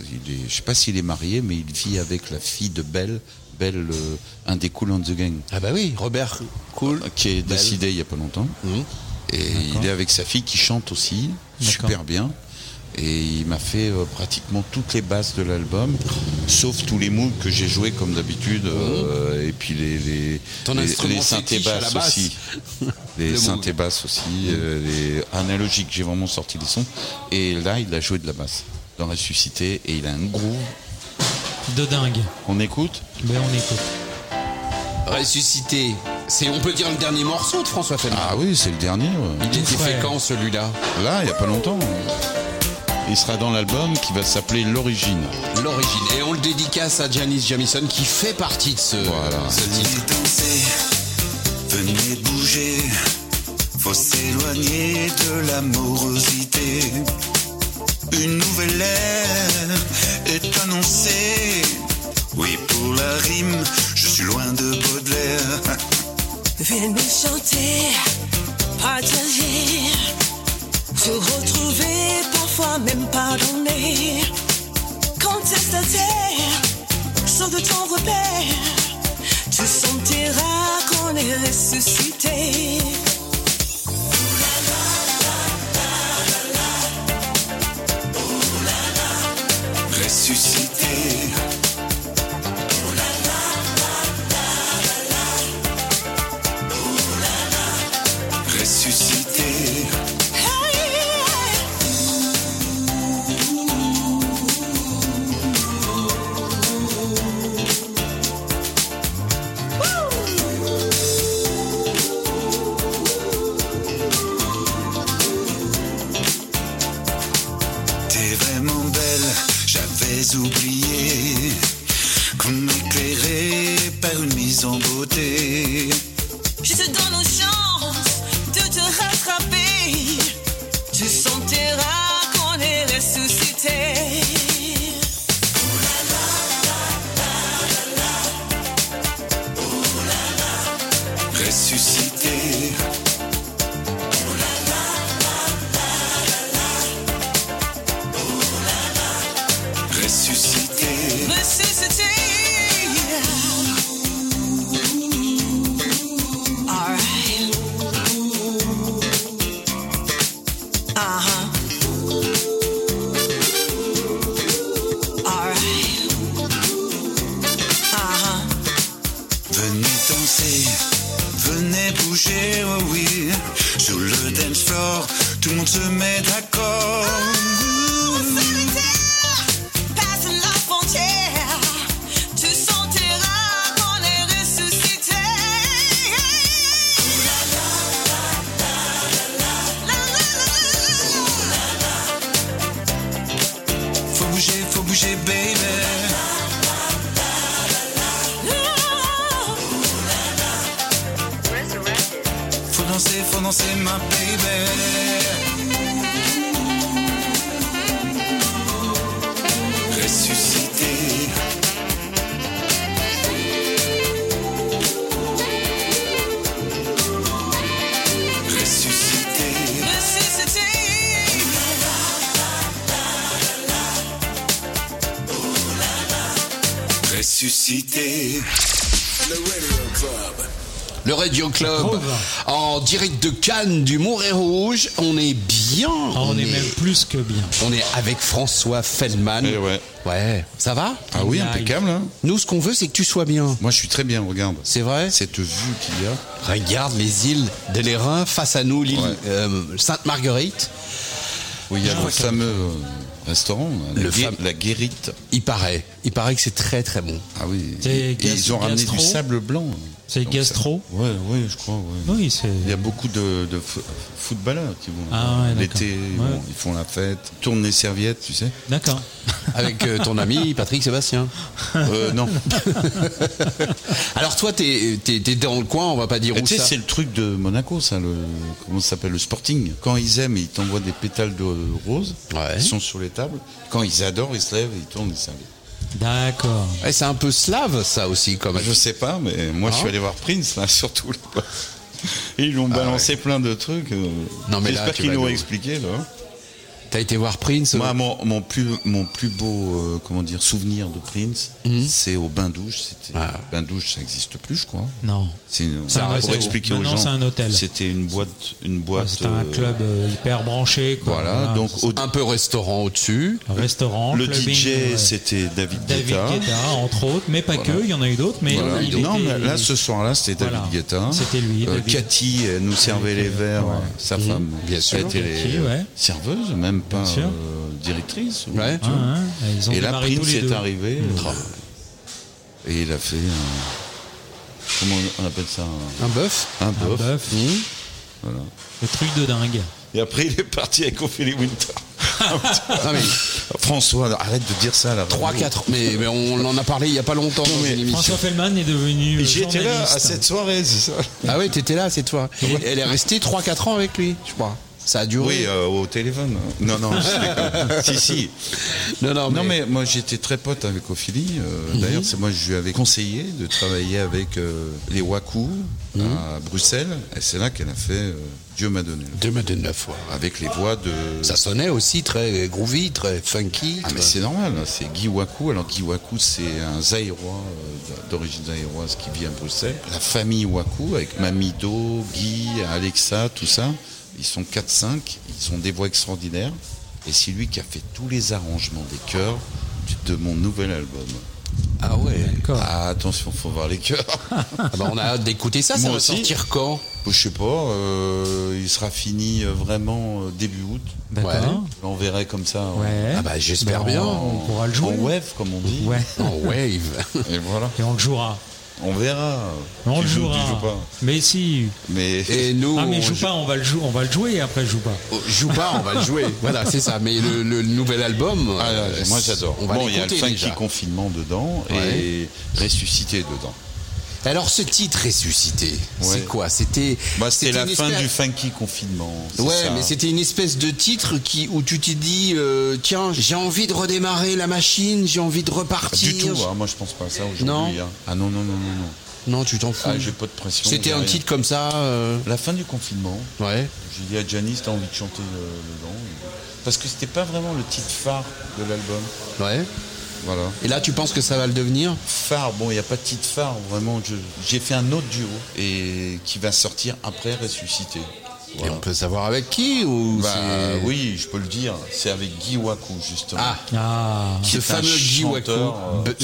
[SPEAKER 4] il est, je sais pas s'il est marié, mais il vit avec la fille de Belle, Belle, euh, un des Cool and the Gang,
[SPEAKER 1] Ah bah oui, Robert. Cool.
[SPEAKER 4] qui est décidé il y a pas longtemps.
[SPEAKER 1] Mhm.
[SPEAKER 4] Et il est avec sa fille qui chante aussi, super bien. Et il m'a fait euh, pratiquement toutes les bases de l'album, sauf tous les moods que j'ai joués comme d'habitude, euh, et puis les, les,
[SPEAKER 1] Mmh. Ton
[SPEAKER 4] les,
[SPEAKER 1] instrument
[SPEAKER 4] les synthés
[SPEAKER 1] fétiche à la
[SPEAKER 4] basses
[SPEAKER 1] basse.
[SPEAKER 4] aussi. Les
[SPEAKER 1] Le
[SPEAKER 4] synthés basses aussi, euh, les analogiques, j'ai vraiment sorti les sons. Et là, il a joué de la basse dans Ressuscité, et il a un groove.
[SPEAKER 2] De dingue.
[SPEAKER 4] On écoute
[SPEAKER 2] Ben, on écoute.
[SPEAKER 1] Ressuscité. C'est, on peut dire le dernier morceau de François Feldman.
[SPEAKER 4] Ah oui, c'est le dernier. ouais.
[SPEAKER 1] Il était
[SPEAKER 2] frais.
[SPEAKER 1] fait quand celui-là
[SPEAKER 4] Là, il n'y a pas longtemps. Il sera dans l'album qui va s'appeler L'Origine.
[SPEAKER 1] L'origine. Et on le dédicace à Janice Jamison qui fait partie de ce,
[SPEAKER 4] Voilà.
[SPEAKER 1] ce titre.
[SPEAKER 5] Venez danser, venez bouger, faut s'éloigner de l'amorosité. Une nouvelle ère est annoncée. Oui, pour la rime, je suis loin de Baudelaire. *laughs*
[SPEAKER 11] Venez chanter, partager, se retrouver, parfois même pardonner. Contestataire, sors de ton repère, tu sentiras qu'on est ressuscité.
[SPEAKER 5] Ressuscité. Ressuscité.
[SPEAKER 11] Hey, hey, hey.
[SPEAKER 5] jamais oublier qu'on est éclairé par une mise en beauté.
[SPEAKER 11] Je te donne nos chances de te rattraper. Tu sentiras qu'on est ressuscité.
[SPEAKER 5] ressuscité. Ressuscité,
[SPEAKER 11] Ressuscité. Alright. Uh-huh. Alright. Uh-huh.
[SPEAKER 5] venez danser, venez bouger, oh oui. Sur le dance floor, tout le monde se met d'accord.
[SPEAKER 11] Passe la frontière, tu sentiras qu'on est ressuscité.
[SPEAKER 5] Faut bouger, faut bouger, baby. Faut danser, faut danser, ma baby. Ressuscité. Ressuscité.
[SPEAKER 11] Ressuscité.
[SPEAKER 5] Ressuscité.
[SPEAKER 1] Le Radio Club en direct de Cannes du Montréal Rouge. On est bien.
[SPEAKER 2] Ah, on, est même plus que bien.
[SPEAKER 1] on est avec François Feldman.
[SPEAKER 4] Eh ouais.
[SPEAKER 1] Ouais. Ça va
[SPEAKER 4] Ah oui,
[SPEAKER 2] Aïe.
[SPEAKER 4] impeccable. hein.
[SPEAKER 1] Nous, ce qu'on veut, c'est que tu sois bien.
[SPEAKER 4] Moi, je suis très bien, regarde.
[SPEAKER 1] C'est vrai
[SPEAKER 4] Cette vue qu'il y a.
[SPEAKER 1] Regarde les îles de l'Airain face à nous, l'île
[SPEAKER 4] Ouais.
[SPEAKER 1] euh, Sainte-Marguerite.
[SPEAKER 4] Oui, il y a le fameux euh, restaurant, là, la
[SPEAKER 1] Le
[SPEAKER 4] gué-
[SPEAKER 1] fam-
[SPEAKER 4] la guérite.
[SPEAKER 1] Il paraît. Il paraît que c'est très très bon.
[SPEAKER 4] Ah oui.
[SPEAKER 2] C'est
[SPEAKER 4] Et
[SPEAKER 2] gas-
[SPEAKER 4] ils ont ramené
[SPEAKER 2] gastro
[SPEAKER 4] du sable blanc.
[SPEAKER 2] C'est
[SPEAKER 4] Donc,
[SPEAKER 2] gastro
[SPEAKER 4] ça- Ouais, ouais, je crois. ouais.
[SPEAKER 2] Oui, c'est.
[SPEAKER 4] Il y a beaucoup de, de fo- footballeurs qui vont
[SPEAKER 2] Ah ouais,
[SPEAKER 4] l'été,
[SPEAKER 2] d'accord.
[SPEAKER 4] ils, vont- ils font la fête, tournent les serviettes, tu sais.
[SPEAKER 2] D'accord.
[SPEAKER 1] *laughs* Avec euh,
[SPEAKER 2] *laughs*
[SPEAKER 1] ton ami Patrick Sébastien.
[SPEAKER 4] Euh, non.
[SPEAKER 1] *laughs* Alors toi, t'es es, dans le coin, on va pas dire
[SPEAKER 4] Et
[SPEAKER 1] où
[SPEAKER 4] tu sais,
[SPEAKER 1] ça.
[SPEAKER 4] c'est le truc de Monaco, ça, le, comment ça s'appelle, le sporting. Quand ils aiment, ils t'envoient des pétales de rose,
[SPEAKER 1] Ouais.
[SPEAKER 4] ils sont sur les tables. Quand ils adorent, ils se lèvent et ils tournent les serviettes.
[SPEAKER 2] D'accord.
[SPEAKER 1] Eh, c'est un peu slave ça aussi comme. Ah.
[SPEAKER 4] Je sais pas, mais moi je suis allé voir Prince, là, *laughs* surtout. là. Et ils l'ont balancé plein de trucs. euh.
[SPEAKER 1] Non, mais là,
[SPEAKER 4] J'espère
[SPEAKER 1] tu
[SPEAKER 4] qu'ils
[SPEAKER 1] vas
[SPEAKER 4] l'ont
[SPEAKER 1] nous-
[SPEAKER 4] expliqué, là.
[SPEAKER 1] T'as été voir Prince. euh
[SPEAKER 4] Moi, mon, mon plus, mon plus beau euh, comment dire, souvenir de Prince, c'est au bain-douche. C'était
[SPEAKER 1] Mhm. Ah.
[SPEAKER 4] Bain-douche, ça n'existe plus, je crois.
[SPEAKER 2] Non.
[SPEAKER 4] C'est une-
[SPEAKER 2] C'est un
[SPEAKER 4] pour
[SPEAKER 2] hôtel.
[SPEAKER 4] expliquer aux
[SPEAKER 2] Maintenant,
[SPEAKER 4] gens.
[SPEAKER 2] c'est un hôtel. Ah,
[SPEAKER 4] C'était une boîte. Une boîte
[SPEAKER 2] C'est un
[SPEAKER 4] euh,
[SPEAKER 2] club euh, hyper branché. Quoi.
[SPEAKER 4] Voilà, donc au-
[SPEAKER 1] Un peu restaurant au-dessus.
[SPEAKER 2] Restaurant,
[SPEAKER 4] le
[SPEAKER 2] clubbing,
[SPEAKER 4] DJ,
[SPEAKER 2] ouais.
[SPEAKER 4] c'était David,
[SPEAKER 2] David
[SPEAKER 4] Guetta.
[SPEAKER 2] Guetta, entre autres, mais pas que, il y en a eu d'autres, mais
[SPEAKER 4] Voilà.
[SPEAKER 2] il
[SPEAKER 4] Non,
[SPEAKER 2] était-
[SPEAKER 4] mais là, ce soir-là, c'était
[SPEAKER 2] Voilà.
[SPEAKER 4] David Guetta.
[SPEAKER 2] C'était lui,
[SPEAKER 4] Euh,
[SPEAKER 2] David.
[SPEAKER 4] Cathy, elle nous servait les verres, euh, sa femme.
[SPEAKER 1] bien sûr.
[SPEAKER 4] Elle était les-
[SPEAKER 2] Mmh. Cathy, ouais.
[SPEAKER 4] serveuse, même pas
[SPEAKER 2] sûr.
[SPEAKER 4] euh, directrice. ou-
[SPEAKER 1] Ouais.
[SPEAKER 4] tu
[SPEAKER 2] Hein,
[SPEAKER 4] vois.
[SPEAKER 2] hein, ils ont
[SPEAKER 4] Et là,
[SPEAKER 2] démarré tous
[SPEAKER 4] Prince
[SPEAKER 2] les
[SPEAKER 4] est
[SPEAKER 2] deux. Mmh.
[SPEAKER 4] arrivé. euh, Et il a fait un. Comment on appelle ça un-
[SPEAKER 1] Un bœuf.
[SPEAKER 4] Un
[SPEAKER 2] Un
[SPEAKER 4] bœuf. Mmh.
[SPEAKER 2] bœuf. Mmh. Le truc de dingue.
[SPEAKER 4] Et après, il est parti avec Ophélie Winter.
[SPEAKER 1] Non, mais
[SPEAKER 4] *laughs* François, arrête de dire ça là.
[SPEAKER 1] 3,
[SPEAKER 4] vraiment.
[SPEAKER 1] 4. Mais, mais on en a parlé il y a pas longtemps dans une émission.
[SPEAKER 2] François Fellman est devenu. euh,
[SPEAKER 4] J'étais là à
[SPEAKER 2] journaliste.
[SPEAKER 4] cette soirée, c'est ça
[SPEAKER 1] Ah ouais, t'étais là, c'est toi. Elle est restée 3-4 ans avec lui, je crois. Ça a duré.
[SPEAKER 4] Oui, euh, au téléphone. Non, non, je
[SPEAKER 1] *laughs*
[SPEAKER 4] déconne. si, si.
[SPEAKER 1] Non, non, mais, Mhm.
[SPEAKER 4] Non, mais moi j'étais très pote avec Ophélie. euh, D'ailleurs, c'est moi je lui avais conseillé de travailler avec euh, les Waku
[SPEAKER 1] Mhm.
[SPEAKER 4] à Bruxelles. Et c'est là qu'elle a fait euh, Dieu m'a donné.
[SPEAKER 1] 2009, ouais.
[SPEAKER 4] Avec les voix de.
[SPEAKER 1] Ça sonnait aussi très groovy, très funky.
[SPEAKER 4] Ah, mais
[SPEAKER 1] très-
[SPEAKER 4] c'est normal, hein, c'est Guy Waku. Alors, Guy Waku, c'est un Zaïrois, euh, d'origine zaïroise qui vit à Bruxelles. La famille Waku, avec Mamido, Guy, Alexa, tout ça, ils sont 4-5, ils ont des voix extraordinaires. Et c'est lui qui a fait tous les arrangements des chœurs de mon nouvel album.
[SPEAKER 1] Ah ouais.
[SPEAKER 2] D'accord.
[SPEAKER 4] Ah, attention, faut voir les chœurs.
[SPEAKER 1] Ah bah, on a hâte d'écouter ça, ça
[SPEAKER 4] Moi
[SPEAKER 1] va
[SPEAKER 4] aussi. Bah,
[SPEAKER 1] sortir quand
[SPEAKER 4] Je sais pas, euh, il sera fini euh, vraiment euh, début août.
[SPEAKER 2] D'accord.
[SPEAKER 4] On verra comme ça. en-
[SPEAKER 2] Ouais.
[SPEAKER 1] Ah bah, j'espère
[SPEAKER 2] Ben,
[SPEAKER 1] bien.
[SPEAKER 2] On, on pourra le
[SPEAKER 4] En
[SPEAKER 2] jouer.
[SPEAKER 4] wave, comme on dit.
[SPEAKER 2] Ouais.
[SPEAKER 1] En wave.
[SPEAKER 4] Et voilà.
[SPEAKER 2] Et on le jouera.
[SPEAKER 4] On verra.
[SPEAKER 2] On
[SPEAKER 4] Tu
[SPEAKER 2] le
[SPEAKER 4] joues, tu
[SPEAKER 2] jouera.
[SPEAKER 4] joues pas.
[SPEAKER 2] Mais si.
[SPEAKER 4] Mais
[SPEAKER 1] Et nous,
[SPEAKER 2] ah mais
[SPEAKER 1] on
[SPEAKER 2] joue
[SPEAKER 1] joue-
[SPEAKER 2] pas, on va le jouer, on va le jouer et après joue pas.
[SPEAKER 4] Oh,
[SPEAKER 1] on joue pas, on va le jouer. *laughs* Voilà, c'est ça. Ah, Mais le, le nouvel album,
[SPEAKER 4] Ah,
[SPEAKER 1] euh,
[SPEAKER 4] moi j'adore.
[SPEAKER 1] On va
[SPEAKER 4] Bon, il y a le
[SPEAKER 1] l'écouter déjà.
[SPEAKER 4] funky confinement dedans et ressuscité dedans.
[SPEAKER 1] Alors ce titre ressuscité,
[SPEAKER 4] Ouais.
[SPEAKER 1] c'est quoi C'était
[SPEAKER 4] Bah, c'est
[SPEAKER 1] c'était
[SPEAKER 4] la
[SPEAKER 1] une
[SPEAKER 4] fin
[SPEAKER 1] espèce-
[SPEAKER 4] du funky confinement. c'est
[SPEAKER 1] Ouais,
[SPEAKER 4] ça.
[SPEAKER 1] mais c'était une espèce de titre qui où tu t'es dit euh, tiens j'ai envie de redémarrer la machine, j'ai envie de
[SPEAKER 4] Pas
[SPEAKER 1] repartir.
[SPEAKER 4] du tout. hein, Moi, je pense pas à ça
[SPEAKER 1] euh, Non.
[SPEAKER 4] aujourd'hui. hein. Ah non, non, non, non, non.
[SPEAKER 1] Non, tu t'en fous.
[SPEAKER 4] Ah, j'ai pas de pression.
[SPEAKER 1] c'était
[SPEAKER 4] j'ai
[SPEAKER 1] un
[SPEAKER 4] rien.
[SPEAKER 1] titre comme ça. euh,
[SPEAKER 4] La fin du confinement.
[SPEAKER 1] Ouais.
[SPEAKER 4] J'ai dit à Janice, t'as envie de chanter euh, dedans Parce que c'était pas vraiment le titre phare de l'album.
[SPEAKER 1] Ouais.
[SPEAKER 4] Voilà.
[SPEAKER 1] Et là tu penses que ça va le devenir
[SPEAKER 4] Phare, bon, il n'y a pas de titre phare, vraiment. je- J'ai fait un autre duo et qui va sortir après Ressuscité.
[SPEAKER 1] Et on peut savoir avec qui ou
[SPEAKER 4] Bah,
[SPEAKER 1] c'est-
[SPEAKER 4] oui, je peux le dire. C'est avec Guy Waku, justement.
[SPEAKER 1] Ah,
[SPEAKER 2] Ah.
[SPEAKER 1] ce
[SPEAKER 4] est un
[SPEAKER 1] fameux Guy Waco.
[SPEAKER 4] chanteur, euh,
[SPEAKER 1] Be-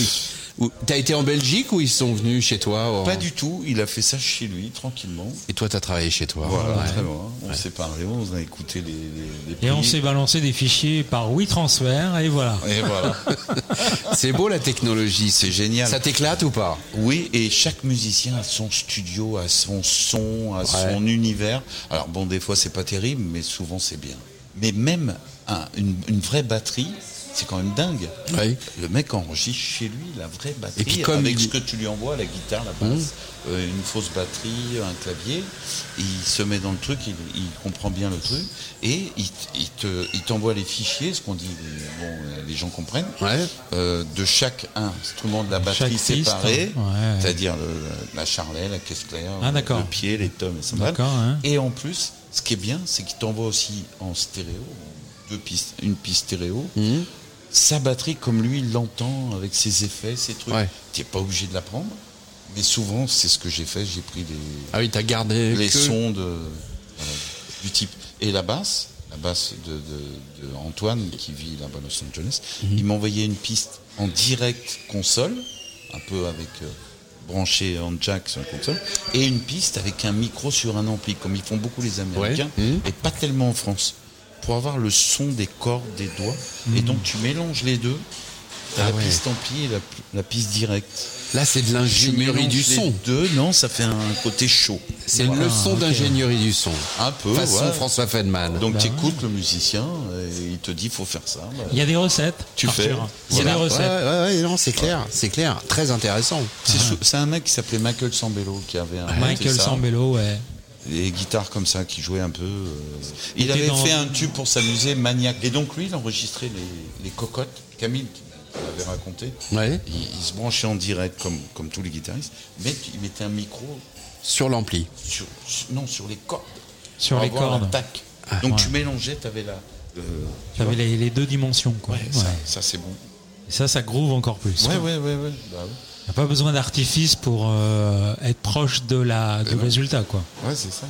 [SPEAKER 1] où- T'as été en Belgique ou ils sont venus chez toi Oran
[SPEAKER 4] Pas du tout, il a fait ça chez lui, tranquillement.
[SPEAKER 1] Et toi t'as travaillé chez toi.
[SPEAKER 4] Voilà,
[SPEAKER 1] Ouais.
[SPEAKER 4] très bon. On s'est parlé, on a écouté les, les- les
[SPEAKER 2] Et on
[SPEAKER 4] prix.
[SPEAKER 2] s'est balancé des fichiers par WeTransfer et voilà.
[SPEAKER 4] Et voilà.
[SPEAKER 1] *laughs* C'est beau la technologie, c'est
[SPEAKER 4] C'est génial.
[SPEAKER 1] Ça t'éclate ou pas
[SPEAKER 4] Oui, et chaque musicien a son studio, a son son, a son univers. Alors bon, des fois c'est pas terrible, mais souvent c'est bien. Mais même un- une, une vraie batterie, c'est quand même dingue.
[SPEAKER 1] Oui.
[SPEAKER 4] Le mec enregistre chez lui la vraie batterie,
[SPEAKER 1] Et puis comme
[SPEAKER 4] avec
[SPEAKER 1] il-
[SPEAKER 4] ce que tu lui envoies, la guitare, la basse,
[SPEAKER 2] Mmh.
[SPEAKER 4] euh, une fausse batterie, un clavier. Il se met dans le truc, il, il comprend bien le truc, et il, il te- il t'envoie les fichiers, ce qu'on dit, bon, euh, les gens comprennent,
[SPEAKER 1] Ouais.
[SPEAKER 4] euh, de chaque instrument de la batterie
[SPEAKER 2] Chaque piste,
[SPEAKER 4] séparée,
[SPEAKER 2] hein. Ouais.
[SPEAKER 4] c'est-à-dire le- la charlet, la caisse claire,
[SPEAKER 2] Ah, d'accord.
[SPEAKER 4] le pied, les tomes, et cymbales.
[SPEAKER 2] D'accord, hein.
[SPEAKER 4] Et en plus, ce qui est bien, c'est qu'il t'envoie aussi en stéréo, deux pistes, une piste stéréo,
[SPEAKER 1] Mhm.
[SPEAKER 4] sa batterie comme lui il l'entend avec ses effets, ses trucs.
[SPEAKER 1] Ouais.
[SPEAKER 4] T'es pas obligé de la prendre, mais souvent c'est ce que j'ai fait, j'ai pris des,
[SPEAKER 1] Ah oui, t'as gardé
[SPEAKER 4] les
[SPEAKER 1] que-
[SPEAKER 4] sons de, voilà, du type. Et la basse, la basse de, de- de Antoine qui vit là-bas à Los Angeles,
[SPEAKER 1] Mhm.
[SPEAKER 4] il m'envoyait une piste en direct console, un peu avec euh, branché en jack sur la console, et une piste avec un micro sur un ampli, comme ils font beaucoup les Américains,
[SPEAKER 1] Mhm.
[SPEAKER 4] et pas tellement en France, pour avoir le son des cordes, des doigts, et donc tu mélanges les deux. t'as
[SPEAKER 1] Mhm. Ah
[SPEAKER 4] la
[SPEAKER 1] ouais.
[SPEAKER 4] piste ampli et la, la piste directe.
[SPEAKER 1] Là, c'est de l'ingénierie
[SPEAKER 4] mélange
[SPEAKER 1] du
[SPEAKER 4] les
[SPEAKER 1] son.
[SPEAKER 4] Deux, non, ça fait un côté chaud.
[SPEAKER 1] C'est une leçon d'ingénierie du son.
[SPEAKER 4] Un peu,
[SPEAKER 1] Façon
[SPEAKER 4] ouais.
[SPEAKER 1] François Feldman.
[SPEAKER 4] Donc tu écoutes le musicien et il te dit faut faire ça. bah,
[SPEAKER 2] Bah Il y a des recettes.
[SPEAKER 4] Tu
[SPEAKER 2] Arthur.
[SPEAKER 4] fais.
[SPEAKER 2] Il y a
[SPEAKER 4] Voilà.
[SPEAKER 2] des
[SPEAKER 1] ouais,
[SPEAKER 2] recettes.
[SPEAKER 1] ouais, ouais, non, c'est clair, c'est clair, très intéressant.
[SPEAKER 4] c'est sou- c'est un mec qui s'appelait Michael Sambello qui avait un
[SPEAKER 2] Ah. Michael Sambello, ouais.
[SPEAKER 4] des guitares comme ça qui jouait un peu. euh, il
[SPEAKER 2] était
[SPEAKER 4] avait
[SPEAKER 2] dans-
[SPEAKER 4] fait un tube pour s'amuser, maniaque. Et donc lui, il enregistrait les, les cocottes. Camille qui l'avait raconté.
[SPEAKER 1] Ouais.
[SPEAKER 4] Il, il se branchait en direct comme, comme tous les guitaristes, mais il mettait un micro
[SPEAKER 1] Sur l'ampli.
[SPEAKER 4] sur, sur- non sur les cordes.
[SPEAKER 2] Sur
[SPEAKER 4] pour
[SPEAKER 2] les
[SPEAKER 4] avoir
[SPEAKER 2] cordes.
[SPEAKER 4] l'attaque. donc
[SPEAKER 2] ouais.
[SPEAKER 1] Ah,
[SPEAKER 4] tu mélangeais, t'avais la. euh, tu
[SPEAKER 2] T'avais
[SPEAKER 4] vois,
[SPEAKER 2] les, les deux dimensions, quoi. Ouais.
[SPEAKER 4] Ça, ça, c'est bon.
[SPEAKER 2] Et ça, ça groove encore plus.
[SPEAKER 4] Ouais,
[SPEAKER 2] quoi.
[SPEAKER 4] ouais, ouais, ouais. Bah, ouais.
[SPEAKER 2] Y a pas besoin d'artifice pour euh, être proche de la, du résultat, quoi.
[SPEAKER 4] Ouais, c'est ça.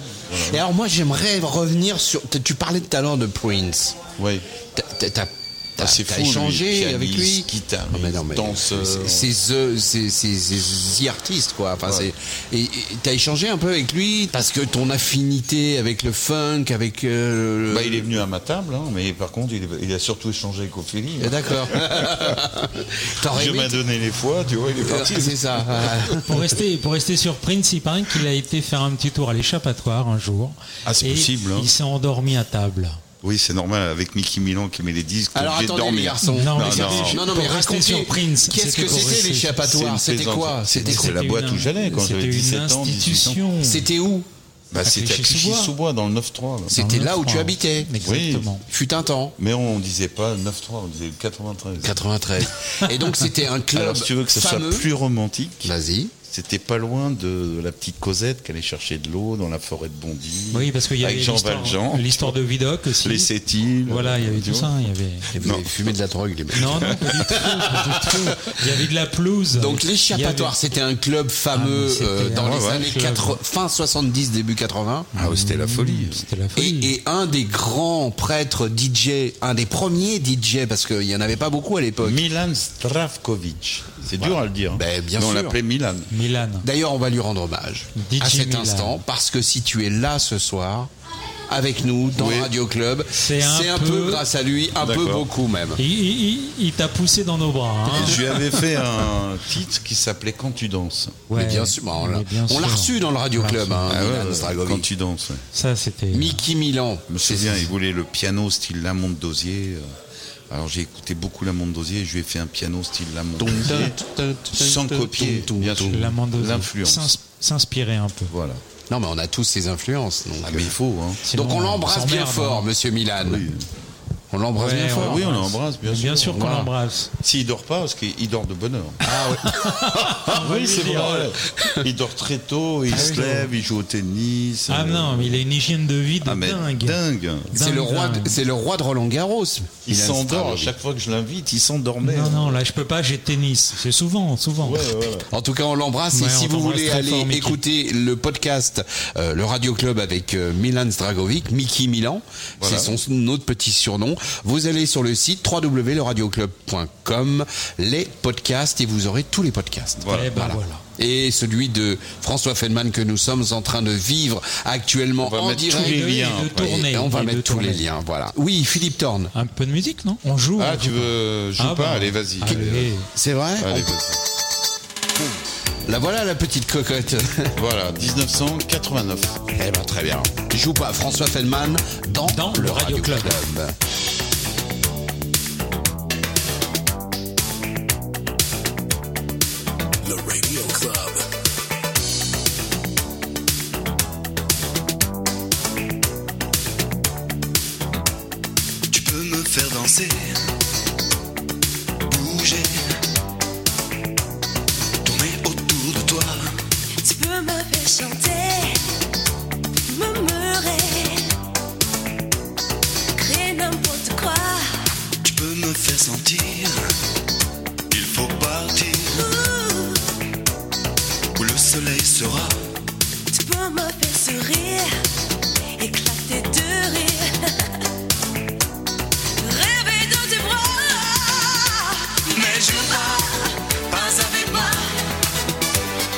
[SPEAKER 1] Et alors, moi, j'aimerais revenir sur. t- Tu parlais tout à l'heure de Prince.
[SPEAKER 4] Ouais.
[SPEAKER 1] T'as- t'as- T'as t'as-
[SPEAKER 4] Ah, c'est
[SPEAKER 1] t'as
[SPEAKER 4] fou, lui,
[SPEAKER 1] échangé
[SPEAKER 4] pianiste,
[SPEAKER 1] avec lui.
[SPEAKER 4] guitariste,
[SPEAKER 1] Ah, mais non, mais
[SPEAKER 4] danseur.
[SPEAKER 1] c'est- C'est the- c'est- c'est- c'est the artiste, quoi. Enfin,
[SPEAKER 4] Ouais.
[SPEAKER 1] c'est- Et et t'as échangé un peu avec lui parce que ton affinité avec le funk, avec. euh, le-
[SPEAKER 4] Bah, il est venu à ma table, hein, mais par contre, il, il a surtout échangé avec Ophélie.
[SPEAKER 1] Eh,
[SPEAKER 4] *laughs*
[SPEAKER 1] D'accord. T'aurais
[SPEAKER 4] Je
[SPEAKER 1] aimé-
[SPEAKER 4] m'a donné les fois, tu vois, il est
[SPEAKER 1] Euh,
[SPEAKER 4] parti.
[SPEAKER 1] *laughs* C'est ça.
[SPEAKER 2] *laughs* Pour rester, pour rester sur Prince, il paraît qu'il a été faire un petit tour à l'échappatoire un jour.
[SPEAKER 4] Ah, c'est
[SPEAKER 2] Et
[SPEAKER 4] possible, hein.
[SPEAKER 2] Il s'est endormi à table.
[SPEAKER 4] Oui, c'est normal, avec Mickey Milan qui met les disques, t'es
[SPEAKER 1] Alors
[SPEAKER 4] obligé de
[SPEAKER 1] attendez les
[SPEAKER 4] dormir.
[SPEAKER 1] garçons.
[SPEAKER 2] Non, mais
[SPEAKER 1] mais,
[SPEAKER 2] c'est-
[SPEAKER 1] non,
[SPEAKER 2] c'est-
[SPEAKER 1] non,
[SPEAKER 2] pour
[SPEAKER 1] mais
[SPEAKER 2] rester
[SPEAKER 1] racontez.
[SPEAKER 2] sur Prince,
[SPEAKER 1] Qu'est-ce
[SPEAKER 2] c'était
[SPEAKER 1] que
[SPEAKER 2] pour
[SPEAKER 1] c'était
[SPEAKER 2] rester-
[SPEAKER 1] l'échappatoire
[SPEAKER 4] C'est une
[SPEAKER 1] C'était quoi
[SPEAKER 4] plaisanterie.
[SPEAKER 1] C'était
[SPEAKER 4] C'est
[SPEAKER 1] quoi
[SPEAKER 4] la boîte
[SPEAKER 2] une-
[SPEAKER 4] où j'allais quand
[SPEAKER 2] c'était
[SPEAKER 4] j'avais
[SPEAKER 2] une
[SPEAKER 4] 17 ans, 18 ans.
[SPEAKER 2] institution.
[SPEAKER 1] C'était où
[SPEAKER 4] Bah, c'était à
[SPEAKER 2] Clichy-sous-Bois.
[SPEAKER 4] Clichy-sous-Bois, Oh, dans le 9-3. là.
[SPEAKER 1] C'était là où tu
[SPEAKER 2] Ouais.
[SPEAKER 1] habitais.
[SPEAKER 2] Exactement.
[SPEAKER 1] Fut un
[SPEAKER 4] *laughs*
[SPEAKER 1] temps.
[SPEAKER 4] Mais on disait pas 9-3, on disait 93.
[SPEAKER 1] 93. Et donc c'était un club
[SPEAKER 4] Alors, si tu veux que ça soit
[SPEAKER 1] fameux.
[SPEAKER 4] plus romantique,
[SPEAKER 1] Vas-y.
[SPEAKER 4] c'était pas loin de la petite Cosette qui allait chercher de l'eau dans la forêt de Bondy.
[SPEAKER 2] Oui, parce qu'il y avait
[SPEAKER 4] Avec Jean
[SPEAKER 2] l'histoire- hein.
[SPEAKER 4] Valjean.
[SPEAKER 2] l'histoire de Vidocq aussi.
[SPEAKER 4] Les Sétiles.
[SPEAKER 2] Voilà, il y avait
[SPEAKER 4] tu
[SPEAKER 2] tout
[SPEAKER 4] vois.
[SPEAKER 2] ça. Il y avait...
[SPEAKER 1] Et vous avez fumé de la drogue, les mecs.
[SPEAKER 2] Non, non, pas du tout, pas du tout. Il y avait de la pelouse.
[SPEAKER 1] Donc l'échappatoire,
[SPEAKER 2] Il
[SPEAKER 1] c'était un club fameux
[SPEAKER 2] Ah, mais
[SPEAKER 1] euh,
[SPEAKER 2] c'était
[SPEAKER 1] dans
[SPEAKER 2] un
[SPEAKER 1] les
[SPEAKER 2] ouais,
[SPEAKER 1] années
[SPEAKER 2] club.
[SPEAKER 1] 80 fin 70, début 80.
[SPEAKER 4] Ah, ouais, c'était la folie.
[SPEAKER 2] y avait- C'était la folie.
[SPEAKER 1] Et, et un des grands prêtres DJ, un des premiers DJ, parce qu'il n'y en avait pas beaucoup à l'époque.
[SPEAKER 4] Milan Stravkovic. C'est dur à le dire. hein.
[SPEAKER 1] Ben, bien
[SPEAKER 4] Mais On
[SPEAKER 1] sûr.
[SPEAKER 4] l'appelait Milan.
[SPEAKER 2] Milan.
[SPEAKER 1] D'ailleurs, on va lui rendre hommage
[SPEAKER 2] DJ
[SPEAKER 1] à cet
[SPEAKER 2] Milan.
[SPEAKER 1] instant, parce que si tu es là ce soir, avec nous dans Radio Club.
[SPEAKER 2] C'est un
[SPEAKER 1] un
[SPEAKER 2] peu-
[SPEAKER 1] peu grâce à lui, un peu
[SPEAKER 4] D'accord.
[SPEAKER 1] beaucoup même.
[SPEAKER 2] Il, il- il- il t'a poussé dans nos bras. hein.
[SPEAKER 4] Et je lui avais fait un titre qui s'appelait Quand tu danses.
[SPEAKER 2] Ouais.
[SPEAKER 1] Mais bien sûr, bah, on l'a-
[SPEAKER 2] Mais bien
[SPEAKER 1] on l'a
[SPEAKER 2] sûr.
[SPEAKER 1] reçu dans le Radio
[SPEAKER 2] On l'a
[SPEAKER 1] Club,
[SPEAKER 2] reçu.
[SPEAKER 1] hein,
[SPEAKER 4] Ah ouais,
[SPEAKER 1] Milan
[SPEAKER 4] ouais,
[SPEAKER 1] Dragovic.
[SPEAKER 4] quand tu danses. ouais.
[SPEAKER 2] Ça, c'était.
[SPEAKER 1] Mickey Milan.
[SPEAKER 4] euh, Je me souviens, il voulait le piano style Lamont Dosier. euh, Alors j'ai écouté beaucoup Lamont Dosier et je lui ai fait un piano style Lamont Dosier. Sans copier, bien sûr.
[SPEAKER 2] La Mendoza.
[SPEAKER 4] L'influence.
[SPEAKER 2] S'ins- S'inspirer un peu.
[SPEAKER 4] Voilà.
[SPEAKER 1] Non, mais on a tous ses influences. Donc, euh.
[SPEAKER 4] Ah, mais il faut, hein.
[SPEAKER 2] Sinon,
[SPEAKER 1] donc on l'embrasse bien
[SPEAKER 2] s'emmerde,
[SPEAKER 1] fort,
[SPEAKER 2] hein.
[SPEAKER 1] monsieur Milan. On l'embrasse
[SPEAKER 2] Ouais,
[SPEAKER 1] bien
[SPEAKER 2] on
[SPEAKER 1] fort.
[SPEAKER 4] oui, on l'embrasse, bien sûr.
[SPEAKER 2] qu'on
[SPEAKER 4] Voilà.
[SPEAKER 2] l'embrasse.
[SPEAKER 4] S'il dort pas, parce qu'il dort de bonne heure. Ah
[SPEAKER 2] va lui dire.
[SPEAKER 4] Il dort très tôt, il se
[SPEAKER 2] Ah oui,
[SPEAKER 4] lève, il joue au tennis.
[SPEAKER 2] Ah
[SPEAKER 4] euh,
[SPEAKER 2] non, mais il a une hygiène de vie de
[SPEAKER 4] ah, mais
[SPEAKER 2] dingue.
[SPEAKER 4] dingue.
[SPEAKER 1] C'est le,
[SPEAKER 2] Dingue,
[SPEAKER 1] roi de-
[SPEAKER 2] dingue.
[SPEAKER 1] c'est le roi de Roland Garros.
[SPEAKER 4] Il
[SPEAKER 1] Milan
[SPEAKER 4] s'endort à
[SPEAKER 1] Dragovic.
[SPEAKER 4] chaque fois que je l'invite, il s'endormait.
[SPEAKER 2] Non, non, là, je peux pas, j'ai tennis. C'est souvent, souvent.
[SPEAKER 4] hein. Ouais, ouais, ouais.
[SPEAKER 1] En tout cas, on l'embrasse.
[SPEAKER 2] Ouais,
[SPEAKER 1] et Ah, si
[SPEAKER 2] on
[SPEAKER 1] vous
[SPEAKER 2] t'embrasse
[SPEAKER 1] voulez
[SPEAKER 2] très
[SPEAKER 1] aller
[SPEAKER 2] fort, Mickey.
[SPEAKER 1] écouter le podcast, euh, le Radio Club avec euh, Milan Zdragovic, Mickey Milan,
[SPEAKER 4] Voilà.
[SPEAKER 1] c'est son autre petit surnom, vous allez sur le site www.loradioclub.com, les podcasts, et vous aurez tous les podcasts.
[SPEAKER 4] Voilà.
[SPEAKER 2] Eh ben voilà.
[SPEAKER 1] Et celui de François Feldman que nous sommes en train de vivre actuellement
[SPEAKER 4] va
[SPEAKER 1] en
[SPEAKER 4] mettre tous
[SPEAKER 1] direct.
[SPEAKER 4] les
[SPEAKER 2] Et
[SPEAKER 4] liens.
[SPEAKER 2] de
[SPEAKER 1] Et-
[SPEAKER 2] tourner.
[SPEAKER 1] et on va
[SPEAKER 2] Et de
[SPEAKER 1] mettre tous les
[SPEAKER 2] tourner.
[SPEAKER 1] liens, voilà. Oui, Philippe Thorne.
[SPEAKER 2] Un peu de musique, non On joue.
[SPEAKER 4] Ah,
[SPEAKER 2] on
[SPEAKER 4] tu
[SPEAKER 2] joue
[SPEAKER 4] veux. Je
[SPEAKER 2] Ah,
[SPEAKER 4] joue
[SPEAKER 2] bah.
[SPEAKER 4] pas Allez, vas-y.
[SPEAKER 2] Allez.
[SPEAKER 1] C'est vrai Oh.
[SPEAKER 4] Allez, vas-y.
[SPEAKER 1] La voilà la petite cocotte. *laughs*
[SPEAKER 4] Voilà, 1989.
[SPEAKER 1] Eh ben très bien. Joue pas François Feldman dans,
[SPEAKER 2] Dans le Radio Club.
[SPEAKER 1] Club.
[SPEAKER 3] Le Radio Club.
[SPEAKER 5] Tu peux me faire danser, bouger, tourner autour de toi.
[SPEAKER 11] Tu peux me faire chanter, murmurer, créer n'importe quoi.
[SPEAKER 5] Tu peux me faire sentir, il faut partir
[SPEAKER 11] Ouh,
[SPEAKER 5] où le soleil sera.
[SPEAKER 11] tu peux me faire sourire, éclater de rire. Rêver dans tes bras,
[SPEAKER 5] Mais joue pas, pas avec moi,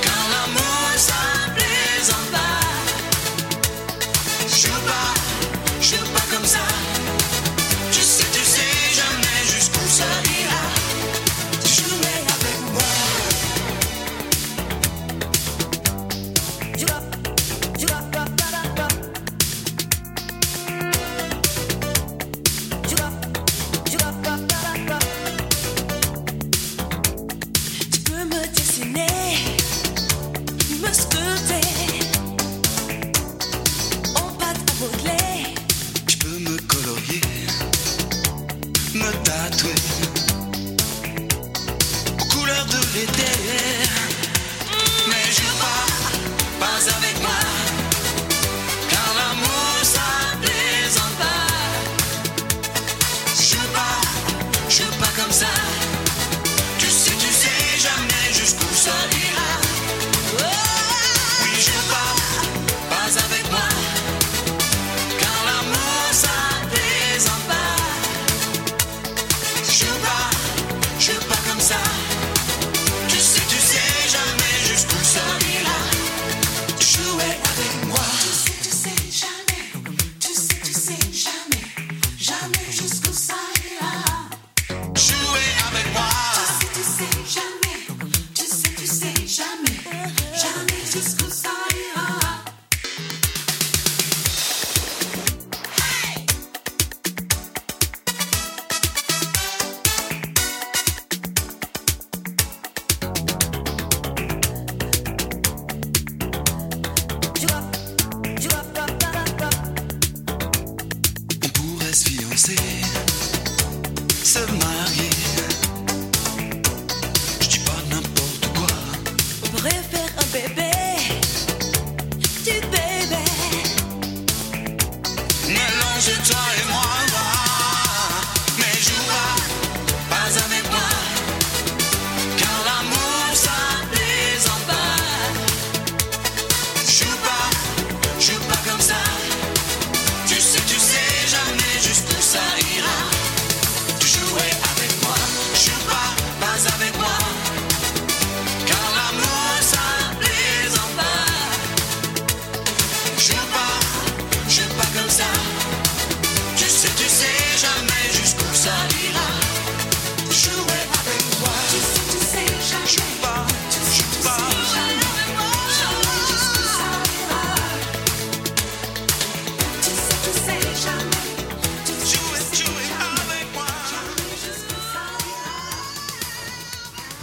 [SPEAKER 5] car l'amour ça plaisante pas. Joue pas, joue pas comme ça. Tu sais, tu sais jamais jusqu'où ça ira. Jouer avec moi.
[SPEAKER 11] drop, drop, drop, drop, drop. Drop, drop, drop, drop, drop. Tu peux me dessiner, me sculpter, en pâte à modeler.
[SPEAKER 5] Tu peux me colorier, me tatouer aux couleurs de l'été. Mais je pars pas avec moi, car l'amour ça plaisante pas. Je pars, je pars comme ça. Tu sais, tu sais jamais jusqu'où ça ira. Oui, je pars pas avec moi. Car l'amour ça plaisante pas Je pars, je pars comme ça Tu sais, tu sais jamais jusqu'où ça ira Jouer avec moi
[SPEAKER 11] Tu sais, tu sais jamais, tu sais, tu sais jamais, jamais jusqu'où ça ira.
[SPEAKER 5] Jouer avec moi
[SPEAKER 11] Tu sais, tu sais jamais, tu sais, tu sais jamais, jamais jusqu'où ça ira. Drop, drop, drop, drop, drop.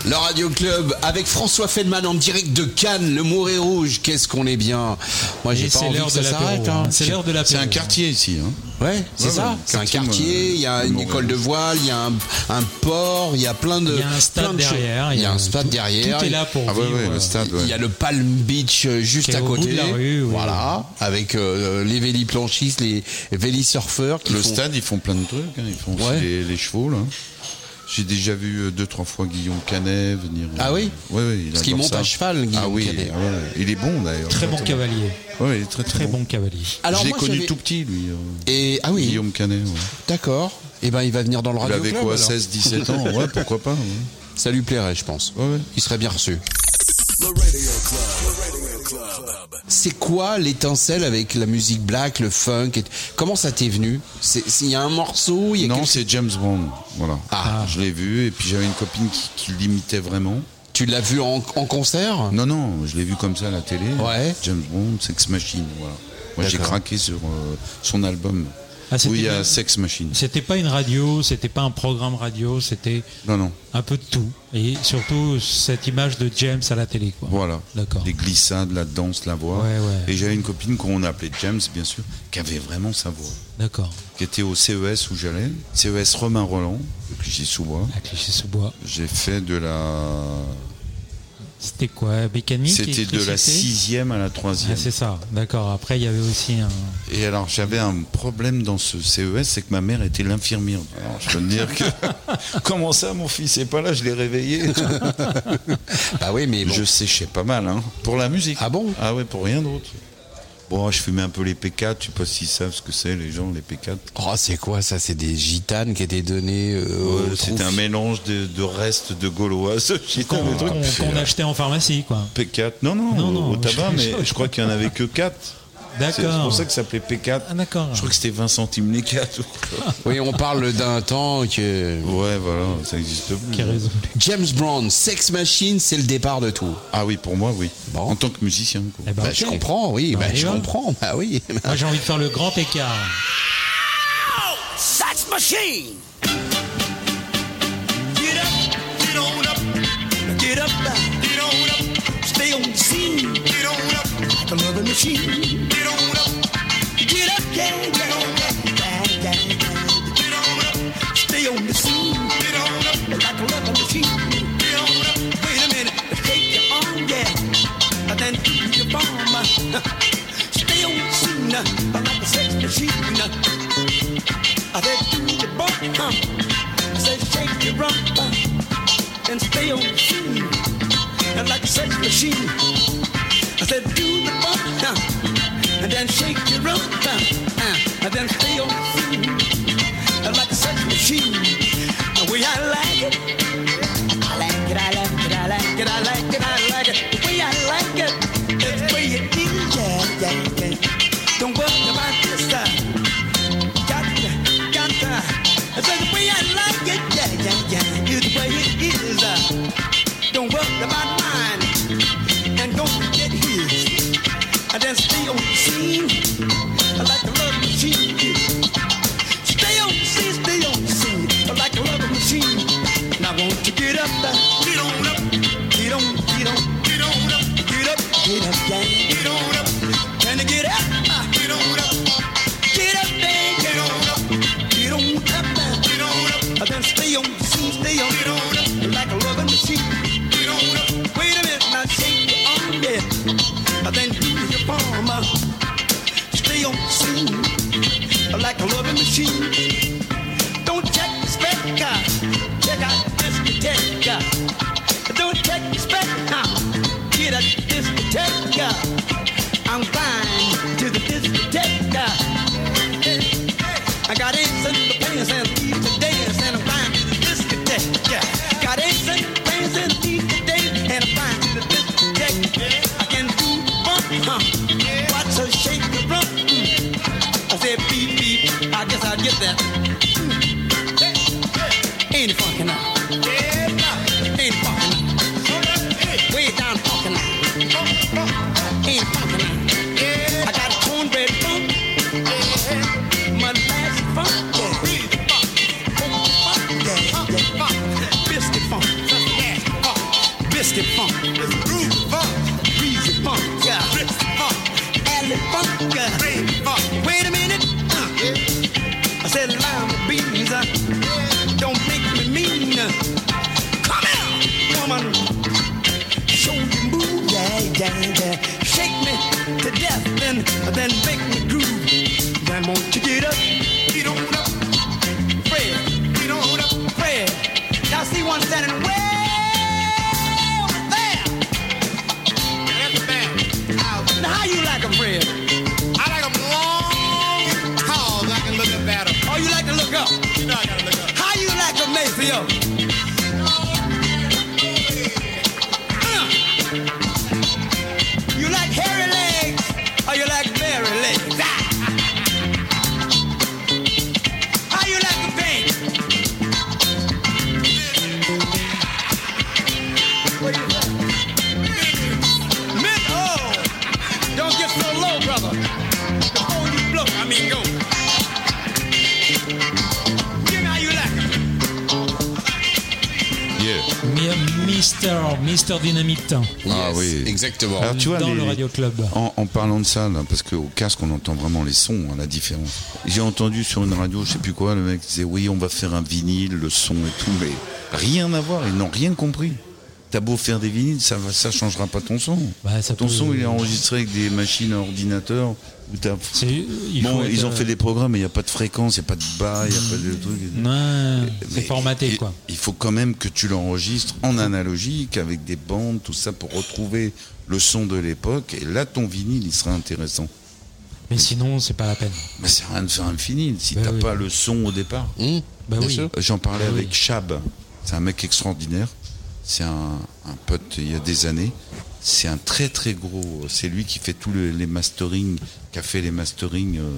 [SPEAKER 1] Le Radio Club avec François Feldman en direct de Cannes, le Mouret Rouge. Qu'est-ce qu'on est bien. Moi, j'ai
[SPEAKER 2] Et
[SPEAKER 1] pas
[SPEAKER 2] c'est
[SPEAKER 1] envie
[SPEAKER 2] l'heure
[SPEAKER 1] que
[SPEAKER 2] de
[SPEAKER 1] ça
[SPEAKER 2] l'apéro,
[SPEAKER 1] s'arrête.
[SPEAKER 2] hein.
[SPEAKER 1] hein.
[SPEAKER 2] C'est l'heure de l'apéro.
[SPEAKER 4] C'est un quartier ici. hein.
[SPEAKER 1] Ouais, c'est
[SPEAKER 4] Ouais,
[SPEAKER 1] ça.
[SPEAKER 4] ouais,
[SPEAKER 1] C'est un
[SPEAKER 4] quartier,
[SPEAKER 1] quartier,
[SPEAKER 4] euh,
[SPEAKER 1] il y a
[SPEAKER 4] de
[SPEAKER 1] une
[SPEAKER 4] Montréal.
[SPEAKER 1] école de voile, il y a un, un port, il y a plein de.
[SPEAKER 2] Il y a un stade
[SPEAKER 1] plein de choses.
[SPEAKER 2] derrière,
[SPEAKER 1] Il y a un
[SPEAKER 2] tout-
[SPEAKER 1] stade derrière.
[SPEAKER 2] Tout est
[SPEAKER 1] il-
[SPEAKER 2] là pour
[SPEAKER 4] Ah ouais,
[SPEAKER 2] vivre,
[SPEAKER 4] ouais,
[SPEAKER 2] euh,
[SPEAKER 4] le stade. ouais.
[SPEAKER 1] Il y a le Palm Beach euh,
[SPEAKER 2] Qui
[SPEAKER 1] juste
[SPEAKER 2] est
[SPEAKER 1] à
[SPEAKER 2] au bout
[SPEAKER 1] côté.
[SPEAKER 2] de la rue, oui.
[SPEAKER 1] Voilà, avec euh, les véliplanchistes, les vélisurfeurs qui
[SPEAKER 4] Le
[SPEAKER 1] font-
[SPEAKER 4] stade, ils font plein de trucs. hein. Ils font aussi
[SPEAKER 1] Ouais.
[SPEAKER 4] les, les chevaux, là. J'ai déjà vu euh, deux, trois fois Guillaume Canet venir. euh,
[SPEAKER 1] Ah oui
[SPEAKER 4] Oui, oui.
[SPEAKER 1] Parce qu'il monte à cheval, Guillaume
[SPEAKER 4] Ah oui,
[SPEAKER 1] Canet.
[SPEAKER 4] ah ouais. il est bon d'ailleurs.
[SPEAKER 2] Très bon cavalier.
[SPEAKER 4] Oui, il est très, très,
[SPEAKER 2] Très
[SPEAKER 4] bon.
[SPEAKER 2] bon cavalier.
[SPEAKER 1] Alors
[SPEAKER 4] je l'ai
[SPEAKER 1] moi,
[SPEAKER 4] connu
[SPEAKER 1] j'avais-
[SPEAKER 4] tout petit, lui. euh,
[SPEAKER 1] Et ah oui,
[SPEAKER 4] Guillaume Canet. ouais.
[SPEAKER 1] d'accord. Et ben, il va venir dans le
[SPEAKER 4] Il
[SPEAKER 1] radio
[SPEAKER 4] avait
[SPEAKER 1] club.
[SPEAKER 4] quoi,
[SPEAKER 1] alors.
[SPEAKER 4] 16, 17 ans Ouais, pourquoi pas. ouais.
[SPEAKER 1] Ça lui plairait, je pense.
[SPEAKER 4] Ouais, ouais.
[SPEAKER 1] Il serait bien reçu. C'est quoi l'étincelle avec la musique black, le funk et- Comment ça t'est venu C'est- S'il y a un morceau, il y a
[SPEAKER 4] Non,
[SPEAKER 1] quelque-
[SPEAKER 4] c'est James Bond. Voilà.
[SPEAKER 1] Ah.
[SPEAKER 4] Je l'ai vu et puis j'avais une copine qui, qui l'imitait vraiment.
[SPEAKER 1] tu l'as vu en, en concert
[SPEAKER 4] Non, non, je l'ai vu comme ça à la télé.
[SPEAKER 1] Ouais.
[SPEAKER 4] James Bond, Sex Machine. Voilà. Moi, j'ai
[SPEAKER 1] D'accord.
[SPEAKER 4] craqué sur euh, son album.
[SPEAKER 2] Ah, c'était
[SPEAKER 4] où il y
[SPEAKER 2] bien.
[SPEAKER 4] a Sex Machine.
[SPEAKER 2] C'était pas une radio, c'était pas un programme radio, c'était
[SPEAKER 4] Non, non.
[SPEAKER 2] un peu de tout. Et surtout cette image de James à la télé. Quoi.
[SPEAKER 4] Voilà.
[SPEAKER 2] D'accord.
[SPEAKER 4] Des glissades, la danse, la voix.
[SPEAKER 2] Ouais, ouais.
[SPEAKER 4] Et j'avais une copine qu'on appelait James, bien sûr, qui avait vraiment sa voix.
[SPEAKER 2] D'accord.
[SPEAKER 4] Qui était au CES où j'allais. CES Romain Roland, que j'ai sous-bois.
[SPEAKER 2] À Clichy-sous-Bois.
[SPEAKER 4] J'ai fait de la.
[SPEAKER 2] C'était quoi Mécanique
[SPEAKER 4] C'était de la
[SPEAKER 2] électricité
[SPEAKER 4] sixième à la
[SPEAKER 2] Ah,
[SPEAKER 4] troisième.
[SPEAKER 2] c'est ça, d'accord. Après, il y avait aussi un.
[SPEAKER 4] Et alors j'avais un problème dans ce CES, c'est que ma mère était l'infirmière. Alors, je peux te dire que *laughs* comment ça, mon fils est pas là, je l'ai réveillé.
[SPEAKER 1] *laughs*
[SPEAKER 4] *laughs*
[SPEAKER 1] Bah oui, mais bon.
[SPEAKER 4] Je séchais pas mal, hein. Pour la musique.
[SPEAKER 1] Ah bon
[SPEAKER 4] Ah ouais, pour rien d'autre. Bon, je fumais un peu les P4, je sais pas s'ils savent ce que c'est, les gens, les P4.
[SPEAKER 1] Oh, c'est quoi ça C'est des gitanes qui étaient données. euh,
[SPEAKER 4] Euh,
[SPEAKER 1] aux
[SPEAKER 4] C'était
[SPEAKER 1] troupes.
[SPEAKER 4] un mélange de, de restes de gauloises. J'étais
[SPEAKER 2] Qu'on
[SPEAKER 4] un truc.
[SPEAKER 2] qu'on- qu'on achetait en pharmacie, quoi.
[SPEAKER 4] P4, non, non,
[SPEAKER 2] Non,
[SPEAKER 4] au-
[SPEAKER 2] non,
[SPEAKER 4] au tabac,
[SPEAKER 2] je-
[SPEAKER 4] mais je crois qu'il y en avait que 4. C'est
[SPEAKER 2] D'accord.
[SPEAKER 4] pour ça que ça s'appelait P4.
[SPEAKER 2] Ah, d'accord. Ah.
[SPEAKER 4] Je crois que c'était 20 centimes les 4.
[SPEAKER 1] Oui, on parle d'un *laughs* temps que.
[SPEAKER 4] Ouais, voilà, ça existe plus.
[SPEAKER 2] Qui résout.
[SPEAKER 1] James Brown, Sex Machine, c'est le départ de tout.
[SPEAKER 4] Ah oui, pour moi, oui.
[SPEAKER 1] Bon.
[SPEAKER 4] En tant que musicien. quoi.
[SPEAKER 2] Eh ben,
[SPEAKER 1] Bah,
[SPEAKER 2] ok.
[SPEAKER 1] je comprends, oui.
[SPEAKER 2] Bah,
[SPEAKER 1] bah,
[SPEAKER 2] on y
[SPEAKER 1] je
[SPEAKER 2] va.
[SPEAKER 1] comprends. Bah oui. *laughs*
[SPEAKER 2] Moi, j'ai envie de faire le grand écart.
[SPEAKER 5] Sex machine.
[SPEAKER 12] Get up, get on up,
[SPEAKER 5] Get up now.
[SPEAKER 12] get on up,
[SPEAKER 5] Stay on the scene.
[SPEAKER 12] get on up,
[SPEAKER 5] Like a loving machine.
[SPEAKER 12] get on up,
[SPEAKER 5] Get up, yeah, yeah, yeah, yeah, yeah.
[SPEAKER 12] get on up,
[SPEAKER 5] Stay on the scene.
[SPEAKER 12] get on up,
[SPEAKER 5] Like a loving machine.
[SPEAKER 12] get on up.
[SPEAKER 5] Wait a minute. Take your arm, yeah. And then do your bomb. Stay on the scene. uh, Like a sex machine. And then do your bomb. Say, shake your rump. uh, And stay on the scene. And like a sex machine. I said, do the bump. And then shake your rump. uh, And then stay on the scene. And like a sex machine. The way I like it. I like it, I like it, I like it, I like it, I like it. The way I like it, it's the way it is, yeah, yeah, yeah. Don't worry about this stuff. Got to, got to. That's the way I like it, yeah, yeah, yeah. It's the way it is. uh. Don't worry about mine, and don't forget his. And then stay on the scene, like a love machine. Stay on the scene, stay on the scene, like a love machine. Now won't you get up, uh,
[SPEAKER 12] Get on up,
[SPEAKER 5] get on, get on,
[SPEAKER 12] get on up,
[SPEAKER 5] get up, get up, gang.
[SPEAKER 12] get on up,
[SPEAKER 5] Can you get up? uh,
[SPEAKER 12] get on up,
[SPEAKER 5] Get up, gang.
[SPEAKER 12] get on up,
[SPEAKER 5] Get on up, uh,
[SPEAKER 12] get on up,
[SPEAKER 5] and then stay on the scene, stay on,
[SPEAKER 12] get on up,
[SPEAKER 5] like a love machine.
[SPEAKER 12] get on up.
[SPEAKER 5] Wait a minute, now shake your arm, yeah. Then do your palm. uh, Stay on the scene like a loving machine. Don't check the spec, uh, check out the discotheque. uh. Don't check the spec, uh, get a discotheque. uh. I'm fine to the discotheque. uh. I got ace in the pants and teeth to dance, and I'm fine to the discotheque. yeah. Got ace in the pants and teeth to dance, and I'm fine to the discotheque. I can do bump, huh? Watch her shake the rump. mm. I said beep beep. I guess I get that. Mm. Ain't it funky now? Ain't it funky now? Way down funky now. Ain't it funky now? I got cornbread funk. My last funk. yeah. Really funk. Funky funk. yeah, yeah, funk. Biscuit funk. Funk.
[SPEAKER 3] said lima beans. uh, Don't make me mean. Come here, woman. Show you move, yeah, yeah, yeah. Shake me to death, then then make me groove. Then won't you get up? Get on up, Fred. Get on up, Fred. Now I see one standing well there. That's the man. Now how you like a Fred?
[SPEAKER 13] I like 'em long, tall, so I can look up at 'em.
[SPEAKER 3] Oh, you like to look up.
[SPEAKER 13] You know I gotta look up.
[SPEAKER 3] How you like a Maceo? You like hairy legs or you like berry legs? Ah. How you like a thing? What do you like? Mint, oh, don't get so low, brother. Before you blow, I mean go. Give me how you like 'em.
[SPEAKER 4] Yeah.
[SPEAKER 2] Mi- Mister, Mister Dynamite.
[SPEAKER 4] Ah
[SPEAKER 1] Yes,
[SPEAKER 4] oui.
[SPEAKER 1] Exactement.
[SPEAKER 4] Alors tu vois,
[SPEAKER 2] Dans
[SPEAKER 4] les-
[SPEAKER 2] le Radio Club.
[SPEAKER 4] En, en parlant de ça, là, parce qu'au casque, on entend vraiment les sons, hein, la différence. J'ai entendu sur une radio, je sais plus quoi, le mec disait oui, on va faire un vinyle, le son et tout, mais rien à voir, ils n'ont rien compris. T'as beau faire des vinyles, ça va, ça changera pas ton son.
[SPEAKER 2] Bah, ça
[SPEAKER 4] ton
[SPEAKER 2] peut-
[SPEAKER 4] son, il est enregistré avec des machines à ordinateur. où t'as-
[SPEAKER 2] C'est- il faut
[SPEAKER 4] bon,
[SPEAKER 2] être,
[SPEAKER 4] ils ont
[SPEAKER 2] euh,
[SPEAKER 4] fait des programmes, mais il n'y a pas de fréquence, il n'y a pas de bas, il n'y a pas de truc.
[SPEAKER 2] Ouais,
[SPEAKER 4] Mais
[SPEAKER 2] c'est formaté
[SPEAKER 4] il-
[SPEAKER 2] quoi.
[SPEAKER 4] Il faut quand même que tu l'enregistres en analogique avec des bandes, tout ça pour retrouver le son de l'époque. Et là, ton vinyle, il sera intéressant.
[SPEAKER 2] Mais sinon, c'est pas la peine.
[SPEAKER 4] Mais c'est rien de faire un vinyle si
[SPEAKER 2] Bah
[SPEAKER 4] t'as
[SPEAKER 2] oui.
[SPEAKER 4] pas le son au départ.
[SPEAKER 1] Hum,
[SPEAKER 2] Bah
[SPEAKER 1] bien
[SPEAKER 2] oui.
[SPEAKER 1] sûr.
[SPEAKER 4] J'en parlais
[SPEAKER 2] Ah oui.
[SPEAKER 4] avec Chab. C'est un mec extraordinaire. C'est un, un pote il y a des années. C'est un très très gros. C'est lui qui fait tous le- les mastering, qui a fait les mastering euh,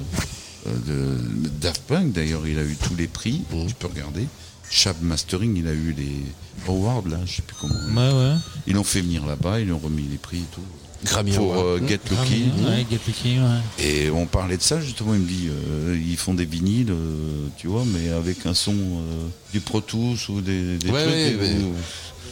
[SPEAKER 4] euh, de Daft Punk. D'ailleurs, il a eu tous les prix.
[SPEAKER 1] Mmh.
[SPEAKER 4] Tu peux regarder. Chab Mastering, il a eu les awards là, je sais plus comment.
[SPEAKER 2] Ouais, ouais.
[SPEAKER 4] Ils l'ont fait venir là-bas, ils lui ont remis les prix et tout.
[SPEAKER 1] Grammy
[SPEAKER 4] pour
[SPEAKER 1] Award.
[SPEAKER 4] euh, Get
[SPEAKER 2] Ah,
[SPEAKER 4] Lucky.
[SPEAKER 2] ouais, ouais, Get Lucky, ouais.
[SPEAKER 4] Et on parlait de ça justement, il me dit, euh, ils font des vinyles, euh, tu vois, mais avec un son euh, du Pro Tools ou des, des
[SPEAKER 1] Ouais,
[SPEAKER 4] trucs.
[SPEAKER 1] ouais,
[SPEAKER 4] et-
[SPEAKER 1] ouais.
[SPEAKER 4] ou-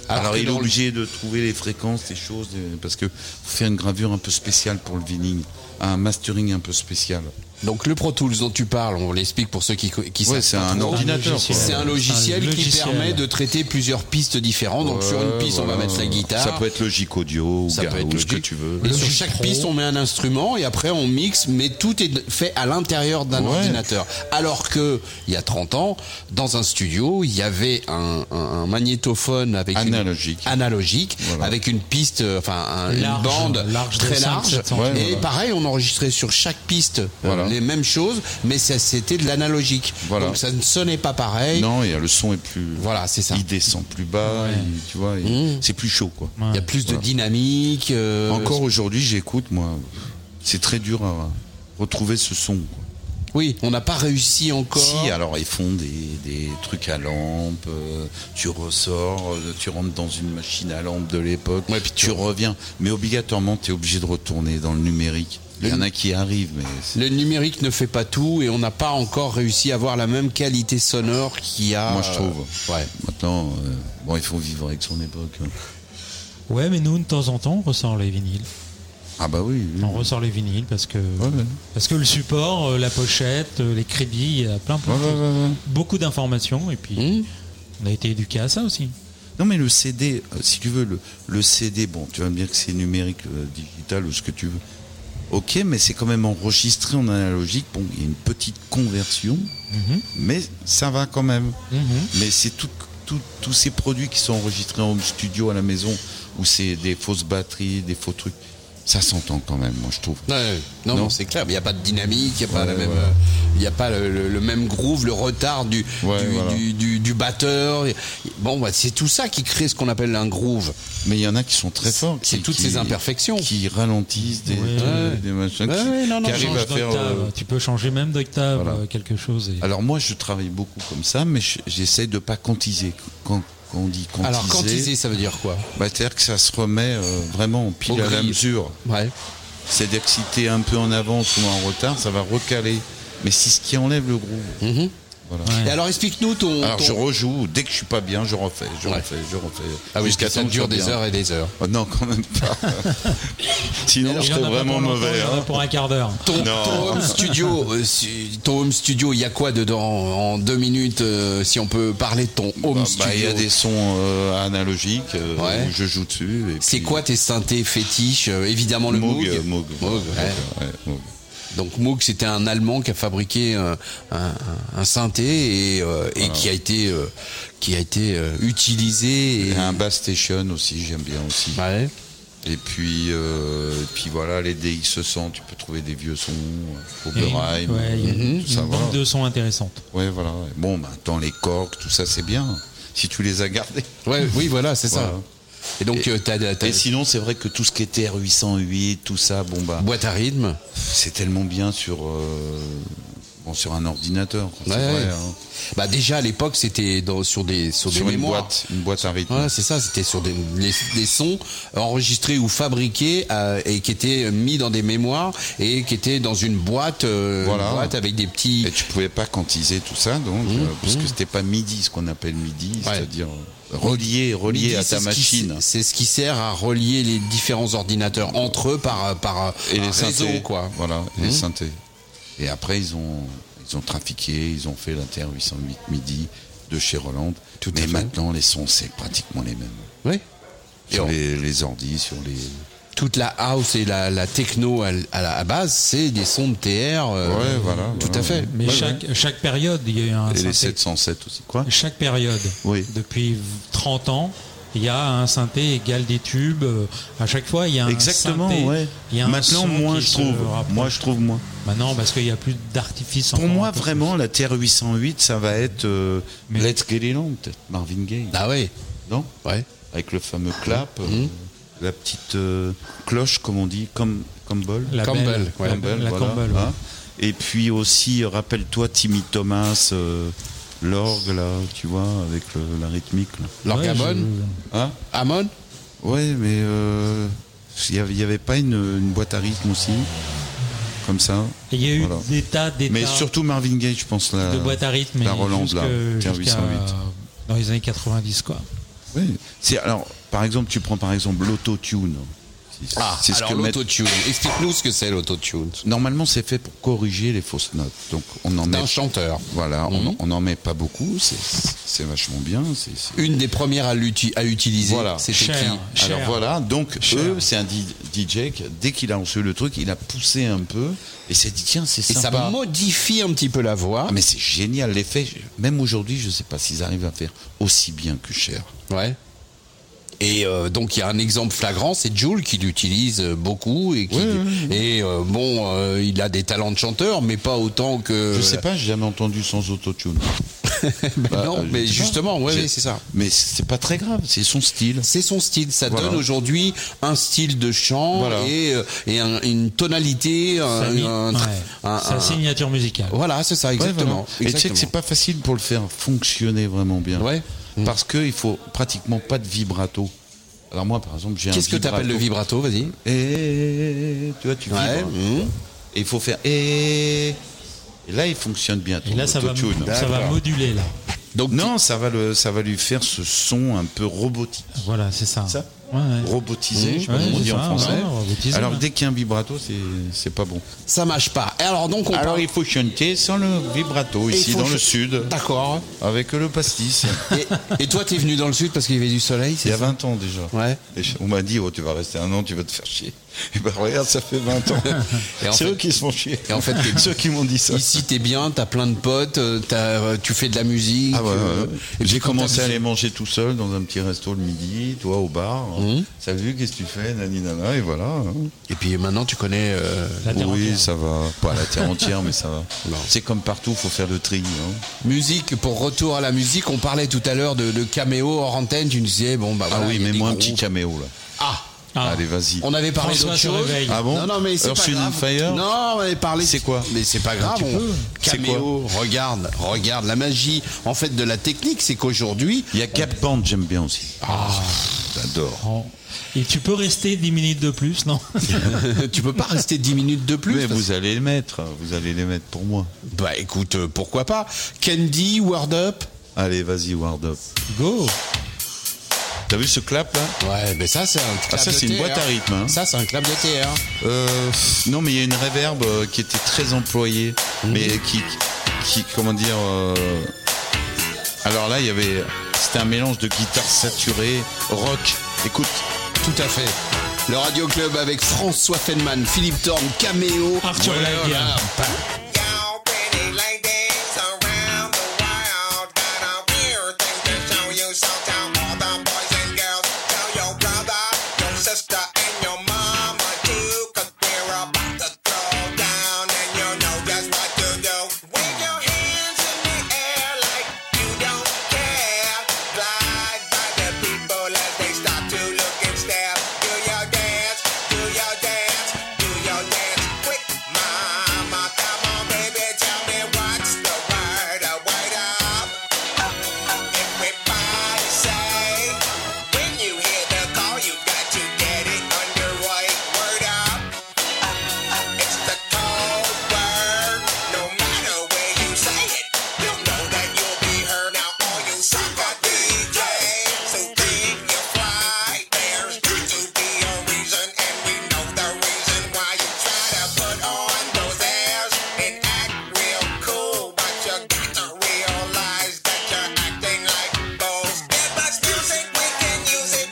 [SPEAKER 1] Alors
[SPEAKER 4] Alors,
[SPEAKER 1] que
[SPEAKER 4] il est
[SPEAKER 1] dans le-
[SPEAKER 4] obligé de trouver les fréquences, les choses, des- parce que faut faire une gravure un peu spéciale pour le vinyle, un mastering un peu spécial.
[SPEAKER 1] Donc le Pro Tools dont tu parles, on l'explique pour ceux qui co- qui savent
[SPEAKER 4] Ouais, c'est
[SPEAKER 1] pas
[SPEAKER 4] un
[SPEAKER 1] trop.
[SPEAKER 4] ordinateur.
[SPEAKER 2] logiciel.
[SPEAKER 4] quoi.
[SPEAKER 1] C'est un logiciel,
[SPEAKER 2] Un
[SPEAKER 1] qui
[SPEAKER 2] logiciel.
[SPEAKER 1] permet de traiter plusieurs pistes différentes. Donc sur une
[SPEAKER 4] Ouais,
[SPEAKER 1] piste, on va
[SPEAKER 4] voilà.
[SPEAKER 1] mettre la guitare.
[SPEAKER 4] Ça peut être logique audio ou,
[SPEAKER 1] Ça
[SPEAKER 4] gar-
[SPEAKER 1] peut être
[SPEAKER 4] ou ce que
[SPEAKER 1] logique.
[SPEAKER 4] tu veux.
[SPEAKER 1] Et
[SPEAKER 2] Le
[SPEAKER 1] sur
[SPEAKER 2] Logic
[SPEAKER 1] chaque
[SPEAKER 2] Pro.
[SPEAKER 1] piste, on met un instrument et après on mixe, mais tout est fait à l'intérieur d'un
[SPEAKER 4] Ouais.
[SPEAKER 1] ordinateur. Alors que il y a 30 ans, dans un studio, il y avait un, un- un magnétophone avec une-
[SPEAKER 4] Analogique.
[SPEAKER 1] analogique,
[SPEAKER 4] Voilà.
[SPEAKER 1] avec une piste, euh, enfin un-
[SPEAKER 2] Large,
[SPEAKER 1] une bande
[SPEAKER 2] large de
[SPEAKER 1] très
[SPEAKER 2] 500,
[SPEAKER 1] large.
[SPEAKER 2] 700.
[SPEAKER 4] Ouais,
[SPEAKER 1] et
[SPEAKER 4] voilà.
[SPEAKER 1] pareil, on enregistrait sur chaque piste euh,
[SPEAKER 4] Voilà.
[SPEAKER 1] les mêmes choses, mais ça, c'était de l'analogique.
[SPEAKER 4] Voilà.
[SPEAKER 1] Donc ça ne sonnait pas pareil.
[SPEAKER 4] Non, et le son est plus.
[SPEAKER 1] Voilà, c'est ça. Mmh.
[SPEAKER 4] Il descend plus bas, il- tu vois, il- c'est plus chaud quoi.
[SPEAKER 1] Il y a plus de dynamique. euh,
[SPEAKER 4] Encore aujourd'hui, j'écoute, moi. C'est très dur à retrouver ce son. quoi.
[SPEAKER 1] Oui, on n'a pas réussi encore.
[SPEAKER 4] Si, alors ils font des, des trucs à lampe, euh, tu ressors, euh, tu rentres dans une machine à lampe de l'époque,
[SPEAKER 1] Ouais, puis tu-
[SPEAKER 4] tu reviens. Mais obligatoirement, tu es obligé de retourner dans le numérique. Il y en a qui arrivent, mais c'est-
[SPEAKER 1] Le numérique ne fait pas tout et on n'a pas encore réussi à avoir la même qualité sonore qu'il y a.
[SPEAKER 4] moi je trouve.
[SPEAKER 1] euh, ouais.
[SPEAKER 4] Maintenant, euh, bon, il faut vivre avec son époque. hein.
[SPEAKER 2] Ouais, mais nous, de temps en temps, on ressort les vinyles.
[SPEAKER 4] Ah bah oui. oui.
[SPEAKER 2] On ressort les vinyles parce que,
[SPEAKER 4] ouais.
[SPEAKER 2] parce que le support, euh, la pochette, euh, les crédits, il y a plein, plein
[SPEAKER 4] Ouais,
[SPEAKER 2] de
[SPEAKER 4] ouais,
[SPEAKER 2] choses.
[SPEAKER 4] ouais, ouais.
[SPEAKER 2] Beaucoup d'informations et puis
[SPEAKER 4] Hmm.
[SPEAKER 1] Mmh.
[SPEAKER 2] on a été éduqués à ça aussi.
[SPEAKER 4] Non mais le CD, euh, si tu veux, le, le CD, bon, tu vas me dire que c'est numérique, euh, digital ou ce que tu veux. Ok, mais c'est quand même enregistré en analogique. Bon, il y a une petite conversion, mais ça va quand même.
[SPEAKER 2] Mhm.
[SPEAKER 4] Mais c'est tout- tout- tous ces produits qui sont enregistrés en home studio à la maison, où c'est des fausses batteries, des faux trucs, ça s'entend quand même, moi je trouve.
[SPEAKER 1] Ouais, ouais. Non, non,
[SPEAKER 4] Non.
[SPEAKER 1] c'est clair. Il n'y a pas de dynamique, il n'y a pas,
[SPEAKER 4] Ouais,
[SPEAKER 1] la même,
[SPEAKER 4] ouais.
[SPEAKER 1] euh, il y a pas le, le- le même groove, le retard du,
[SPEAKER 4] Ouais,
[SPEAKER 1] du,
[SPEAKER 4] voilà.
[SPEAKER 1] du- du- du batteur. Bon, bah, c'est tout ça qui crée ce qu'on appelle un groove.
[SPEAKER 4] Mais il y en a qui sont très forts.
[SPEAKER 1] C'est
[SPEAKER 4] qui-
[SPEAKER 1] toutes
[SPEAKER 4] qui-
[SPEAKER 1] ces imperfections.
[SPEAKER 4] Qui ralentissent des,
[SPEAKER 2] Ouais.
[SPEAKER 4] des machins,
[SPEAKER 1] Ouais,
[SPEAKER 4] qui,
[SPEAKER 1] ouais, non, non,
[SPEAKER 4] qui
[SPEAKER 1] on
[SPEAKER 4] arrivent à
[SPEAKER 2] Change
[SPEAKER 4] faire.
[SPEAKER 2] d'octave.
[SPEAKER 4] euh,
[SPEAKER 2] Tu peux changer même d'octave
[SPEAKER 4] voilà.
[SPEAKER 2] euh, quelque chose. et-
[SPEAKER 4] Alors moi, je travaille beaucoup comme ça, mais je- j'essaie de pas quantiser. Quand, quand on dit quantiser,
[SPEAKER 1] Alors, quantiser, ça veut dire quoi
[SPEAKER 4] bah, c'est-à-dire que ça se remet euh, vraiment en pile
[SPEAKER 1] Au
[SPEAKER 4] à la
[SPEAKER 1] grille.
[SPEAKER 4] mesure.
[SPEAKER 1] Ouais.
[SPEAKER 4] C'est-à-dire que si t'es un peu en avance ou en retard, ça va recaler. Mais c'est ce qui enlève le groove. Voilà.
[SPEAKER 1] Mm-hmm. Et alors explique-nous ton.
[SPEAKER 4] Alors
[SPEAKER 1] ton-
[SPEAKER 4] je rejoue, dès que je suis pas bien, je refais, je
[SPEAKER 1] Ouais.
[SPEAKER 4] refais, je refais.
[SPEAKER 1] Ah oui,
[SPEAKER 4] Jusqu'à
[SPEAKER 1] ça
[SPEAKER 4] temps que je
[SPEAKER 1] dure
[SPEAKER 4] sois
[SPEAKER 1] des
[SPEAKER 4] bien.
[SPEAKER 1] heures et des heures.
[SPEAKER 4] Oh non, quand même
[SPEAKER 1] *laughs*
[SPEAKER 4] pas. Sinon, je
[SPEAKER 2] Il y en
[SPEAKER 4] serais
[SPEAKER 2] a pas
[SPEAKER 4] vraiment
[SPEAKER 2] pour longtemps,
[SPEAKER 4] mauvais.
[SPEAKER 2] Il y en a
[SPEAKER 4] hein.
[SPEAKER 2] pour un quart d'heure.
[SPEAKER 1] Ton,
[SPEAKER 4] Non.
[SPEAKER 1] ton
[SPEAKER 4] *laughs*
[SPEAKER 1] home studio, euh, si- ton home studio, il y a quoi dedans en deux minutes euh, si on peut parler de ton home
[SPEAKER 4] Bah, bah,
[SPEAKER 1] studio
[SPEAKER 4] Il y a des sons euh, analogiques euh,
[SPEAKER 1] Ouais.
[SPEAKER 4] où je joue dessus. et
[SPEAKER 1] C'est
[SPEAKER 4] puis-
[SPEAKER 1] quoi tes synthés fétiches Euh, Évidemment le Moog.
[SPEAKER 4] Moog, euh, Moog.
[SPEAKER 1] Moog, ouais.
[SPEAKER 4] Ouais, Moog.
[SPEAKER 1] Donc Moog, c'était un Allemand qui a fabriqué euh, un, un- un synthé et, euh, et qui a été euh, qui a été euh, utilisé.
[SPEAKER 4] Et
[SPEAKER 1] et-
[SPEAKER 4] un Bass Station aussi, j'aime bien aussi.
[SPEAKER 1] Ouais.
[SPEAKER 4] Et puis, euh, et puis voilà, les DX100, tu peux trouver des vieux sons, euh,
[SPEAKER 2] Il y a une-
[SPEAKER 4] Oberheim,
[SPEAKER 2] ouais, il y a une-
[SPEAKER 4] tout ça.
[SPEAKER 2] une
[SPEAKER 4] voilà.
[SPEAKER 2] bande de sons intéressante.
[SPEAKER 4] Ouais, voilà. ouais. Bon, maintenant les corks, tout ça, c'est bien. Si tu les as gardés.
[SPEAKER 1] *laughs* Ouais, oui, voilà, c'est ça.
[SPEAKER 4] Voilà.
[SPEAKER 1] Et donc euh, t'as t'as-
[SPEAKER 4] Et sinon, c'est vrai que tout ce qui était R808, tout ça, bon bah,
[SPEAKER 1] boîte à rythme.
[SPEAKER 4] c'est tellement bien sur, euh, bon, sur un ordinateur. quoi, c'est
[SPEAKER 1] Ouais,
[SPEAKER 4] vrai,
[SPEAKER 1] ouais.
[SPEAKER 4] hein.
[SPEAKER 1] Bah déjà à l'époque c'était dans- sur des sur,
[SPEAKER 4] Sur
[SPEAKER 1] des
[SPEAKER 4] une
[SPEAKER 1] mémoires.
[SPEAKER 4] boîte, une boîte à rythme.
[SPEAKER 1] Voilà, c'est ça, c'était sur des, les- des sons enregistrés ou fabriqués euh, et qui étaient mis dans des mémoires et qui étaient dans une boîte, euh,
[SPEAKER 4] Voilà.
[SPEAKER 1] une boîte avec des petits. Mmh,
[SPEAKER 4] Et tu pouvais pas quantiser tout ça, donc, euh, parce que c'était pas midi, ce qu'on appelle midi, c'est-à-dire euh, relié, relié
[SPEAKER 1] Midi,
[SPEAKER 4] à
[SPEAKER 1] c'est
[SPEAKER 4] ta
[SPEAKER 1] ce qui-
[SPEAKER 4] machine.
[SPEAKER 1] C'est ce qui sert à relier les différents ordinateurs entre eux par par
[SPEAKER 4] et
[SPEAKER 1] un
[SPEAKER 4] les
[SPEAKER 1] réseau,
[SPEAKER 4] synthés,
[SPEAKER 1] Ah, quoi. Mmh.
[SPEAKER 4] Voilà, les synthés. Et après, ils ont, ils ont trafiqué, ils ont fait l'Inter 808 midi de chez Roland.
[SPEAKER 1] Tout à
[SPEAKER 4] Mais
[SPEAKER 1] fait.
[SPEAKER 4] maintenant, les sons, c'est pratiquement les mêmes.
[SPEAKER 1] Oui. Et
[SPEAKER 4] Sur
[SPEAKER 1] on-
[SPEAKER 4] les, les ordis, sur les.
[SPEAKER 1] Toute la house et la, la techno à, l- à la à base, c'est des sons de TR. euh,
[SPEAKER 4] Ouais, voilà,
[SPEAKER 1] Tout
[SPEAKER 4] voilà.
[SPEAKER 1] à fait.
[SPEAKER 2] Mais chaque, chaque période, il y a eu un
[SPEAKER 4] Et les
[SPEAKER 2] synthé.
[SPEAKER 4] 707 aussi. Quoi
[SPEAKER 2] Chaque période,
[SPEAKER 4] Oui.
[SPEAKER 2] depuis 30 ans, il y a un synthé égal des tubes. Euh, À chaque fois, il y a un
[SPEAKER 4] Exactement,
[SPEAKER 2] synthé.
[SPEAKER 4] ouais.
[SPEAKER 2] Il y a un
[SPEAKER 4] Maintenant,
[SPEAKER 2] son
[SPEAKER 4] moins
[SPEAKER 2] qui
[SPEAKER 4] je
[SPEAKER 2] se
[SPEAKER 4] trouve.
[SPEAKER 2] rapproche.
[SPEAKER 4] Moi, je trouve moins.
[SPEAKER 2] Maintenant, parce qu'il n'y a plus d'artifice.
[SPEAKER 4] Pour
[SPEAKER 2] encore
[SPEAKER 4] moi,
[SPEAKER 2] un peu
[SPEAKER 4] vraiment, la Terre 808, ça va être euh,
[SPEAKER 2] Mais-
[SPEAKER 4] Let's Get It On, peut-être Marvin Gaye.
[SPEAKER 1] Ah ouais,
[SPEAKER 4] Non
[SPEAKER 1] ouais.
[SPEAKER 4] Avec le fameux clap, euh, la petite euh, cloche, comme on dit, comme, comme bol.
[SPEAKER 2] plus. La
[SPEAKER 1] Campbell,
[SPEAKER 2] belle,
[SPEAKER 1] ouais.
[SPEAKER 2] la,
[SPEAKER 4] Campbell,
[SPEAKER 2] la
[SPEAKER 4] voilà,
[SPEAKER 2] Campbell, ouais.
[SPEAKER 4] hein. Et puis aussi, euh, rappelle-toi Timmy Thomas, euh, l'orgue là, tu vois, avec le- la rythmique là.
[SPEAKER 1] L'orgamon,
[SPEAKER 2] Ouais,
[SPEAKER 4] Hein
[SPEAKER 1] Amon.
[SPEAKER 4] Ouais, mais euh, il n'y avait, il y avait pas une, une boîte à rythme aussi, comme ça.
[SPEAKER 2] je- Il y a eu
[SPEAKER 4] Voilà.
[SPEAKER 2] des tas, des
[SPEAKER 4] Mais
[SPEAKER 2] tas
[SPEAKER 4] surtout Marvin Gaye, je pense là.
[SPEAKER 2] de boîtes à rythme.
[SPEAKER 4] euh, La
[SPEAKER 2] et
[SPEAKER 4] Roland
[SPEAKER 2] jusque-
[SPEAKER 4] là,
[SPEAKER 2] jusqu'à,
[SPEAKER 4] 808.
[SPEAKER 2] euh, Dans les années 90, quoi.
[SPEAKER 4] Oui. C'est alors, par exemple, tu prends par exemple l'autotune. C'est-
[SPEAKER 1] Ah,
[SPEAKER 4] c'est ce
[SPEAKER 1] alors
[SPEAKER 4] que mettent-
[SPEAKER 1] l'autotune. Explique-nous ce que c'est l'autotune.
[SPEAKER 4] Normalement, c'est fait pour corriger les fausses notes. Donc, on en met.
[SPEAKER 1] D'un chanteur. Mhm.
[SPEAKER 4] Voilà, on en- on n'en met pas beaucoup. c'est- C'est vachement bien. c'est- c'est-
[SPEAKER 1] Une des premières à, l'uti- à utiliser,
[SPEAKER 4] Voilà.
[SPEAKER 1] c'était
[SPEAKER 2] Cher.
[SPEAKER 1] qui
[SPEAKER 2] Cher.
[SPEAKER 4] Alors voilà, donc
[SPEAKER 2] Cher.
[SPEAKER 4] eux, c'est un D- DJ qui, dès qu'il a reçu le truc, il a poussé un peu et s'est dit tiens, c'est
[SPEAKER 1] Et ça
[SPEAKER 4] sympa.
[SPEAKER 1] modifie un petit peu la voix.
[SPEAKER 4] Ah, mais c'est génial l'effet. Même aujourd'hui, je sais pas s'ils arrivent à faire aussi bien que Cher.
[SPEAKER 1] Ouais. Et euh, donc il y a un exemple flagrant, c'est Jules qui l'utilise euh, beaucoup et qui et euh, bon, euh, il a des talents de chanteur, mais pas autant que.
[SPEAKER 4] Je sais pas, j'ai jamais entendu sans autotune.
[SPEAKER 1] *laughs* Ben
[SPEAKER 4] Bah,
[SPEAKER 1] non,
[SPEAKER 4] euh, je
[SPEAKER 1] mais
[SPEAKER 4] sais pas.
[SPEAKER 1] justement, ouais,
[SPEAKER 4] J'ai-
[SPEAKER 1] ouais, c'est ça.
[SPEAKER 4] Mais c'est pas très grave, c'est son style.
[SPEAKER 1] C'est son style. Ça
[SPEAKER 4] Voilà.
[SPEAKER 1] donne aujourd'hui un style de chant
[SPEAKER 4] Voilà.
[SPEAKER 1] et, euh, et un- une tonalité. un-
[SPEAKER 2] Sa mi-
[SPEAKER 1] un-
[SPEAKER 2] ouais.
[SPEAKER 1] un-
[SPEAKER 2] Sa
[SPEAKER 1] un-
[SPEAKER 2] signature musicale.
[SPEAKER 1] Voilà, c'est ça, exactement.
[SPEAKER 4] Ouais, voilà. Et tu sais que
[SPEAKER 1] Exactement.
[SPEAKER 4] c'est pas facile pour le faire fonctionner vraiment bien.
[SPEAKER 1] Ouais.
[SPEAKER 4] Parce qu'il faut pratiquement pas de vibrato. Alors moi, par exemple, j'ai un
[SPEAKER 1] Qu'est-ce que t'appelles le
[SPEAKER 4] vibrato.
[SPEAKER 1] vibrato Vas-y.
[SPEAKER 4] Et tu vois, tu
[SPEAKER 1] Ouais,
[SPEAKER 4] vibres.
[SPEAKER 1] mhm.
[SPEAKER 4] Et il faut faire et. Et là, il fonctionne bien.
[SPEAKER 2] Et
[SPEAKER 4] ton
[SPEAKER 2] là, ça va,
[SPEAKER 4] autotune.
[SPEAKER 2] ça va moduler, là.
[SPEAKER 4] Donc non, ça va le, ça va lui faire ce son un peu robotique,
[SPEAKER 2] Voilà, c'est ça.
[SPEAKER 4] Ça
[SPEAKER 2] Ouais, ouais.
[SPEAKER 4] robotisé,
[SPEAKER 2] Mmh.
[SPEAKER 4] je sais pas
[SPEAKER 2] Ouais,
[SPEAKER 4] comment on
[SPEAKER 2] c'est
[SPEAKER 4] dit
[SPEAKER 2] ça,
[SPEAKER 4] en français.
[SPEAKER 2] ouais, robotisé,
[SPEAKER 4] Alors
[SPEAKER 2] ouais.
[SPEAKER 4] dès qu'il y a un vibrato, c'est, c'est pas bon.
[SPEAKER 1] Ça marche pas. Et alors donc on
[SPEAKER 4] Alors
[SPEAKER 1] parle-
[SPEAKER 4] il faut chanter sans le vibrato
[SPEAKER 1] Et
[SPEAKER 4] ici
[SPEAKER 1] faut
[SPEAKER 4] dans
[SPEAKER 1] ch-
[SPEAKER 4] le sud
[SPEAKER 1] D'accord.
[SPEAKER 4] avec le
[SPEAKER 1] *laughs*
[SPEAKER 4] pastis.
[SPEAKER 1] Et, et toi, t'es venu dans le sud parce qu'il y avait du soleil,
[SPEAKER 4] Il y
[SPEAKER 1] c'est
[SPEAKER 4] a
[SPEAKER 1] ça
[SPEAKER 4] 20 ans déjà.
[SPEAKER 1] Ouais.
[SPEAKER 4] Et je- on m'a dit, oh, tu vas rester un an, tu vas te faire chier. Et ben regarde, ça fait 20 ans.
[SPEAKER 1] *laughs* Et en
[SPEAKER 4] c'est
[SPEAKER 1] fait-
[SPEAKER 4] eux qui se font chier.
[SPEAKER 1] Et en
[SPEAKER 4] *laughs*
[SPEAKER 1] fait, t'es-
[SPEAKER 4] ceux qui m'ont dit ça.
[SPEAKER 1] Ici, t'es bien, t'as plein de potes, euh, t'as, euh, tu fais de la musique.
[SPEAKER 4] Ah ouais, ouais,
[SPEAKER 1] euh,
[SPEAKER 4] ouais.
[SPEAKER 1] et
[SPEAKER 4] J'ai
[SPEAKER 1] puis quand
[SPEAKER 4] commencé
[SPEAKER 1] t'as-
[SPEAKER 4] à aller manger tout seul dans un petit resto le midi, toi au bar.
[SPEAKER 1] Mmh.
[SPEAKER 4] Salut, qu'est-ce que tu fais Nani nana, et voilà. hein.
[SPEAKER 1] Et puis maintenant, tu connais. euh,
[SPEAKER 2] La terre
[SPEAKER 4] Oui,
[SPEAKER 2] entière.
[SPEAKER 4] ça va. Pas la terre entière, mais ça
[SPEAKER 1] *laughs*
[SPEAKER 4] va. C'est comme partout, faut faire le tri. hein.
[SPEAKER 1] Musique, pour retour à la musique, on parlait tout à l'heure de, de caméo hors antenne, tu nous disais, bon bah
[SPEAKER 4] Ah
[SPEAKER 1] voilà,
[SPEAKER 4] oui,
[SPEAKER 1] il y a
[SPEAKER 4] mais
[SPEAKER 1] des
[SPEAKER 4] moi un
[SPEAKER 1] groupes.
[SPEAKER 4] petit caméo là.
[SPEAKER 1] Ah
[SPEAKER 4] Allez, vas-y.
[SPEAKER 1] On avait parlé
[SPEAKER 2] François
[SPEAKER 1] d'autre
[SPEAKER 2] se
[SPEAKER 1] chose.
[SPEAKER 2] réveille.
[SPEAKER 4] Ah bon
[SPEAKER 1] Non, non, mais c'est
[SPEAKER 4] Earth,
[SPEAKER 1] pas
[SPEAKER 4] Wind and
[SPEAKER 1] grave.
[SPEAKER 4] Fire
[SPEAKER 1] Non, on avait parlé.
[SPEAKER 4] C'est quoi
[SPEAKER 1] Mais c'est pas grave. on-
[SPEAKER 4] C'est
[SPEAKER 1] Caméo, regarde, regarde. La magie, en fait, de la technique, c'est qu'aujourd'hui,
[SPEAKER 4] Il y a Cap Band, j'aime bien aussi. Ah, j'adore.
[SPEAKER 2] Oh. Et tu peux rester 10 minutes de plus,
[SPEAKER 4] *laughs*
[SPEAKER 2] non
[SPEAKER 1] *laughs* tu peux pas rester 10 minutes de plus.
[SPEAKER 4] Mais
[SPEAKER 1] parce-
[SPEAKER 4] vous allez les mettre, vous allez les mettre pour moi.
[SPEAKER 1] Bah écoute, euh, pourquoi pas Candy, Word Up.
[SPEAKER 4] Allez, vas-y, Ward Up.
[SPEAKER 2] Go
[SPEAKER 4] T'as vu ce clap là Ah,
[SPEAKER 1] Ouais, mais ça, c'est un clap
[SPEAKER 4] ça,
[SPEAKER 1] de
[SPEAKER 4] c'est une
[SPEAKER 1] TR.
[SPEAKER 4] boîte à rythme, hein.
[SPEAKER 1] Ça, c'est un clap de TR.
[SPEAKER 4] Euh, pff, non, mais il y a une réverb euh, qui était très employée,
[SPEAKER 1] Mhm.
[SPEAKER 4] mais qui, qui, comment dire. euh, Alors là, il y avait, c'était un mélange de guitare saturée, rock. Écoute,
[SPEAKER 1] Tout à fait. Le Radio Club avec François Feldman, Philippe Thorne, Caméo.
[SPEAKER 2] Arthur Laguerre.
[SPEAKER 13] Y'all pretty ladies around the world got a weird thing to show you. So tell all the boys and girls, tell your brother, your sister, and your mama too. Cause we're about to throw down, and you know just what to do. Wave your hands in the air like you don't care. Glide by the people as they stop to look and stare. Do your dance, do your dance, do your dance. Quick, mama, come on, baby, tell me what's the word? A word up. Everybody say, when you hear the call, you got to get it underway. Word up. It's the code word. No matter where you say it, you'll know that you'll be heard. Now all you sucker DJs who think you fly, there's got to be a reason, and we know the reason why you try to put on those airs and act real cool, but you got to realize that you're acting like those. Give us music, we can use it.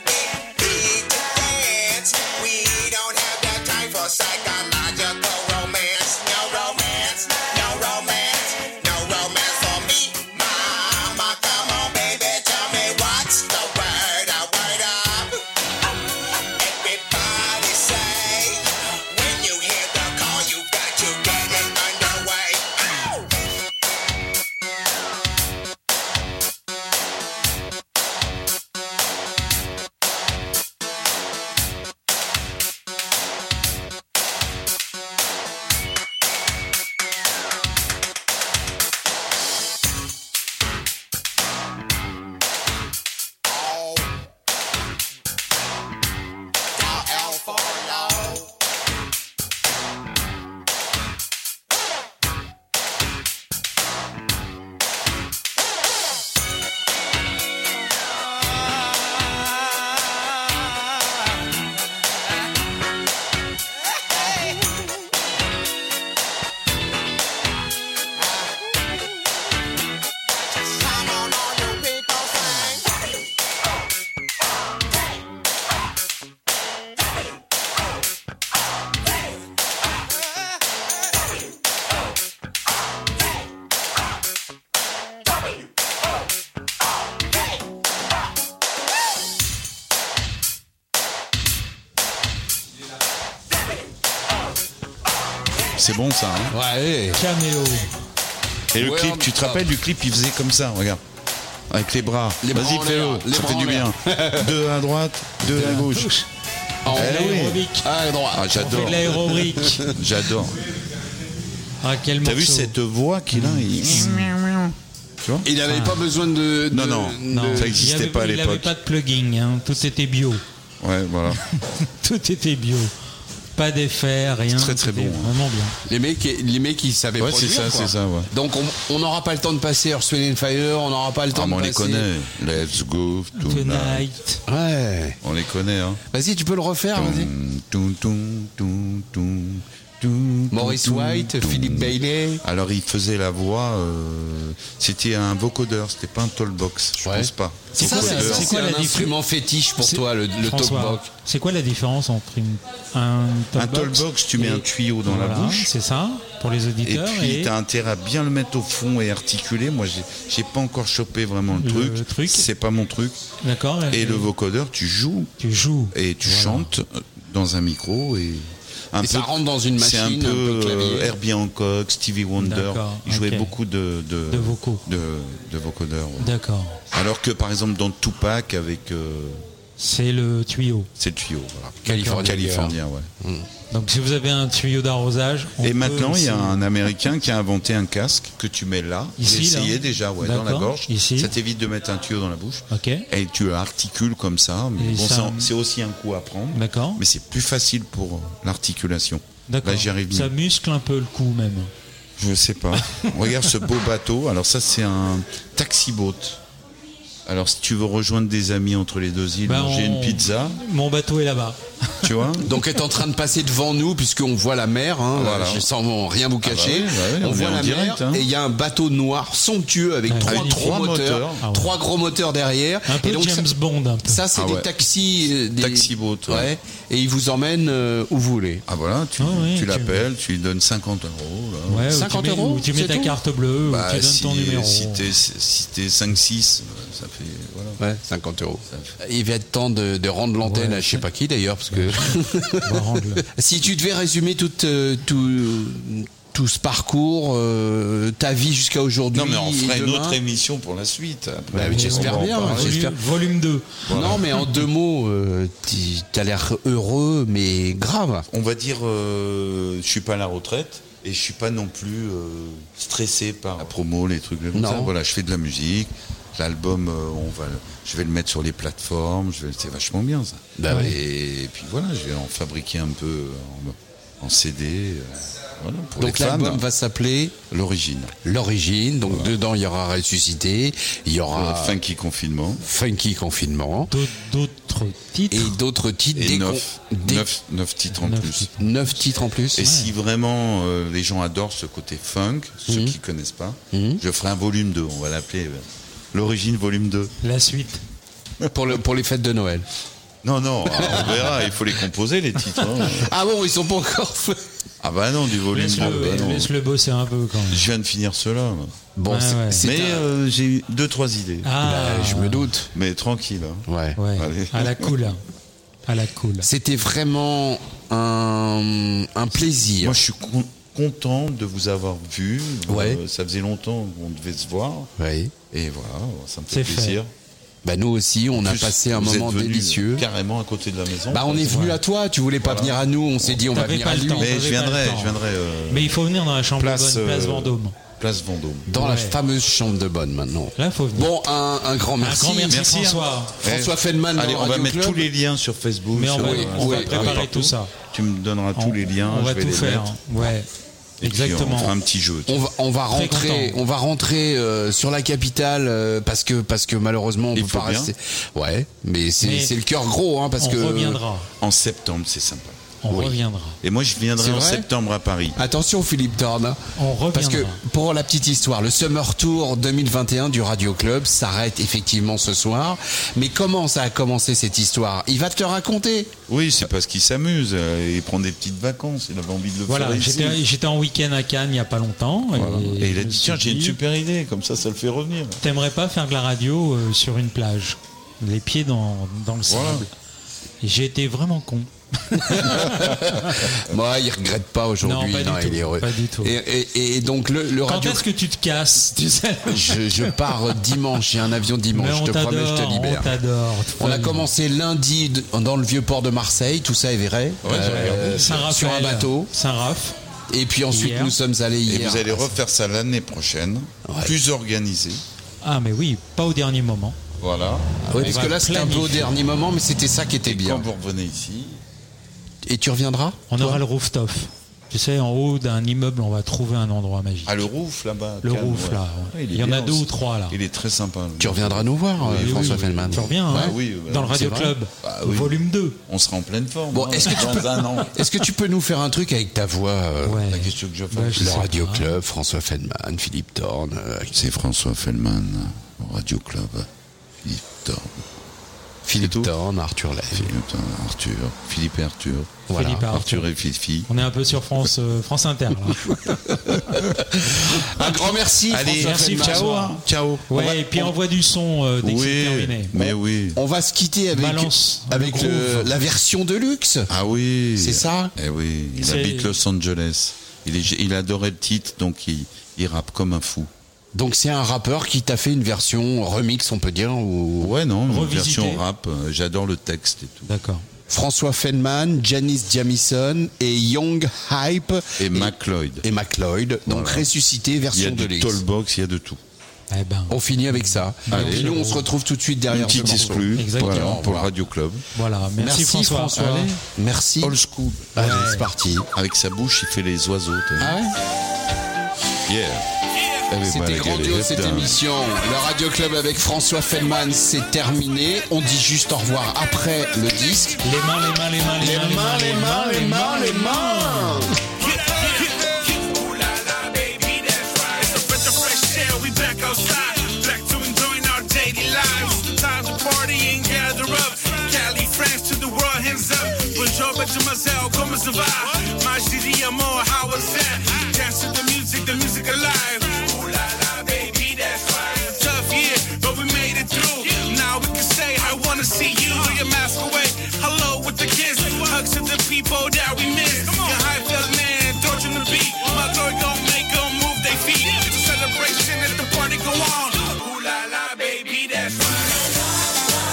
[SPEAKER 13] We need to dance. We don't have the time for psychological romance. No romance, no romance, no romance for me. Mama, come on, baby, tell me what's the word? A word up. Everybody say, when you hear the call, you got to get it underway. Ow! L for low. Come on, all you people sing.
[SPEAKER 4] c'est bon ça. hein.
[SPEAKER 1] Ouais,
[SPEAKER 2] Caméo.
[SPEAKER 4] Et le
[SPEAKER 1] Ouais, on-
[SPEAKER 4] clip, tu te rappelles du clip, il faisait comme ça, regarde. Avec les bras.
[SPEAKER 1] Les bras
[SPEAKER 4] Vas-y,
[SPEAKER 1] en
[SPEAKER 4] fais-le,
[SPEAKER 1] l'air, les
[SPEAKER 4] ça
[SPEAKER 1] bras
[SPEAKER 4] fait
[SPEAKER 1] en
[SPEAKER 4] du bien. deux à droite, deux à gauche.
[SPEAKER 1] en
[SPEAKER 4] Eh
[SPEAKER 1] haut,
[SPEAKER 4] oui.
[SPEAKER 2] Aérobic.
[SPEAKER 1] à droite.
[SPEAKER 4] Ah,
[SPEAKER 2] On fait
[SPEAKER 4] j'adore,
[SPEAKER 2] de
[SPEAKER 4] *laughs*
[SPEAKER 2] l'aérobic.
[SPEAKER 4] j'adore.
[SPEAKER 2] Ah, quel
[SPEAKER 4] T'as
[SPEAKER 2] morceau. Mm.
[SPEAKER 4] vu cette voix qu'il a il-
[SPEAKER 1] Il
[SPEAKER 2] Ah.
[SPEAKER 1] n'avait pas besoin de. de-
[SPEAKER 4] Ah. Non, non,
[SPEAKER 2] Non, il
[SPEAKER 4] ça
[SPEAKER 2] y
[SPEAKER 4] n'existait
[SPEAKER 2] avait-
[SPEAKER 4] pas à
[SPEAKER 2] Il avait
[SPEAKER 4] l'époque.
[SPEAKER 2] pas de plugin, hein. tout était bio.
[SPEAKER 4] Ouais, voilà.
[SPEAKER 2] *laughs* Tout était bio. Pas d'effet, rien.
[SPEAKER 4] très, très
[SPEAKER 2] C'était
[SPEAKER 4] bon, hein.
[SPEAKER 2] Vraiment bien.
[SPEAKER 1] Les mecs, les mecs, ils savaient
[SPEAKER 4] Ouais, c'est
[SPEAKER 1] produire.
[SPEAKER 4] ça,
[SPEAKER 1] quoi.
[SPEAKER 4] c'est ça, ouais.
[SPEAKER 1] Donc on- on n'aura pas le temps de passer Earth, Wind and Fire, on n'aura pas le temps
[SPEAKER 4] Ah,
[SPEAKER 1] de
[SPEAKER 4] mais on les
[SPEAKER 1] passer.
[SPEAKER 4] connaît. Let's go tonight.
[SPEAKER 2] Tonight.
[SPEAKER 1] Ouais.
[SPEAKER 4] On les connaît, hein.
[SPEAKER 1] Vas-y, tu peux le refaire, vas-y.
[SPEAKER 4] Toum, toum, toum, toum, toum,
[SPEAKER 1] Maurice
[SPEAKER 4] toum,
[SPEAKER 1] White,
[SPEAKER 4] toum.
[SPEAKER 1] Philippe Bailey.
[SPEAKER 4] Alors il faisait la voix, euh, c'était un vocodeur, c'était pas un tollbox, je
[SPEAKER 1] Ouais.
[SPEAKER 4] pense pas.
[SPEAKER 2] C'est ça,
[SPEAKER 4] Vocodeur.
[SPEAKER 2] c'est-
[SPEAKER 1] C'est
[SPEAKER 2] quoi
[SPEAKER 1] un
[SPEAKER 2] la diff-
[SPEAKER 1] instrument fétiche pour
[SPEAKER 2] C'est-
[SPEAKER 1] toi, le, le
[SPEAKER 2] François,
[SPEAKER 1] talkbox
[SPEAKER 2] C'est quoi la différence entre une, un
[SPEAKER 4] Un tollbox, tu mets
[SPEAKER 2] et-
[SPEAKER 4] un tuyau dans la
[SPEAKER 2] Voilà,
[SPEAKER 4] bouche.
[SPEAKER 2] C'est ça, pour les
[SPEAKER 4] Et
[SPEAKER 2] auditeurs.
[SPEAKER 4] puis t'as intérêt à bien le mettre au fond et articuler. Moi j'ai- j'ai pas encore chopé vraiment
[SPEAKER 2] Le
[SPEAKER 4] le, truc,
[SPEAKER 2] truc.
[SPEAKER 4] c'est pas mon truc.
[SPEAKER 2] D'accord.
[SPEAKER 4] Et le vocodeur, tu joues
[SPEAKER 2] Tu joues.
[SPEAKER 4] et tu
[SPEAKER 2] Voilà.
[SPEAKER 4] chantes dans un micro et un
[SPEAKER 1] Et ça rentre dans une
[SPEAKER 4] C'est un
[SPEAKER 1] machine, un peu
[SPEAKER 4] peu
[SPEAKER 1] clavier.
[SPEAKER 4] euh, Herbie Hancock, Stevie Wonder.
[SPEAKER 2] D'accord,
[SPEAKER 4] Il jouait
[SPEAKER 2] ok.
[SPEAKER 4] beaucoup de de,
[SPEAKER 2] De vocaux.
[SPEAKER 4] de, de vocodeurs. ouais.
[SPEAKER 2] D'accord.
[SPEAKER 4] Alors que par exemple dans Tupac avec euh,
[SPEAKER 2] c'est le tuyau.
[SPEAKER 4] C'est le tuyau, voilà.
[SPEAKER 1] Californien. Mm.
[SPEAKER 4] Californien, ouais.
[SPEAKER 2] Donc si vous avez un tuyau d'arrosage, on
[SPEAKER 4] Et
[SPEAKER 2] peut
[SPEAKER 4] maintenant, il y a
[SPEAKER 2] aussi-
[SPEAKER 4] un Américain qui a inventé un casque que tu mets là.
[SPEAKER 2] Ici,
[SPEAKER 4] J'ai essayé
[SPEAKER 2] là
[SPEAKER 4] déjà, ouais, dans la
[SPEAKER 2] D'accord,
[SPEAKER 4] gorge.
[SPEAKER 2] ici.
[SPEAKER 4] Ça t'évite de mettre un tuyau dans la bouche.
[SPEAKER 2] Ok.
[SPEAKER 4] Et tu articules comme ça. Mais
[SPEAKER 2] Et
[SPEAKER 4] bon,
[SPEAKER 2] ça-
[SPEAKER 4] ça- c'est aussi un coup à prendre.
[SPEAKER 2] D'accord.
[SPEAKER 4] Mais c'est plus facile pour euh, l'articulation.
[SPEAKER 2] D'accord.
[SPEAKER 4] Là, j'y arrive
[SPEAKER 2] Ça
[SPEAKER 4] mieux.
[SPEAKER 2] muscle un peu le cou même.
[SPEAKER 4] Je
[SPEAKER 2] *laughs*
[SPEAKER 4] sais pas. Regarde ce beau bateau. Alors ça, c'est un taxi-boat. Alors si tu veux rejoindre des amis entre les deux îles,
[SPEAKER 2] Bah,
[SPEAKER 4] manger
[SPEAKER 2] on-
[SPEAKER 4] une pizza,
[SPEAKER 2] Mon bateau est là-bas.
[SPEAKER 4] tu vois
[SPEAKER 1] Donc est en train de passer devant nous puisqu'on voit la mer, hein,
[SPEAKER 4] Voilà.
[SPEAKER 1] je- sans rien vous cacher.
[SPEAKER 4] Ah bah oui, bah oui,
[SPEAKER 1] on
[SPEAKER 4] on est
[SPEAKER 1] voit
[SPEAKER 4] en
[SPEAKER 1] la
[SPEAKER 4] direct,
[SPEAKER 1] mer
[SPEAKER 4] hein. Ah,
[SPEAKER 1] et il y a un bateau noir somptueux avec trois,
[SPEAKER 4] avec
[SPEAKER 1] gros
[SPEAKER 4] trois
[SPEAKER 1] moteurs,
[SPEAKER 4] moteurs.
[SPEAKER 2] Ah ouais.
[SPEAKER 1] trois gros moteurs derrière.
[SPEAKER 2] Un peu
[SPEAKER 1] et donc
[SPEAKER 2] James
[SPEAKER 1] ça,
[SPEAKER 2] Bond un peu.
[SPEAKER 1] ça, c'est
[SPEAKER 4] Ah
[SPEAKER 1] des
[SPEAKER 4] ouais.
[SPEAKER 1] taxis, euh, des
[SPEAKER 4] Taxi-boat, ouais.
[SPEAKER 1] ouais, et ils vous emmènent euh, où vous voulez.
[SPEAKER 4] Ah voilà, tu,
[SPEAKER 2] Ah oui,
[SPEAKER 4] tu
[SPEAKER 2] tu-
[SPEAKER 4] l'appelles, tu lui donnes 50 euros. là.
[SPEAKER 2] Ouais, ou tu
[SPEAKER 1] 50
[SPEAKER 2] mets-
[SPEAKER 1] euros,
[SPEAKER 2] ou tu mets
[SPEAKER 1] c'est
[SPEAKER 2] ta
[SPEAKER 1] tout
[SPEAKER 2] carte bleue,
[SPEAKER 4] Bah,
[SPEAKER 2] ou tu donnes
[SPEAKER 4] si,
[SPEAKER 2] ton numéro.
[SPEAKER 4] si t'es si t'es 5-6, euh, ça fait voilà.
[SPEAKER 1] Ouais, 50 euros. Il va être temps de, de rendre l'antenne
[SPEAKER 2] Ouais,
[SPEAKER 1] à je sais pas qui d'ailleurs, parce que *laughs*
[SPEAKER 2] On va rendre le-
[SPEAKER 1] si tu devais résumer toute, euh, tout, tout ce parcours, euh, ta vie jusqu'à aujourd'hui,
[SPEAKER 4] Non mais on
[SPEAKER 1] et
[SPEAKER 4] ferait une
[SPEAKER 1] demain,
[SPEAKER 4] autre émission pour la suite. après.
[SPEAKER 1] Bah oui, j'espère
[SPEAKER 4] On va en
[SPEAKER 1] bien,
[SPEAKER 4] parler.
[SPEAKER 1] j'espère
[SPEAKER 2] Volume, volume 2.
[SPEAKER 1] Non, mais en deux mots, euh, t'y- t'as l'air heureux, mais grave.
[SPEAKER 4] On va dire, euh, je suis pas à la retraite et je suis pas non plus euh, stressé par la promo, les trucs comme
[SPEAKER 1] Non.
[SPEAKER 4] ça. Voilà, je fais de la musique. L'album, euh, on va, le- je vais le mettre sur les plateformes. Je vais- c'est vachement bien ça.
[SPEAKER 1] Bah oui.
[SPEAKER 4] et, puis voilà, je vais en fabriquer un peu en, en CD. euh, voilà, pour
[SPEAKER 1] Donc
[SPEAKER 4] les fans.
[SPEAKER 1] l'album va s'appeler
[SPEAKER 4] L'origine.
[SPEAKER 1] L'origine. Donc dedans, il y aura ressuscité, il y aura
[SPEAKER 4] Funky confinement.
[SPEAKER 1] funky confinement
[SPEAKER 2] D'autres- D'autres titres.
[SPEAKER 1] et d'autres titres.
[SPEAKER 4] Et
[SPEAKER 1] dès qu'on-
[SPEAKER 4] 9,
[SPEAKER 1] dès-
[SPEAKER 4] titres en
[SPEAKER 2] Neuf
[SPEAKER 4] plus.
[SPEAKER 2] titres.
[SPEAKER 1] neuf titres en plus.
[SPEAKER 4] Et si vraiment euh, les gens adorent ce côté funk,
[SPEAKER 1] Mhm.
[SPEAKER 4] ceux qui connaissent pas, je ferai un volume 2, on va l'appeler euh, l'origine volume 2.
[SPEAKER 2] La suite.
[SPEAKER 1] Pour, le, pour les fêtes de Noël.
[SPEAKER 4] Non, non, on verra, il faut les
[SPEAKER 1] *laughs*
[SPEAKER 4] composer les titres. hein.
[SPEAKER 1] Ah bon, ils sont pas encore faits.
[SPEAKER 4] Ah bah non, du volume 2.
[SPEAKER 2] Laisse-le
[SPEAKER 4] bah non.
[SPEAKER 2] laisse-le bosser un peu quand même.
[SPEAKER 4] Je viens de finir cela. là.
[SPEAKER 1] Bon,
[SPEAKER 2] Ouais,
[SPEAKER 1] c'est-
[SPEAKER 2] ouais.
[SPEAKER 1] c'est
[SPEAKER 4] Mais
[SPEAKER 1] un-
[SPEAKER 4] euh, j'ai eu deux, trois idées.
[SPEAKER 2] Ah,
[SPEAKER 1] Bah, je me doute.
[SPEAKER 4] Mais tranquille. hein.
[SPEAKER 1] Ouais.
[SPEAKER 2] Ouais,
[SPEAKER 4] Allez.
[SPEAKER 2] à la cool. À la cool.
[SPEAKER 1] C'était vraiment un, un plaisir.
[SPEAKER 4] Moi, je suis con- content de vous avoir vu.
[SPEAKER 1] Ouais.
[SPEAKER 4] Euh, ça faisait longtemps qu'on devait se voir.
[SPEAKER 1] Oui.
[SPEAKER 4] Et voilà, ça me
[SPEAKER 2] C'est
[SPEAKER 4] fait
[SPEAKER 2] fait.
[SPEAKER 4] plaisir.
[SPEAKER 1] Bah nous aussi, on a
[SPEAKER 4] Plus,
[SPEAKER 1] passé un
[SPEAKER 4] vous
[SPEAKER 1] moment
[SPEAKER 4] êtes venus
[SPEAKER 1] délicieux.
[SPEAKER 4] Carrément à côté de la maison. euh,
[SPEAKER 1] Bah on est venu à toi, tu voulais pas venir à nous, on s'est dit on va
[SPEAKER 2] T'avais
[SPEAKER 1] venir
[SPEAKER 2] pas
[SPEAKER 1] à
[SPEAKER 2] le
[SPEAKER 1] lui.
[SPEAKER 2] temps.
[SPEAKER 4] Mais
[SPEAKER 2] Vous
[SPEAKER 4] je
[SPEAKER 2] avez pas
[SPEAKER 4] viendrai,
[SPEAKER 2] le temps.
[SPEAKER 4] je viendrai. euh,
[SPEAKER 2] Mais il faut venir dans la chambre
[SPEAKER 4] place,
[SPEAKER 2] bonne, place
[SPEAKER 4] euh,
[SPEAKER 2] Vendôme.
[SPEAKER 4] Place Vendôme.
[SPEAKER 1] Dans la
[SPEAKER 2] Ouais.
[SPEAKER 1] fameuse chambre de bonne maintenant.
[SPEAKER 2] Là, faut venir.
[SPEAKER 1] Bon, un, un grand merci.
[SPEAKER 2] un grand merci,
[SPEAKER 4] merci, hein.
[SPEAKER 2] François.
[SPEAKER 1] François Feldman dans
[SPEAKER 4] Allez, on va
[SPEAKER 1] Radio
[SPEAKER 4] mettre
[SPEAKER 1] Club.
[SPEAKER 4] tous les liens sur Facebook.
[SPEAKER 2] Mais on
[SPEAKER 4] sur-
[SPEAKER 2] va,
[SPEAKER 1] Oui,
[SPEAKER 2] on va
[SPEAKER 1] oui,
[SPEAKER 2] préparer
[SPEAKER 1] oui.
[SPEAKER 2] tout ça.
[SPEAKER 4] Tu me donneras tous
[SPEAKER 2] On-
[SPEAKER 4] les liens.
[SPEAKER 2] On va
[SPEAKER 4] je vais
[SPEAKER 2] tout
[SPEAKER 4] les
[SPEAKER 2] faire.
[SPEAKER 4] mettre.
[SPEAKER 2] Ouais.
[SPEAKER 4] Et puis,
[SPEAKER 2] Exactement.
[SPEAKER 4] on fera un petit jeu.
[SPEAKER 1] On va, on va
[SPEAKER 2] Très
[SPEAKER 1] rentrer,
[SPEAKER 2] content.
[SPEAKER 1] on va rentrer euh, sur la capitale euh, parce que parce que malheureusement on
[SPEAKER 4] Il
[SPEAKER 1] peut
[SPEAKER 4] faut
[SPEAKER 1] pas
[SPEAKER 4] bien.
[SPEAKER 1] rester. Ouais, mais c'est
[SPEAKER 2] Mais
[SPEAKER 1] c'est le cœur gros hein parce
[SPEAKER 2] on
[SPEAKER 1] que.
[SPEAKER 2] reviendra.
[SPEAKER 4] En septembre, c'est sympa.
[SPEAKER 2] On reviendra.
[SPEAKER 4] Et moi, je
[SPEAKER 1] C'est
[SPEAKER 4] viendrai en
[SPEAKER 1] vrai Ah.
[SPEAKER 4] septembre à Paris.
[SPEAKER 1] Attention Philippe Thorne.
[SPEAKER 2] On reviendra.
[SPEAKER 1] Parce que pour la petite histoire, le Summer Tour 2021 du Radio Club s'arrête effectivement ce soir. Mais comment ça a commencé cette histoire Il va te le raconter.
[SPEAKER 4] Oui, c'est parce qu'il s'amuse. euh, Il prend des petites vacances. Il avait envie de le
[SPEAKER 2] Voilà,
[SPEAKER 4] faire. ici.
[SPEAKER 2] j'étais j'étais en week-end à Cannes il n'y a pas longtemps.
[SPEAKER 4] Voilà. Et, il
[SPEAKER 2] je me
[SPEAKER 4] a dit
[SPEAKER 2] suis
[SPEAKER 4] tiens, j'ai une
[SPEAKER 2] dit,
[SPEAKER 4] super idée. Comme ça, ça le fait revenir.
[SPEAKER 2] T'aimerais pas faire de la radio euh, sur une plage Les pieds dans, dans le sable.
[SPEAKER 4] Voilà.
[SPEAKER 2] Et J'ai été vraiment
[SPEAKER 1] *laughs*
[SPEAKER 2] con.
[SPEAKER 1] *laughs* Moi, il regrette pas aujourd'hui.
[SPEAKER 2] Non, pas du
[SPEAKER 1] il
[SPEAKER 2] tout,
[SPEAKER 1] est heureux.
[SPEAKER 2] pas du tout.
[SPEAKER 1] Et, et- et donc le, le
[SPEAKER 2] Quand
[SPEAKER 1] radio.
[SPEAKER 2] est-ce que tu te casses tu sais
[SPEAKER 1] Je, je pars dimanche. J'ai un avion
[SPEAKER 2] Mais
[SPEAKER 1] dimanche.
[SPEAKER 2] on
[SPEAKER 1] je te promets, je te
[SPEAKER 2] t'adore, on
[SPEAKER 1] libère.
[SPEAKER 2] t'adore.
[SPEAKER 1] On a commencé lundi de- dans le vieux port de Marseille, tout ça est vrai, euh,
[SPEAKER 2] Saint-Raphaël,
[SPEAKER 1] sur un bateau.
[SPEAKER 2] Saint-Raph.
[SPEAKER 1] Et puis ensuite,
[SPEAKER 2] Hier.
[SPEAKER 1] nous sommes allés
[SPEAKER 4] Et
[SPEAKER 1] hier.
[SPEAKER 4] vous allez refaire ça l'année prochaine,
[SPEAKER 1] Ouais.
[SPEAKER 4] plus organisé.
[SPEAKER 2] Ah mais oui, pas au dernier moment.
[SPEAKER 4] Voilà.
[SPEAKER 1] Oui, parce
[SPEAKER 2] On
[SPEAKER 1] que
[SPEAKER 2] va
[SPEAKER 1] là, c'était un peu au
[SPEAKER 2] planifier.
[SPEAKER 1] dernier moment, mais c'était ça qui était
[SPEAKER 4] Et quand
[SPEAKER 1] bien.
[SPEAKER 4] vous revenez ici,
[SPEAKER 1] Et tu reviendras
[SPEAKER 2] On aura le rooftop. Tu sais, en haut d'un immeuble, on va trouver un endroit magique.
[SPEAKER 4] à le roof là-bas.
[SPEAKER 2] Le
[SPEAKER 4] Cannes,
[SPEAKER 2] roof,
[SPEAKER 4] ouais.
[SPEAKER 2] là, ouais.
[SPEAKER 4] Ouais, est
[SPEAKER 2] Il y en
[SPEAKER 4] bien
[SPEAKER 2] a deux
[SPEAKER 4] aussi.
[SPEAKER 2] ou trois, là.
[SPEAKER 4] Il est très sympa. le
[SPEAKER 1] Tu
[SPEAKER 4] roof.
[SPEAKER 1] reviendra nous voir, euh,
[SPEAKER 2] Oui, oui,
[SPEAKER 1] François
[SPEAKER 2] oui.
[SPEAKER 1] Feldman.
[SPEAKER 2] Tu reviens hein,
[SPEAKER 4] Ouais, oui, euh,
[SPEAKER 2] dans le
[SPEAKER 4] c'est
[SPEAKER 2] Radio
[SPEAKER 4] vrai.
[SPEAKER 2] Club,
[SPEAKER 4] Bah oui.
[SPEAKER 2] volume 2.
[SPEAKER 4] On sera en pleine forme.
[SPEAKER 1] Bon,
[SPEAKER 4] hein,
[SPEAKER 1] est-ce que tu
[SPEAKER 4] dans
[SPEAKER 1] peux-
[SPEAKER 4] un an.
[SPEAKER 1] *laughs* Est-ce que tu peux nous faire un truc avec ta voix euh,
[SPEAKER 2] Ouais.
[SPEAKER 4] La question que je fais.
[SPEAKER 2] Bah, je
[SPEAKER 1] Le
[SPEAKER 2] sais
[SPEAKER 1] Radio
[SPEAKER 2] pas.
[SPEAKER 1] Club, François Feldman, Philippe Thorne. euh,
[SPEAKER 4] C'est François Fellman, Radio Club, Philippe Thorne,
[SPEAKER 1] Philippe
[SPEAKER 4] tout.
[SPEAKER 1] Thorne, Arthur Lève.
[SPEAKER 4] Philippe Thorne, Arthur, Philippe et Arthur,
[SPEAKER 1] Voilà.
[SPEAKER 2] Philippe Arthur.
[SPEAKER 4] Arthur et Fifi.
[SPEAKER 2] On est un peu sur France, euh, France Inter. là.
[SPEAKER 1] Un grand merci,
[SPEAKER 4] Allez,
[SPEAKER 1] François
[SPEAKER 2] merci,
[SPEAKER 1] Feldman.
[SPEAKER 2] ciao,
[SPEAKER 4] hein. Ciao.
[SPEAKER 2] Ouais,
[SPEAKER 1] *laughs* On va-
[SPEAKER 2] et puis envoie du son euh, dès que c'est
[SPEAKER 4] Oui,
[SPEAKER 2] terminé.
[SPEAKER 4] mais oui.
[SPEAKER 1] On va se quitter avec,
[SPEAKER 2] Balance,
[SPEAKER 1] avec
[SPEAKER 2] le
[SPEAKER 1] le-
[SPEAKER 2] groove.
[SPEAKER 1] la version de luxe.
[SPEAKER 4] Ah oui.
[SPEAKER 1] C'est ça
[SPEAKER 4] Eh oui, il
[SPEAKER 2] C'est-
[SPEAKER 4] habite Los Angeles. Il, est- il adorait le titre, donc il, il rappe comme un fou.
[SPEAKER 1] Donc c'est un rappeur qui t'a fait une version remix, on peut dire, ou
[SPEAKER 4] Ouais, non, une
[SPEAKER 2] Revisité.
[SPEAKER 4] version rap. euh, J'adore le texte et tout.
[SPEAKER 2] D'accord.
[SPEAKER 1] François Feynman, Janice Jamison et Young Hype
[SPEAKER 4] Et, Mac Lloyd.
[SPEAKER 1] et McLeod. Donc
[SPEAKER 4] Voilà.
[SPEAKER 1] ressuscité
[SPEAKER 4] Il y a
[SPEAKER 1] version de
[SPEAKER 4] du
[SPEAKER 1] l'ex.
[SPEAKER 4] Tollbox, il y a de tout.
[SPEAKER 2] Eh ben,
[SPEAKER 1] On finit avec ça.
[SPEAKER 4] Allez.
[SPEAKER 1] Et nous, on se retrouve tout de suite
[SPEAKER 4] Une
[SPEAKER 1] derrière. ce
[SPEAKER 4] petite
[SPEAKER 1] morceau.
[SPEAKER 4] exclue
[SPEAKER 2] Exactement.
[SPEAKER 4] voilà,
[SPEAKER 1] Au
[SPEAKER 4] pour le
[SPEAKER 1] revoir.
[SPEAKER 4] Radio Club.
[SPEAKER 2] voilà. Merci, François. Allez.
[SPEAKER 1] Merci.
[SPEAKER 4] Old school.
[SPEAKER 1] Allez, c'est parti.
[SPEAKER 4] Avec sa bouche, il fait les oiseaux. t'as vu.
[SPEAKER 1] Ah ouais
[SPEAKER 4] Yeah. Eh ben, bah, Everybody
[SPEAKER 1] C'était
[SPEAKER 4] get it
[SPEAKER 1] grandiose cette
[SPEAKER 4] down.
[SPEAKER 1] émission. Le Radio Club avec François Feldman, c'est terminé. On dit juste au revoir après le disque.
[SPEAKER 2] Les mains, les mains, les mains, les mains, les mains, les mains, les mains, les mains.
[SPEAKER 3] See you, throw your mask away. Hello with the kiss. Hugs to the people that we miss. Your high felt man, torching the beat. My Lord gon' make 'em move their feet. It's a celebration at the party go on. Ooh la la, baby, that's right.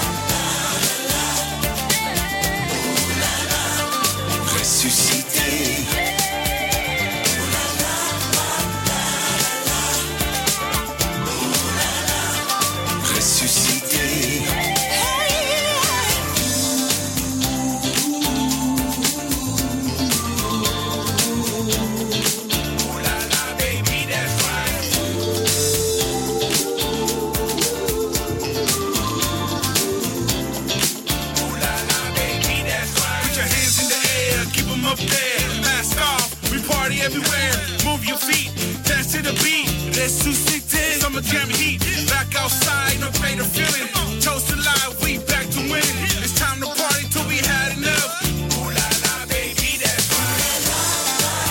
[SPEAKER 3] Put your hands in the air, keep 'em up there. Mask off, we party everywhere. Move your feet, dance to the beat. Let's two sixes, summer jam heat. Back outside, no greater feeling. Toast to life, we back to winning. It's time to party till we had enough. Ooh la la, baby, that's right.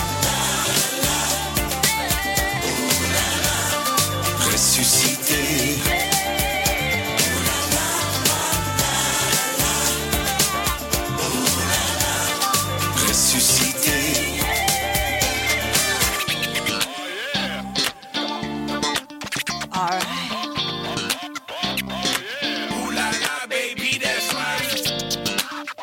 [SPEAKER 3] Ooh la la, baby, that's right.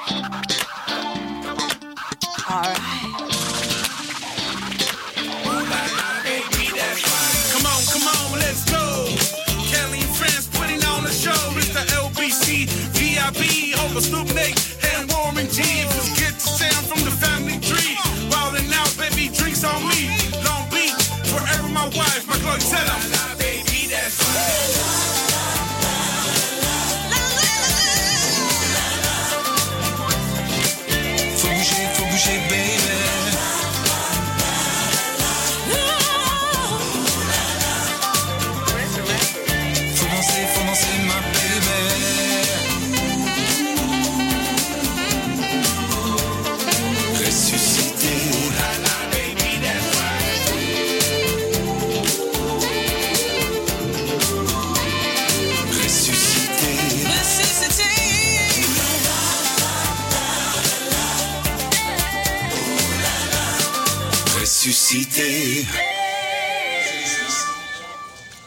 [SPEAKER 3] baby, that's right. Come on, come on, let's go. Kelly and friends putting on the show. It's the LBC VIP over Snoop Nate and Warren G. If it's good to sound from the family tree. Wildin' out, baby, drinks on me. Long Beach, forever my wife, my Chloe, tell 'em. Baby, that's right.
[SPEAKER 6] Faut bouger, faut bouger, baby. Faut danser, faut danser, ma baby. Ressuscité. Ressuscité. Ressuscité.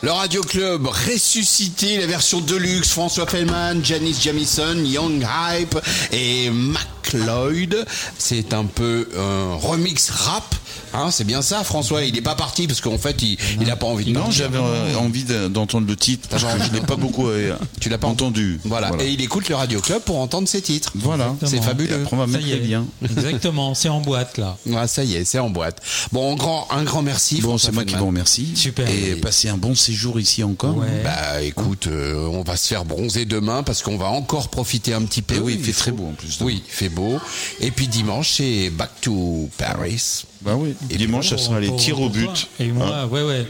[SPEAKER 1] Le Radio Club ressuscité, la version deluxe, François Feldman, Janice Jamison, Young Hype et Mac Lloyd. C'est un peu un remix rap. Hein, c'est bien ça, François. Il n'est pas parti parce qu'en fait, il n'a pas envie de
[SPEAKER 4] Non,
[SPEAKER 1] partir.
[SPEAKER 4] j'avais euh, envie de- d'entendre le titre parce que je l'ai pas beaucoup. euh,
[SPEAKER 1] *laughs* Tu l'as pas
[SPEAKER 4] entendu.
[SPEAKER 1] Voilà. Et *laughs* il écoute le Radio Club pour entendre ses titres.
[SPEAKER 4] Voilà.
[SPEAKER 1] hein, C'est
[SPEAKER 4] Et
[SPEAKER 1] fabuleux.
[SPEAKER 4] après, on va
[SPEAKER 2] Ça
[SPEAKER 4] mettre
[SPEAKER 2] y
[SPEAKER 4] les
[SPEAKER 2] est.
[SPEAKER 4] liens.
[SPEAKER 2] *laughs* Exactement, c'est en boîte là.
[SPEAKER 1] Ah, ça y est, c'est en boîte. Bon, un grand, un grand merci.
[SPEAKER 4] Bon,
[SPEAKER 1] François
[SPEAKER 4] c'est moi qui
[SPEAKER 1] Feldman.
[SPEAKER 4] vous remercie.
[SPEAKER 2] Super.
[SPEAKER 4] Et passez un bon séjour ici encore.
[SPEAKER 2] Ouais.
[SPEAKER 1] Bah écoute, euh, on va se faire bronzer demain parce qu'on va encore profiter un petit peu.
[SPEAKER 4] Eh oui, il fait
[SPEAKER 1] faut-
[SPEAKER 4] très beau en plus, demain.
[SPEAKER 1] Oui, il fait beau. Et puis dimanche, c'est Back to Paris.
[SPEAKER 4] Bah oui. Dimanche, ça sera les
[SPEAKER 2] Pour-
[SPEAKER 4] tirs au
[SPEAKER 2] pour
[SPEAKER 4] but. Hein
[SPEAKER 2] toi. Et moi, ouais, ouais.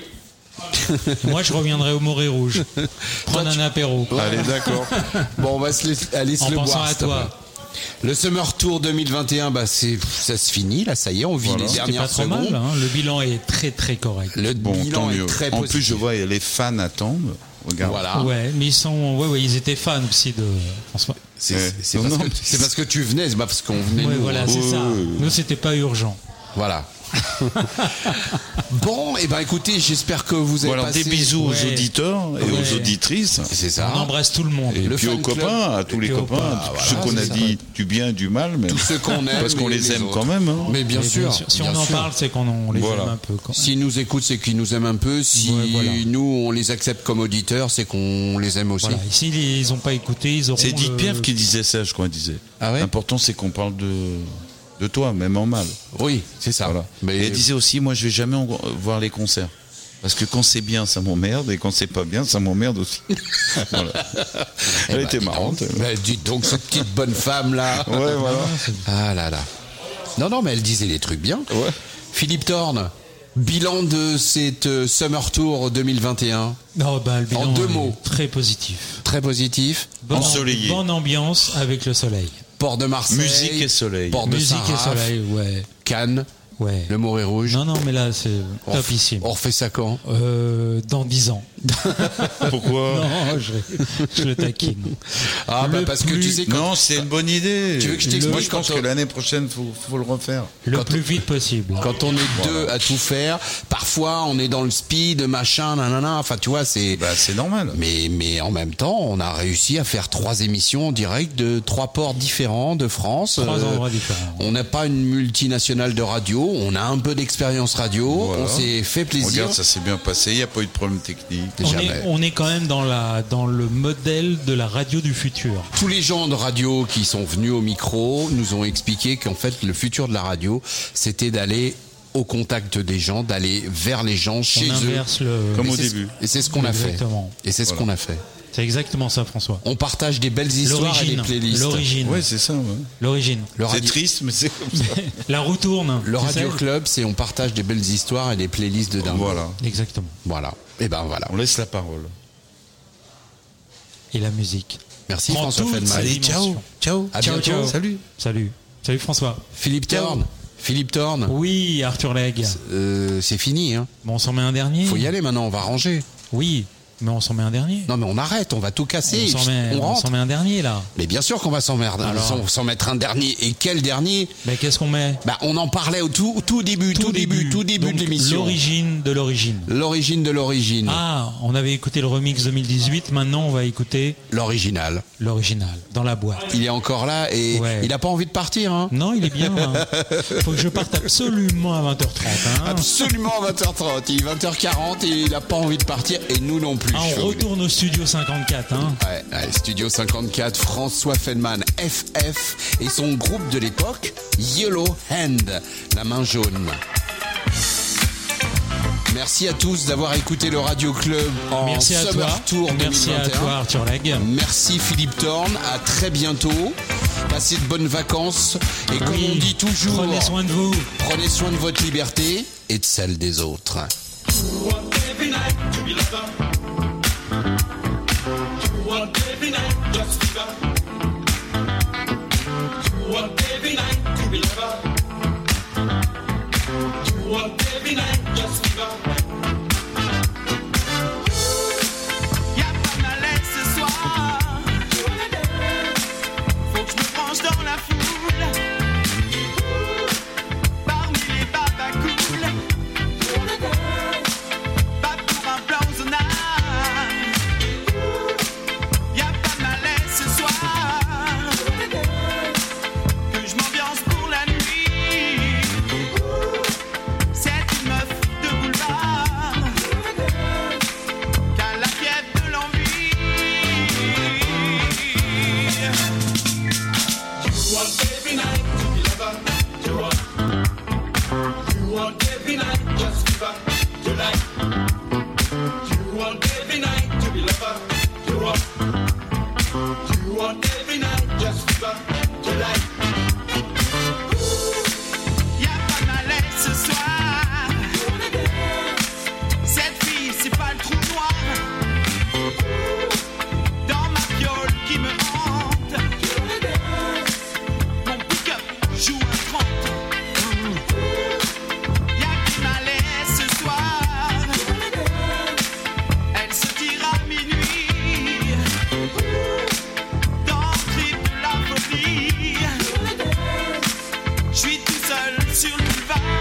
[SPEAKER 2] Et moi, je reviendrai au Moré
[SPEAKER 1] *laughs*
[SPEAKER 2] Rouge. Prendre un apéro.
[SPEAKER 4] Hein Allez, d'accord.
[SPEAKER 1] Bon, on va se laisser, aller se
[SPEAKER 2] En
[SPEAKER 1] le
[SPEAKER 2] pensant
[SPEAKER 1] boire.
[SPEAKER 2] à
[SPEAKER 1] s'il te
[SPEAKER 2] toi.
[SPEAKER 1] plaît. Le Summer Tour 2021, bah c'est ça se finit là, ça y est, on vit les
[SPEAKER 2] C'était
[SPEAKER 1] dernières
[SPEAKER 2] pas trop
[SPEAKER 1] secondes.
[SPEAKER 2] mal. hein. Le bilan est très, très correct.
[SPEAKER 1] Le
[SPEAKER 4] Bon, tant
[SPEAKER 1] bilan est
[SPEAKER 4] mieux.
[SPEAKER 1] très
[SPEAKER 4] en
[SPEAKER 1] positif.
[SPEAKER 4] plus, je vois les fans attendent. Regarde.
[SPEAKER 1] voilà.
[SPEAKER 2] Ouais, mais ils sont, ouais, ouais, ils étaient fans aussi de François.
[SPEAKER 1] C'est
[SPEAKER 4] Ouais.
[SPEAKER 1] c'est
[SPEAKER 4] Non,
[SPEAKER 1] parce,
[SPEAKER 4] non,
[SPEAKER 1] que-
[SPEAKER 4] mais-
[SPEAKER 1] c'est parce que tu venais, c'est pas parce qu'on venait.
[SPEAKER 2] Ouais,
[SPEAKER 1] nous.
[SPEAKER 2] voilà, c'est
[SPEAKER 4] ouais,
[SPEAKER 2] ça.
[SPEAKER 4] ouais, ouais.
[SPEAKER 2] *laughs* Nous, c'était pas urgent.
[SPEAKER 1] Voilà. bon, et ben écoutez, j'espère que vous avez
[SPEAKER 4] Bon, alors,
[SPEAKER 1] passé...
[SPEAKER 4] des bisous
[SPEAKER 2] Ouais.
[SPEAKER 4] aux auditeurs et
[SPEAKER 2] Ouais.
[SPEAKER 4] aux auditrices.
[SPEAKER 1] C'est ça.
[SPEAKER 2] On embrasse tout le monde.
[SPEAKER 4] Et
[SPEAKER 1] Le
[SPEAKER 4] puis
[SPEAKER 1] fan
[SPEAKER 4] aux
[SPEAKER 1] club.
[SPEAKER 4] copains, à tous les
[SPEAKER 2] puis aux
[SPEAKER 4] copains,
[SPEAKER 2] copains,
[SPEAKER 4] tous
[SPEAKER 1] voilà,
[SPEAKER 4] ceux qu'on
[SPEAKER 1] c'est
[SPEAKER 4] a
[SPEAKER 1] ça.
[SPEAKER 4] dit du bien, du mal, mais
[SPEAKER 1] Tous ceux qu'on aime.
[SPEAKER 4] parce qu'on
[SPEAKER 1] et
[SPEAKER 4] les aime
[SPEAKER 1] autres.
[SPEAKER 4] quand même. hein.
[SPEAKER 1] Mais bien
[SPEAKER 2] Et
[SPEAKER 1] sûr.
[SPEAKER 2] Si
[SPEAKER 1] bien
[SPEAKER 2] on en
[SPEAKER 1] sûr.
[SPEAKER 2] parle, c'est qu'on en- on les
[SPEAKER 4] Voilà.
[SPEAKER 2] aime un peu. Quand même.
[SPEAKER 1] S'ils nous écoutent, c'est qu'ils nous aiment un peu. Si
[SPEAKER 2] Ouais, voilà.
[SPEAKER 1] nous, on les accepte comme auditeurs, c'est qu'on les aime aussi. Eh
[SPEAKER 2] Voilà. Et S'ils n'ont pas écouté, ils auront.
[SPEAKER 4] C'est Edith
[SPEAKER 2] le-
[SPEAKER 4] Piaf qui disait ça, je crois, elle disait.
[SPEAKER 1] euh, Ah ouais
[SPEAKER 4] L'important, c'est qu'on parle de, de toi, même en mal.
[SPEAKER 1] Oui, c'est ça.
[SPEAKER 4] Voilà.
[SPEAKER 1] Mais
[SPEAKER 4] Et elle disait aussi, moi, je vais jamais en- voir les concerts. Parce que quand c'est bien, ça m'emmerde, et quand c'est pas bien, ça m'emmerde aussi. *laughs* Voilà.
[SPEAKER 1] eh
[SPEAKER 4] Elle
[SPEAKER 1] ben,
[SPEAKER 4] était
[SPEAKER 1] dis donc.
[SPEAKER 4] marrante. elle.
[SPEAKER 1] Ben, dites donc, cette petite bonne femme là.
[SPEAKER 4] *laughs* Ouais, voilà.
[SPEAKER 1] Ah là là. Non, non, mais elle disait des trucs bien.
[SPEAKER 4] Ouais.
[SPEAKER 1] Philippe Thorne, bilan de cette euh, Summer Tour 2021.
[SPEAKER 2] Non, bah, le bilan
[SPEAKER 1] En deux
[SPEAKER 2] est
[SPEAKER 1] mots.
[SPEAKER 2] Très positif.
[SPEAKER 1] Très positif.
[SPEAKER 2] Bonne,
[SPEAKER 4] Ensoleillé.
[SPEAKER 2] bonne ambiance avec le soleil.
[SPEAKER 1] Port de Marseille.
[SPEAKER 4] Musique et soleil.
[SPEAKER 1] Port de
[SPEAKER 2] Musique et
[SPEAKER 1] Saint-Raph,
[SPEAKER 2] soleil, ouais.
[SPEAKER 1] Cannes.
[SPEAKER 2] Ouais.
[SPEAKER 1] Le Mouret Rouge.
[SPEAKER 2] Non, non, mais là, c'est
[SPEAKER 1] On ref-
[SPEAKER 2] topissime.
[SPEAKER 1] On refait ça quand
[SPEAKER 2] Euh, dans 10
[SPEAKER 1] *laughs*
[SPEAKER 2] ans.
[SPEAKER 4] Pourquoi
[SPEAKER 2] *laughs* Non, je, je le taquine.
[SPEAKER 1] Ah, bah,
[SPEAKER 2] Le
[SPEAKER 1] parce que tu
[SPEAKER 2] plus-
[SPEAKER 1] sais quand,
[SPEAKER 4] Non, c'est une bonne idée.
[SPEAKER 1] Tu veux que je t'explique
[SPEAKER 4] Moi, je pense
[SPEAKER 1] quand
[SPEAKER 4] que
[SPEAKER 1] on-
[SPEAKER 4] l'année prochaine, faut, faut le refaire.
[SPEAKER 2] Le
[SPEAKER 1] Quand
[SPEAKER 2] plus vite possible.
[SPEAKER 1] quand on est deux à tout faire, parfois on est dans le speed, machin, nanana. Enfin, tu vois, c'est.
[SPEAKER 4] Bah, c'est normal.
[SPEAKER 1] Mais, mais en même temps, on a réussi à faire trois émissions en direct de trois ports différents de France. Euh,
[SPEAKER 2] Trois endroits différents.
[SPEAKER 1] On n'a pas une multinationale de radio, on a un peu d'expérience radio,
[SPEAKER 4] Voilà.
[SPEAKER 1] on s'est fait plaisir.
[SPEAKER 4] Regarde, ça s'est bien passé, il n'y a pas eu de problème technique.
[SPEAKER 2] on, est, on est quand même dans, la, dans le modèle de la radio du futur.
[SPEAKER 1] Tous les gens de radio qui sont venus au micro nous ont expliqué qu'en fait, le futur de la radio, c'était d'aller au contact des gens, d'aller vers les gens,
[SPEAKER 2] On
[SPEAKER 1] chez eux.
[SPEAKER 2] inverse le.
[SPEAKER 4] Comme
[SPEAKER 1] Et
[SPEAKER 4] au
[SPEAKER 1] c'est ce-
[SPEAKER 4] début.
[SPEAKER 1] Et c'est ce qu'on a fait.
[SPEAKER 2] Exactement.
[SPEAKER 1] Et c'est ce qu'on a fait.
[SPEAKER 2] C'est exactement ça, François.
[SPEAKER 1] On partage des belles histoires et des
[SPEAKER 2] L'origine.
[SPEAKER 1] playlists.
[SPEAKER 2] L'origine.
[SPEAKER 4] Ouais, c'est ça. ouais.
[SPEAKER 2] L'origine.
[SPEAKER 1] Le
[SPEAKER 4] C'est
[SPEAKER 1] radio-
[SPEAKER 4] triste, mais c'est comme ça.
[SPEAKER 2] *laughs* La roue tourne.
[SPEAKER 1] Le
[SPEAKER 2] c'est
[SPEAKER 1] Radio
[SPEAKER 2] ça
[SPEAKER 1] Club, c'est on partage des belles histoires et des playlists de dingue.
[SPEAKER 4] voilà,
[SPEAKER 2] Exactement.
[SPEAKER 1] Voilà. Et ben voilà.
[SPEAKER 4] on laisse la parole.
[SPEAKER 2] Et la musique.
[SPEAKER 1] Merci
[SPEAKER 2] Prends
[SPEAKER 1] François
[SPEAKER 2] toutes
[SPEAKER 1] Feldman.
[SPEAKER 2] ces dimensions.
[SPEAKER 1] Ciao. À
[SPEAKER 2] Ciao,
[SPEAKER 1] bientôt.
[SPEAKER 2] ciao.
[SPEAKER 1] Salut.
[SPEAKER 2] Salut. Salut François.
[SPEAKER 1] Philippe Thorne. Philippe Thorne.
[SPEAKER 2] Oui, Arthur Legge.
[SPEAKER 1] Euh, c'est fini. Hein.
[SPEAKER 2] Bon, on s'en met un dernier.
[SPEAKER 1] Faut y aller maintenant. On va ranger.
[SPEAKER 2] Oui, mais on s'en met un dernier.
[SPEAKER 1] Non mais on arrête. On va tout casser.
[SPEAKER 2] on s'en
[SPEAKER 1] Chut,
[SPEAKER 2] met,
[SPEAKER 1] on
[SPEAKER 2] on
[SPEAKER 1] rentre.
[SPEAKER 2] s'en met un dernier là.
[SPEAKER 1] Mais bien sûr qu'on va s'en mettre.
[SPEAKER 2] Alors.
[SPEAKER 1] s'en- s'en mettre un dernier. Et quel dernier
[SPEAKER 2] Mais qu'est-ce qu'on met
[SPEAKER 1] Bah on en parlait au tout, tout début, tout, début, tout début
[SPEAKER 2] Donc,
[SPEAKER 1] de l'émission.
[SPEAKER 2] L'origine de l'origine.
[SPEAKER 1] L'origine de l'origine.
[SPEAKER 2] Ah, on avait écouté le remix 2018, maintenant on va écouter
[SPEAKER 1] L'original.
[SPEAKER 2] l'original dans la boîte.
[SPEAKER 1] Il est encore là et
[SPEAKER 2] Ouais.
[SPEAKER 1] il n'a pas envie de partir. Hein.
[SPEAKER 2] Non, il est bien.
[SPEAKER 1] *laughs*
[SPEAKER 2] hein. Faut que je parte absolument à 20h30. hein.
[SPEAKER 1] Absolument 20h30. Il est 20h40 et il n'a pas envie de partir et nous non plus.
[SPEAKER 2] Ah,
[SPEAKER 1] je suis
[SPEAKER 2] on retourne au studio 54. hein.
[SPEAKER 1] Ouais, ouais, Studio 54, François Feldman, FF, et son groupe de l'époque, Yellow Hand, la main jaune. Merci à tous d'avoir écouté le Radio Club en
[SPEAKER 2] Merci à
[SPEAKER 1] Summer
[SPEAKER 2] toi.
[SPEAKER 1] Tour 2021.
[SPEAKER 2] Merci à toi, Arthur Lag.
[SPEAKER 1] Merci Philippe Thorne, à très bientôt. Passez de bonnes vacances et comme
[SPEAKER 2] Oui,
[SPEAKER 1] on dit toujours,
[SPEAKER 2] Prenez soin de vous.
[SPEAKER 1] prenez soin de votre liberté et de celle des autres.
[SPEAKER 5] Y'a pas de malaise ce soir. Faut que je me penche dans la foule. Parmi les papas cool. Pas pour un blanc Y'a pas de malaise ce soir. Que je m'ambiance pour la nuit. C'est une meuf de boulevard qu'à la fièvre de l'envie. Y'a pas malaise ce soir. Cette fille, c'est pas le trou noir. Dans ma viole qui me hante. Mon pick-up joue un 30. Y'a du malaise ce soir. Elle se tire à minuit. Dans le trip de la folie. Je suis tout seul sur le boulevard.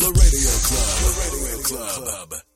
[SPEAKER 3] The Radio Club. The Radio Club.